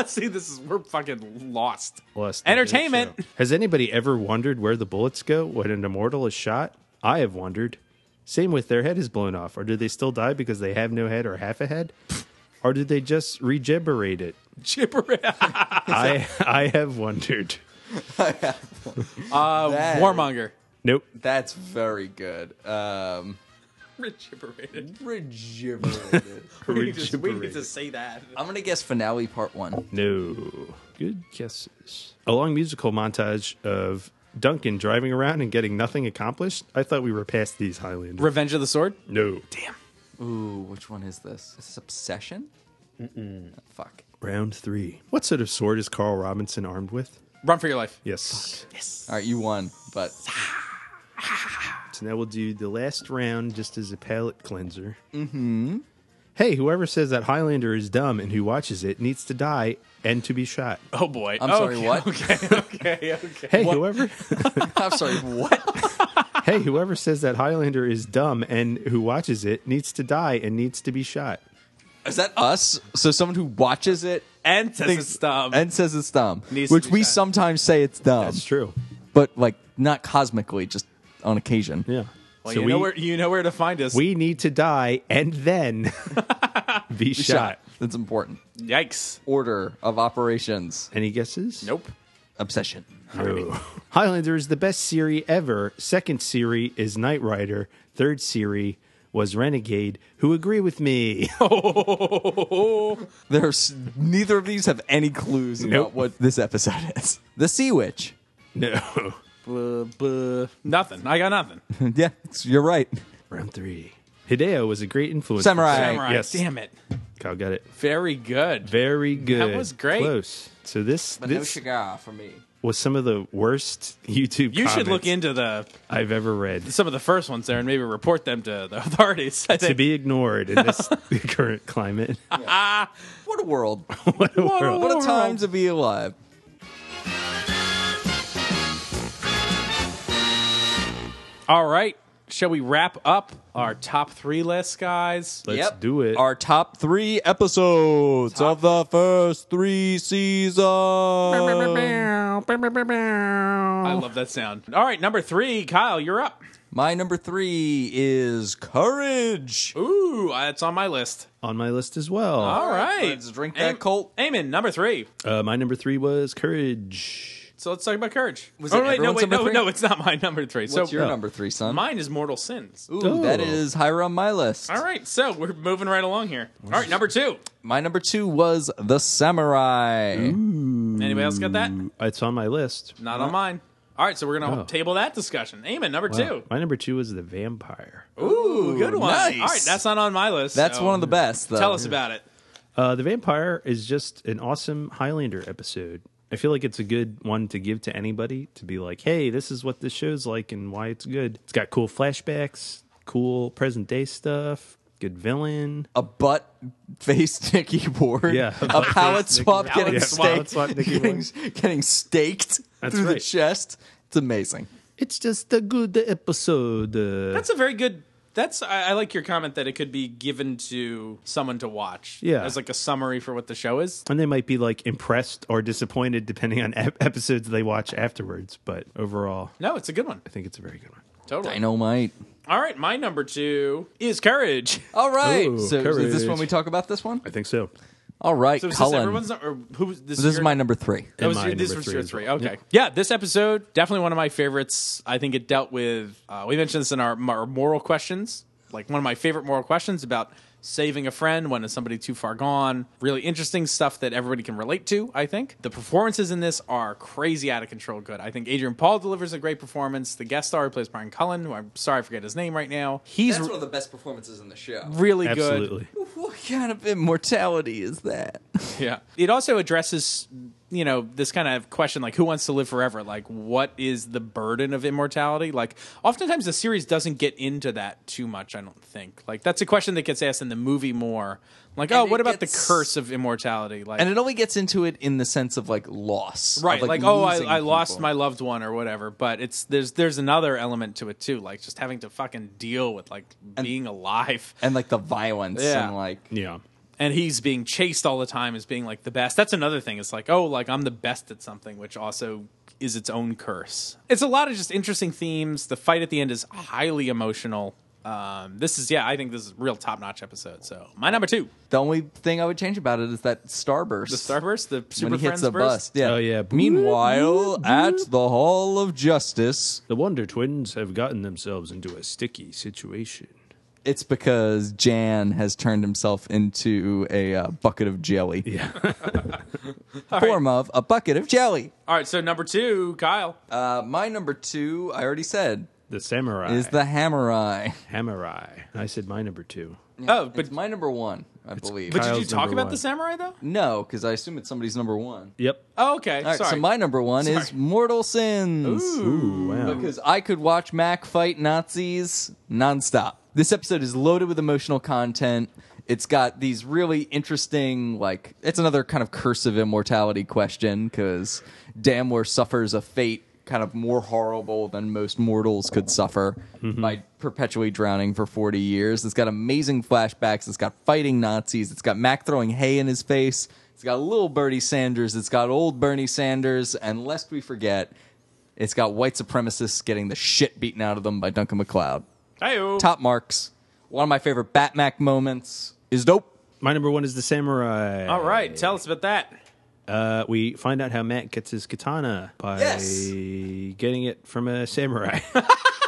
[SPEAKER 1] See, this is we're fucking lost.
[SPEAKER 3] Less than
[SPEAKER 1] Entertainment.
[SPEAKER 3] that show. Has anybody ever wondered where the bullets go when an immortal is shot? I have wondered. Same with their head is blown off, or do they still die because they have no head or half a head? Or did they just regenerate it?
[SPEAKER 1] Chipper.
[SPEAKER 3] I I have wondered.
[SPEAKER 2] That-
[SPEAKER 1] Uh, Warmonger.
[SPEAKER 3] Nope.
[SPEAKER 2] That's very good. Um,
[SPEAKER 1] Regibberated.
[SPEAKER 2] rejuvenated.
[SPEAKER 1] We need, to, we need to
[SPEAKER 3] Regibberated.
[SPEAKER 1] say that.
[SPEAKER 2] I'm gonna guess finale part one.
[SPEAKER 3] No. Good guesses. A long musical montage of Duncan driving around and getting nothing accomplished. I thought we were past these Highlanders.
[SPEAKER 1] Revenge of the Sword.
[SPEAKER 3] no.
[SPEAKER 1] Damn.
[SPEAKER 2] Ooh, which one is this? Is this obsession? Mm-mm. Fuck.
[SPEAKER 3] Round three. What sort of sword is Carl Robinson armed with?
[SPEAKER 1] Run for your life.
[SPEAKER 3] Yes.
[SPEAKER 2] All right, you won, but
[SPEAKER 3] So now we'll do the last round just as a palate cleanser. Mm-hmm. Hey, whoever says that Highlander is dumb and who watches it needs to die and to be shot.
[SPEAKER 1] Oh boy.
[SPEAKER 2] I'm sorry,
[SPEAKER 1] Okay,
[SPEAKER 2] what?
[SPEAKER 1] Okay, okay, okay.
[SPEAKER 3] Hey, whoever
[SPEAKER 2] I'm sorry. What?
[SPEAKER 3] Hey, whoever says that Highlander is dumb and who watches it needs to die and needs to be shot.
[SPEAKER 2] Is that us? So someone who watches it
[SPEAKER 1] And says
[SPEAKER 2] thinks-
[SPEAKER 1] it's dumb.
[SPEAKER 2] and says it's dumb,
[SPEAKER 1] Needs to
[SPEAKER 2] which
[SPEAKER 1] be
[SPEAKER 2] we
[SPEAKER 1] shot.
[SPEAKER 2] sometimes say it's dumb.
[SPEAKER 3] That's true.
[SPEAKER 2] but like not cosmically, just on occasion.
[SPEAKER 3] Yeah.
[SPEAKER 1] well,
[SPEAKER 3] so
[SPEAKER 1] you
[SPEAKER 3] we,
[SPEAKER 1] know where you know where to find us.
[SPEAKER 3] we need to die and then be shot.
[SPEAKER 2] That's important.
[SPEAKER 1] Yikes.
[SPEAKER 2] Order of operations.
[SPEAKER 3] Any guesses?
[SPEAKER 1] Nope.
[SPEAKER 2] Obsession.
[SPEAKER 3] No. Highlander is the best series ever. Second series is Knight Rider. Third series was Renegade. Who agree with me? Oh,
[SPEAKER 2] There's neither of these have any clues
[SPEAKER 3] Nope.
[SPEAKER 2] about what this episode is. The Sea Witch.
[SPEAKER 3] no.
[SPEAKER 1] Buh, buh. Nothing. I got nothing.
[SPEAKER 2] yeah, it's- you're right.
[SPEAKER 3] Round three. Hideo was a great influence.
[SPEAKER 2] Samurai.
[SPEAKER 1] Samurai.
[SPEAKER 3] Yes.
[SPEAKER 1] Damn it.
[SPEAKER 3] Kyle got it.
[SPEAKER 1] Very good.
[SPEAKER 3] Very good.
[SPEAKER 1] was great.
[SPEAKER 3] Close. So this this
[SPEAKER 2] cigar for me.
[SPEAKER 3] was some of the worst YouTube.
[SPEAKER 1] You should look
[SPEAKER 3] comments
[SPEAKER 1] into the
[SPEAKER 3] I've ever read.
[SPEAKER 1] some of the first ones there and maybe report them to the authorities. I
[SPEAKER 3] to
[SPEAKER 1] think.
[SPEAKER 3] be ignored in this current climate.
[SPEAKER 2] What a world.
[SPEAKER 3] what a world.
[SPEAKER 2] What a time to be alive.
[SPEAKER 1] All right. Shall we wrap up our top three list, guys?
[SPEAKER 3] Let's do it.
[SPEAKER 2] Our top three episodes of the first three seasons.
[SPEAKER 1] I love that sound. All right, number three, Kyle, you're up.
[SPEAKER 2] My number three is Courage.
[SPEAKER 1] Ooh, that's on my list.
[SPEAKER 3] On my list as well.
[SPEAKER 1] All right.
[SPEAKER 2] let's drink that Colt.
[SPEAKER 1] Eamon, number three.
[SPEAKER 3] Uh, my number three was courage.
[SPEAKER 1] So let's talk about courage.
[SPEAKER 2] Was
[SPEAKER 1] oh,
[SPEAKER 2] it
[SPEAKER 1] wait, no,
[SPEAKER 2] everyone's
[SPEAKER 1] wait,
[SPEAKER 2] number
[SPEAKER 1] no,
[SPEAKER 2] three?
[SPEAKER 1] no, it's not my number three.
[SPEAKER 2] What's
[SPEAKER 1] so
[SPEAKER 2] your number three, son?
[SPEAKER 1] mine is Mortal Sins.
[SPEAKER 2] Ooh,
[SPEAKER 3] Oh.
[SPEAKER 2] that is higher on my list.
[SPEAKER 1] All right, so we're moving right along here. All right, number two.
[SPEAKER 2] My number two was The Samurai.
[SPEAKER 1] Anybody else got that?
[SPEAKER 3] It's on my list.
[SPEAKER 1] Not
[SPEAKER 2] Mm.
[SPEAKER 1] on mine. All right, so we're gonna
[SPEAKER 3] Oh.
[SPEAKER 1] table that discussion. Eamon, number
[SPEAKER 3] Wow.
[SPEAKER 1] two.
[SPEAKER 3] My number two was the vampire.
[SPEAKER 1] Ooh, good one.
[SPEAKER 2] nice.
[SPEAKER 1] All right, that's not on my list.
[SPEAKER 2] That's
[SPEAKER 1] so
[SPEAKER 2] one of the best, though.
[SPEAKER 1] Tell us about it.
[SPEAKER 3] Uh, the vampire is just an awesome Highlander episode. I feel like it's a good one to give to anybody to be like, hey, this is what this show's like and why it's good. It's got cool flashbacks, cool present day stuff, good villain.
[SPEAKER 2] a butt faced Nicky Ward.
[SPEAKER 3] Yeah, a
[SPEAKER 2] A pallet swap
[SPEAKER 1] Ward.
[SPEAKER 2] getting
[SPEAKER 1] Pallet
[SPEAKER 3] swap.
[SPEAKER 2] staked.
[SPEAKER 3] Pallet swap Nicky
[SPEAKER 2] getting, getting staked
[SPEAKER 3] That's
[SPEAKER 2] through the
[SPEAKER 3] right.
[SPEAKER 2] chest. It's amazing.
[SPEAKER 3] It's just a good episode. Uh,
[SPEAKER 1] That's a very good. That's I, I like your comment that it could be given to someone to watch.
[SPEAKER 3] Yeah.
[SPEAKER 1] as like a summary for what the show is.
[SPEAKER 3] and they might be like impressed or disappointed depending on ep- episodes they watch afterwards. But overall,
[SPEAKER 1] No, it's a good one.
[SPEAKER 3] I think it's a very good one.
[SPEAKER 1] Totally.
[SPEAKER 2] Dynamite.
[SPEAKER 1] All right, my number two is courage.
[SPEAKER 2] All right.
[SPEAKER 3] Ooh,
[SPEAKER 2] so is this
[SPEAKER 3] courage.
[SPEAKER 2] when we talk about this one?
[SPEAKER 3] I think so.
[SPEAKER 2] All right,
[SPEAKER 1] So is this
[SPEAKER 2] Cullen.
[SPEAKER 1] everyone's or who? This,
[SPEAKER 2] this is
[SPEAKER 1] your-
[SPEAKER 2] my number three.
[SPEAKER 1] That was
[SPEAKER 3] my
[SPEAKER 1] your, this
[SPEAKER 3] number
[SPEAKER 1] was
[SPEAKER 3] three
[SPEAKER 1] your
[SPEAKER 3] as
[SPEAKER 1] three.
[SPEAKER 3] well.
[SPEAKER 1] Okay. Yeah, this episode definitely one of my favorites. I think it dealt with. Uh, we mentioned this in our, our moral questions, like one of my favorite moral questions about saving a friend when is somebody too far gone. Really interesting stuff that everybody can relate to, I think. The performances in this are crazy out of control good. I think Adrian Paul delivers a great performance. The guest star who plays Brian Cullen, who I'm sorry I forget his name right now, he's
[SPEAKER 2] That's
[SPEAKER 1] re-
[SPEAKER 2] one of the best performances in the show.
[SPEAKER 1] really good.
[SPEAKER 3] Absolutely.
[SPEAKER 2] What kind of immortality is that?
[SPEAKER 1] Yeah. It also addresses, you know, this kind of question like who wants to live forever? Like what is the burden of immortality? Like oftentimes the series doesn't get into that too much, I don't think. Like that's a question that gets asked in the movie more. Like, oh,
[SPEAKER 2] it
[SPEAKER 1] what about
[SPEAKER 2] gets-
[SPEAKER 1] the curse of immortality? Like
[SPEAKER 2] And it only gets into it in the sense of like loss, of,
[SPEAKER 1] Right, like, oh,
[SPEAKER 2] losing
[SPEAKER 1] I, I lost
[SPEAKER 2] people.
[SPEAKER 1] my loved one or whatever, but it's there's there's another element to it too, like just having to fucking deal with like being alive.
[SPEAKER 2] and like the violence
[SPEAKER 1] Yeah.
[SPEAKER 2] and like
[SPEAKER 7] Yeah.
[SPEAKER 1] and he's being chased all the time as being like the best. That's another thing. It's like, oh, like I'm the best at something, which also is its own curse. It's a lot of just interesting themes. The fight at the end is highly emotional. Um, this is, yeah, I think this is a real top notch episode. So my number two,
[SPEAKER 2] the only thing I would change about it is that starburst.
[SPEAKER 1] the Starburst, the Super
[SPEAKER 2] when he hits
[SPEAKER 1] Friends
[SPEAKER 2] the bus.
[SPEAKER 1] burst.
[SPEAKER 2] Yeah.
[SPEAKER 7] Oh, yeah. Mm-hmm.
[SPEAKER 2] Meanwhile, at the Hall of Justice,
[SPEAKER 7] The Wonder Twins have gotten themselves into a sticky situation.
[SPEAKER 2] it's because Jan has turned himself into a uh, bucket of jelly. Yeah. Form of a bucket of jelly.
[SPEAKER 1] All right, so number two, Kyle.
[SPEAKER 2] Uh, my number two, I already said,
[SPEAKER 7] The Samurai.
[SPEAKER 2] is the hammer eye.
[SPEAKER 7] Samurai. I said my number two.
[SPEAKER 1] oh, but
[SPEAKER 2] It's my number one, I believe.
[SPEAKER 1] but did you
[SPEAKER 7] Kyle's
[SPEAKER 1] talk
[SPEAKER 7] number
[SPEAKER 1] about
[SPEAKER 7] one.
[SPEAKER 1] the samurai though?
[SPEAKER 2] no, because I assume it's somebody's number one.
[SPEAKER 7] Yep.
[SPEAKER 1] Oh, okay,
[SPEAKER 2] All right,
[SPEAKER 1] sorry.
[SPEAKER 2] so my number one is
[SPEAKER 1] Sorry.
[SPEAKER 2] Mortal Sins.
[SPEAKER 7] Ooh, wow.
[SPEAKER 2] because I could watch Mac fight Nazis nonstop. This episode is loaded with emotional content. It's got these really interesting, like, it's another kind of curse of immortality question because Damler suffers a fate kind of more horrible than most mortals could suffer by perpetually drowning for 40 years. It's got amazing flashbacks. It's got fighting Nazis. It's got Mac throwing hay in his face. It's got little Bernie Sanders. It's got old Bernie Sanders. And lest we forget, it's got white supremacists getting the shit beaten out of them by Duncan McLeod.
[SPEAKER 1] Hi-yo.
[SPEAKER 2] Top marks. One of my favorite Batmac moments is dope.
[SPEAKER 7] My number one is the Samurai.
[SPEAKER 1] All right, tell us about that.
[SPEAKER 7] Uh, we find out how Matt gets his katana by
[SPEAKER 2] Yes.
[SPEAKER 7] getting it from a samurai.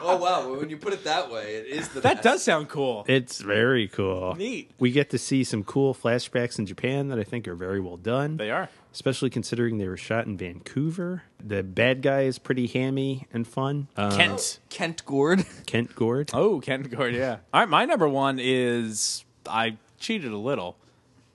[SPEAKER 2] Oh wow! When you put it that way, it is the
[SPEAKER 1] That does sound cool.
[SPEAKER 7] it's very cool.
[SPEAKER 1] Neat.
[SPEAKER 7] We get to see some cool flashbacks in Japan that I think are very well done.
[SPEAKER 1] They are.
[SPEAKER 7] Especially considering they were shot in Vancouver. The bad guy is pretty hammy and fun. Uh,
[SPEAKER 1] Kent.
[SPEAKER 2] Kent Gord.
[SPEAKER 7] Kent Gord.
[SPEAKER 1] Oh, Ken Gord, yeah. All right, my number one is I cheated a little,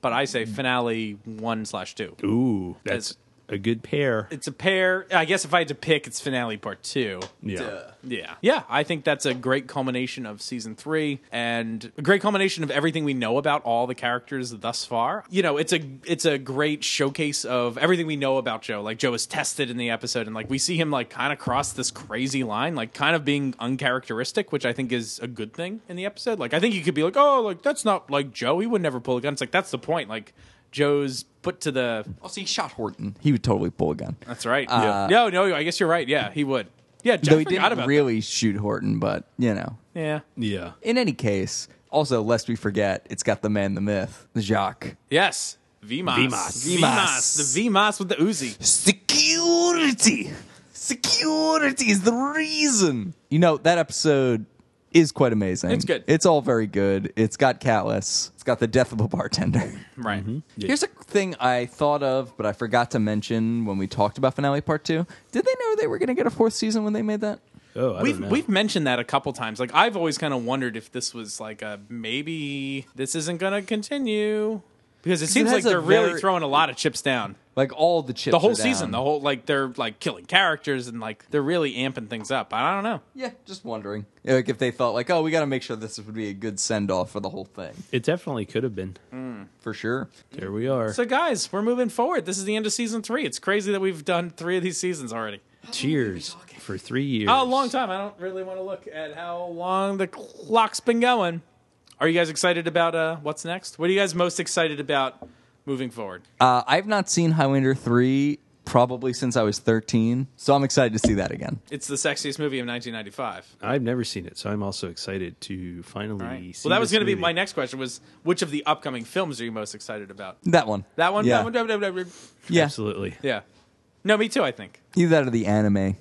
[SPEAKER 1] but I say finale one slash two.
[SPEAKER 7] Ooh, that's a good pair.
[SPEAKER 1] It's a pair. I guess if I had to pick, it's finale part two.
[SPEAKER 7] Yeah.
[SPEAKER 1] Yeah. Yeah, I think that's a great culmination of season three and a great culmination of everything we know about all the characters thus far. You know, it's a it's a great showcase of everything we know about Joe. Like Joe is tested in the episode and like we see him like kind of cross this crazy line, like kind of being uncharacteristic, which I think is a good thing in the episode. Like I think you could be like, Oh, like that's not like Joe, he would never pull a gun. It's like that's the point. Like Joe's put to the
[SPEAKER 2] Also, he shot Horton. He would totally pull a gun.
[SPEAKER 1] That's right. No, no, I guess you're right. Yeah, he would. Yeah, Joe
[SPEAKER 2] Uh, Though he
[SPEAKER 1] forgot
[SPEAKER 2] didn't
[SPEAKER 1] about
[SPEAKER 2] really shoot Horton, but you know.
[SPEAKER 1] that. Yeah.
[SPEAKER 7] Yeah.
[SPEAKER 2] In any case, also lest we forget, it's got the man, the myth, Jacques.
[SPEAKER 1] Yes. Vimas.
[SPEAKER 7] Vimas.
[SPEAKER 1] Vimas. The Vimas with the Uzi.
[SPEAKER 2] Security. Security is the reason. You know, that episode is quite amazing.
[SPEAKER 1] It's good.
[SPEAKER 2] It's all very good. It's got Catless. It's got the death of a bartender.
[SPEAKER 1] Right.
[SPEAKER 2] Here's a thing I thought of, but I forgot to mention when we talked about finale part two. Did they know they were going to get a fourth season when they made that?
[SPEAKER 7] Oh, I
[SPEAKER 1] We've
[SPEAKER 7] don't know.
[SPEAKER 1] we've mentioned that a couple times. Like I've always kind of wondered if this was like a maybe this isn't going to continue because it seems
[SPEAKER 2] has
[SPEAKER 1] like
[SPEAKER 2] a
[SPEAKER 1] they're really
[SPEAKER 2] very-
[SPEAKER 1] throwing a lot of chips down.
[SPEAKER 2] Like all the chips.
[SPEAKER 1] The
[SPEAKER 2] are
[SPEAKER 1] whole
[SPEAKER 2] down.
[SPEAKER 1] season, the whole like they're like killing characters and like they're really amping things up. I don't know.
[SPEAKER 2] Yeah, just wondering. Like if they thought like, oh, we got to make sure this would be a good send off for the whole thing
[SPEAKER 7] it definitely could have been.
[SPEAKER 2] for sure.
[SPEAKER 7] There we are.
[SPEAKER 1] So guys, we're moving forward. This is the end of season 3. It's crazy that we've done 3 of these seasons already.
[SPEAKER 7] Cheers for three years.
[SPEAKER 1] A Oh, long time. I don't really want to look at how long the clock's been going. Are you guys excited about uh, what's next? What are you guys most excited about moving forward?
[SPEAKER 2] Uh, I've not seen Highlander 3 probably since I was 13, so I'm excited to see that again.
[SPEAKER 1] It's the sexiest movie of 1995.
[SPEAKER 7] I've never seen it, so I'm also excited to finally
[SPEAKER 1] All right.
[SPEAKER 7] see.
[SPEAKER 1] Well, that was
[SPEAKER 7] going to
[SPEAKER 1] be my next question. Was which of the upcoming films are you most excited about?
[SPEAKER 2] That one.
[SPEAKER 1] That one.
[SPEAKER 2] Yeah.
[SPEAKER 1] That one.
[SPEAKER 2] Yeah.
[SPEAKER 7] Absolutely.
[SPEAKER 1] Yeah. No, me too. I think.
[SPEAKER 2] Either that or the anime.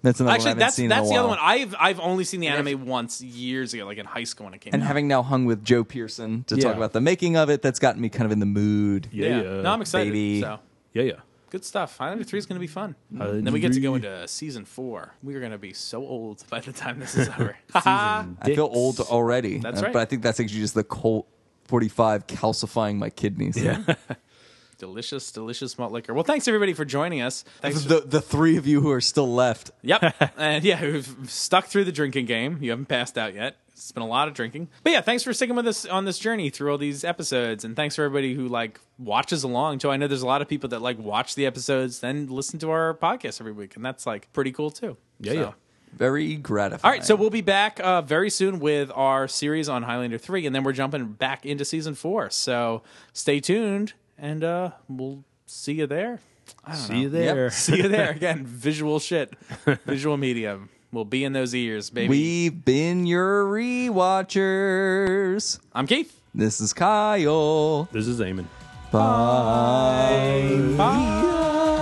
[SPEAKER 2] That's another
[SPEAKER 1] Actually,
[SPEAKER 2] one I haven't
[SPEAKER 1] that's
[SPEAKER 2] seen
[SPEAKER 1] that's
[SPEAKER 2] in a
[SPEAKER 1] the other
[SPEAKER 2] while.
[SPEAKER 1] one. I've I've only seen the anime once years ago, like in high school when it came
[SPEAKER 2] and
[SPEAKER 1] out.
[SPEAKER 2] having now hung with Joe Pearson to
[SPEAKER 7] Yeah.
[SPEAKER 2] talk about the making of it, that's gotten me kind of in the mood.
[SPEAKER 1] yeah.
[SPEAKER 7] yeah,
[SPEAKER 1] no, I'm excited.
[SPEAKER 2] baby.
[SPEAKER 1] So
[SPEAKER 7] yeah, yeah.
[SPEAKER 1] good stuff. Highlander three is going to be fun.
[SPEAKER 7] Mm-hmm.
[SPEAKER 1] Uh, then we get to go into season four. We are going to be so old by the time this is over. Ha-ha.
[SPEAKER 2] I feel old already.
[SPEAKER 1] That's
[SPEAKER 2] uh,
[SPEAKER 1] right.
[SPEAKER 2] But I think that's actually just the Colt 45 calcifying my kidneys. Yeah.
[SPEAKER 1] delicious, delicious malt liquor. Well, thanks everybody for joining us. Thanks.
[SPEAKER 2] the, the three of you who are still left.
[SPEAKER 1] Yep. and yeah, we've stuck through the drinking game. You haven't passed out yet. It's been a lot of drinking. But yeah, thanks for sticking with us on this journey through all these episodes. And thanks for everybody who like watches along too. I know there's a lot of people that like watch the episodes, then listen to our podcast every week. And that's like pretty cool too.
[SPEAKER 7] Yeah, yeah.
[SPEAKER 2] Very
[SPEAKER 1] All
[SPEAKER 2] gratifying.
[SPEAKER 1] right, so we'll be back uh, very soon with our series on Highlander 3, and then we're jumping back into season 4. So stay tuned, and uh, we'll see you there. I don't
[SPEAKER 7] See you there.
[SPEAKER 1] See you there again. Visual shit, visual medium. We'll be in those ears, baby.
[SPEAKER 2] We've been your rewatchers.
[SPEAKER 1] I'm Keith.
[SPEAKER 2] This is Kyle.
[SPEAKER 7] This is Eamon.
[SPEAKER 2] Bye.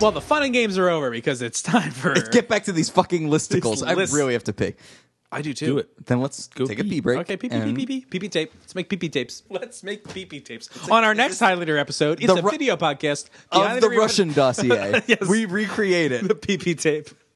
[SPEAKER 1] Well, the fun and games are over because it's time for.
[SPEAKER 2] Get back to these fucking listicles.
[SPEAKER 1] These
[SPEAKER 2] I
[SPEAKER 1] lists.
[SPEAKER 2] really have to pick.
[SPEAKER 1] I do too.
[SPEAKER 7] Do it.
[SPEAKER 2] Then let's
[SPEAKER 7] Go
[SPEAKER 2] take a
[SPEAKER 7] pee.
[SPEAKER 2] pee break.
[SPEAKER 1] Okay, pee pee
[SPEAKER 2] and-
[SPEAKER 1] pee pee pee pee tape. Let's make pee pee tapes. Let's make pee pee tapes. On our next Highlander episode, it's
[SPEAKER 2] The
[SPEAKER 1] a
[SPEAKER 2] Ru-
[SPEAKER 1] video podcast
[SPEAKER 2] Of
[SPEAKER 1] Highlander
[SPEAKER 2] the
[SPEAKER 1] Rewatch-
[SPEAKER 2] Russian dossier.
[SPEAKER 1] Yes.
[SPEAKER 2] We recreate it.
[SPEAKER 1] the pee pee tape.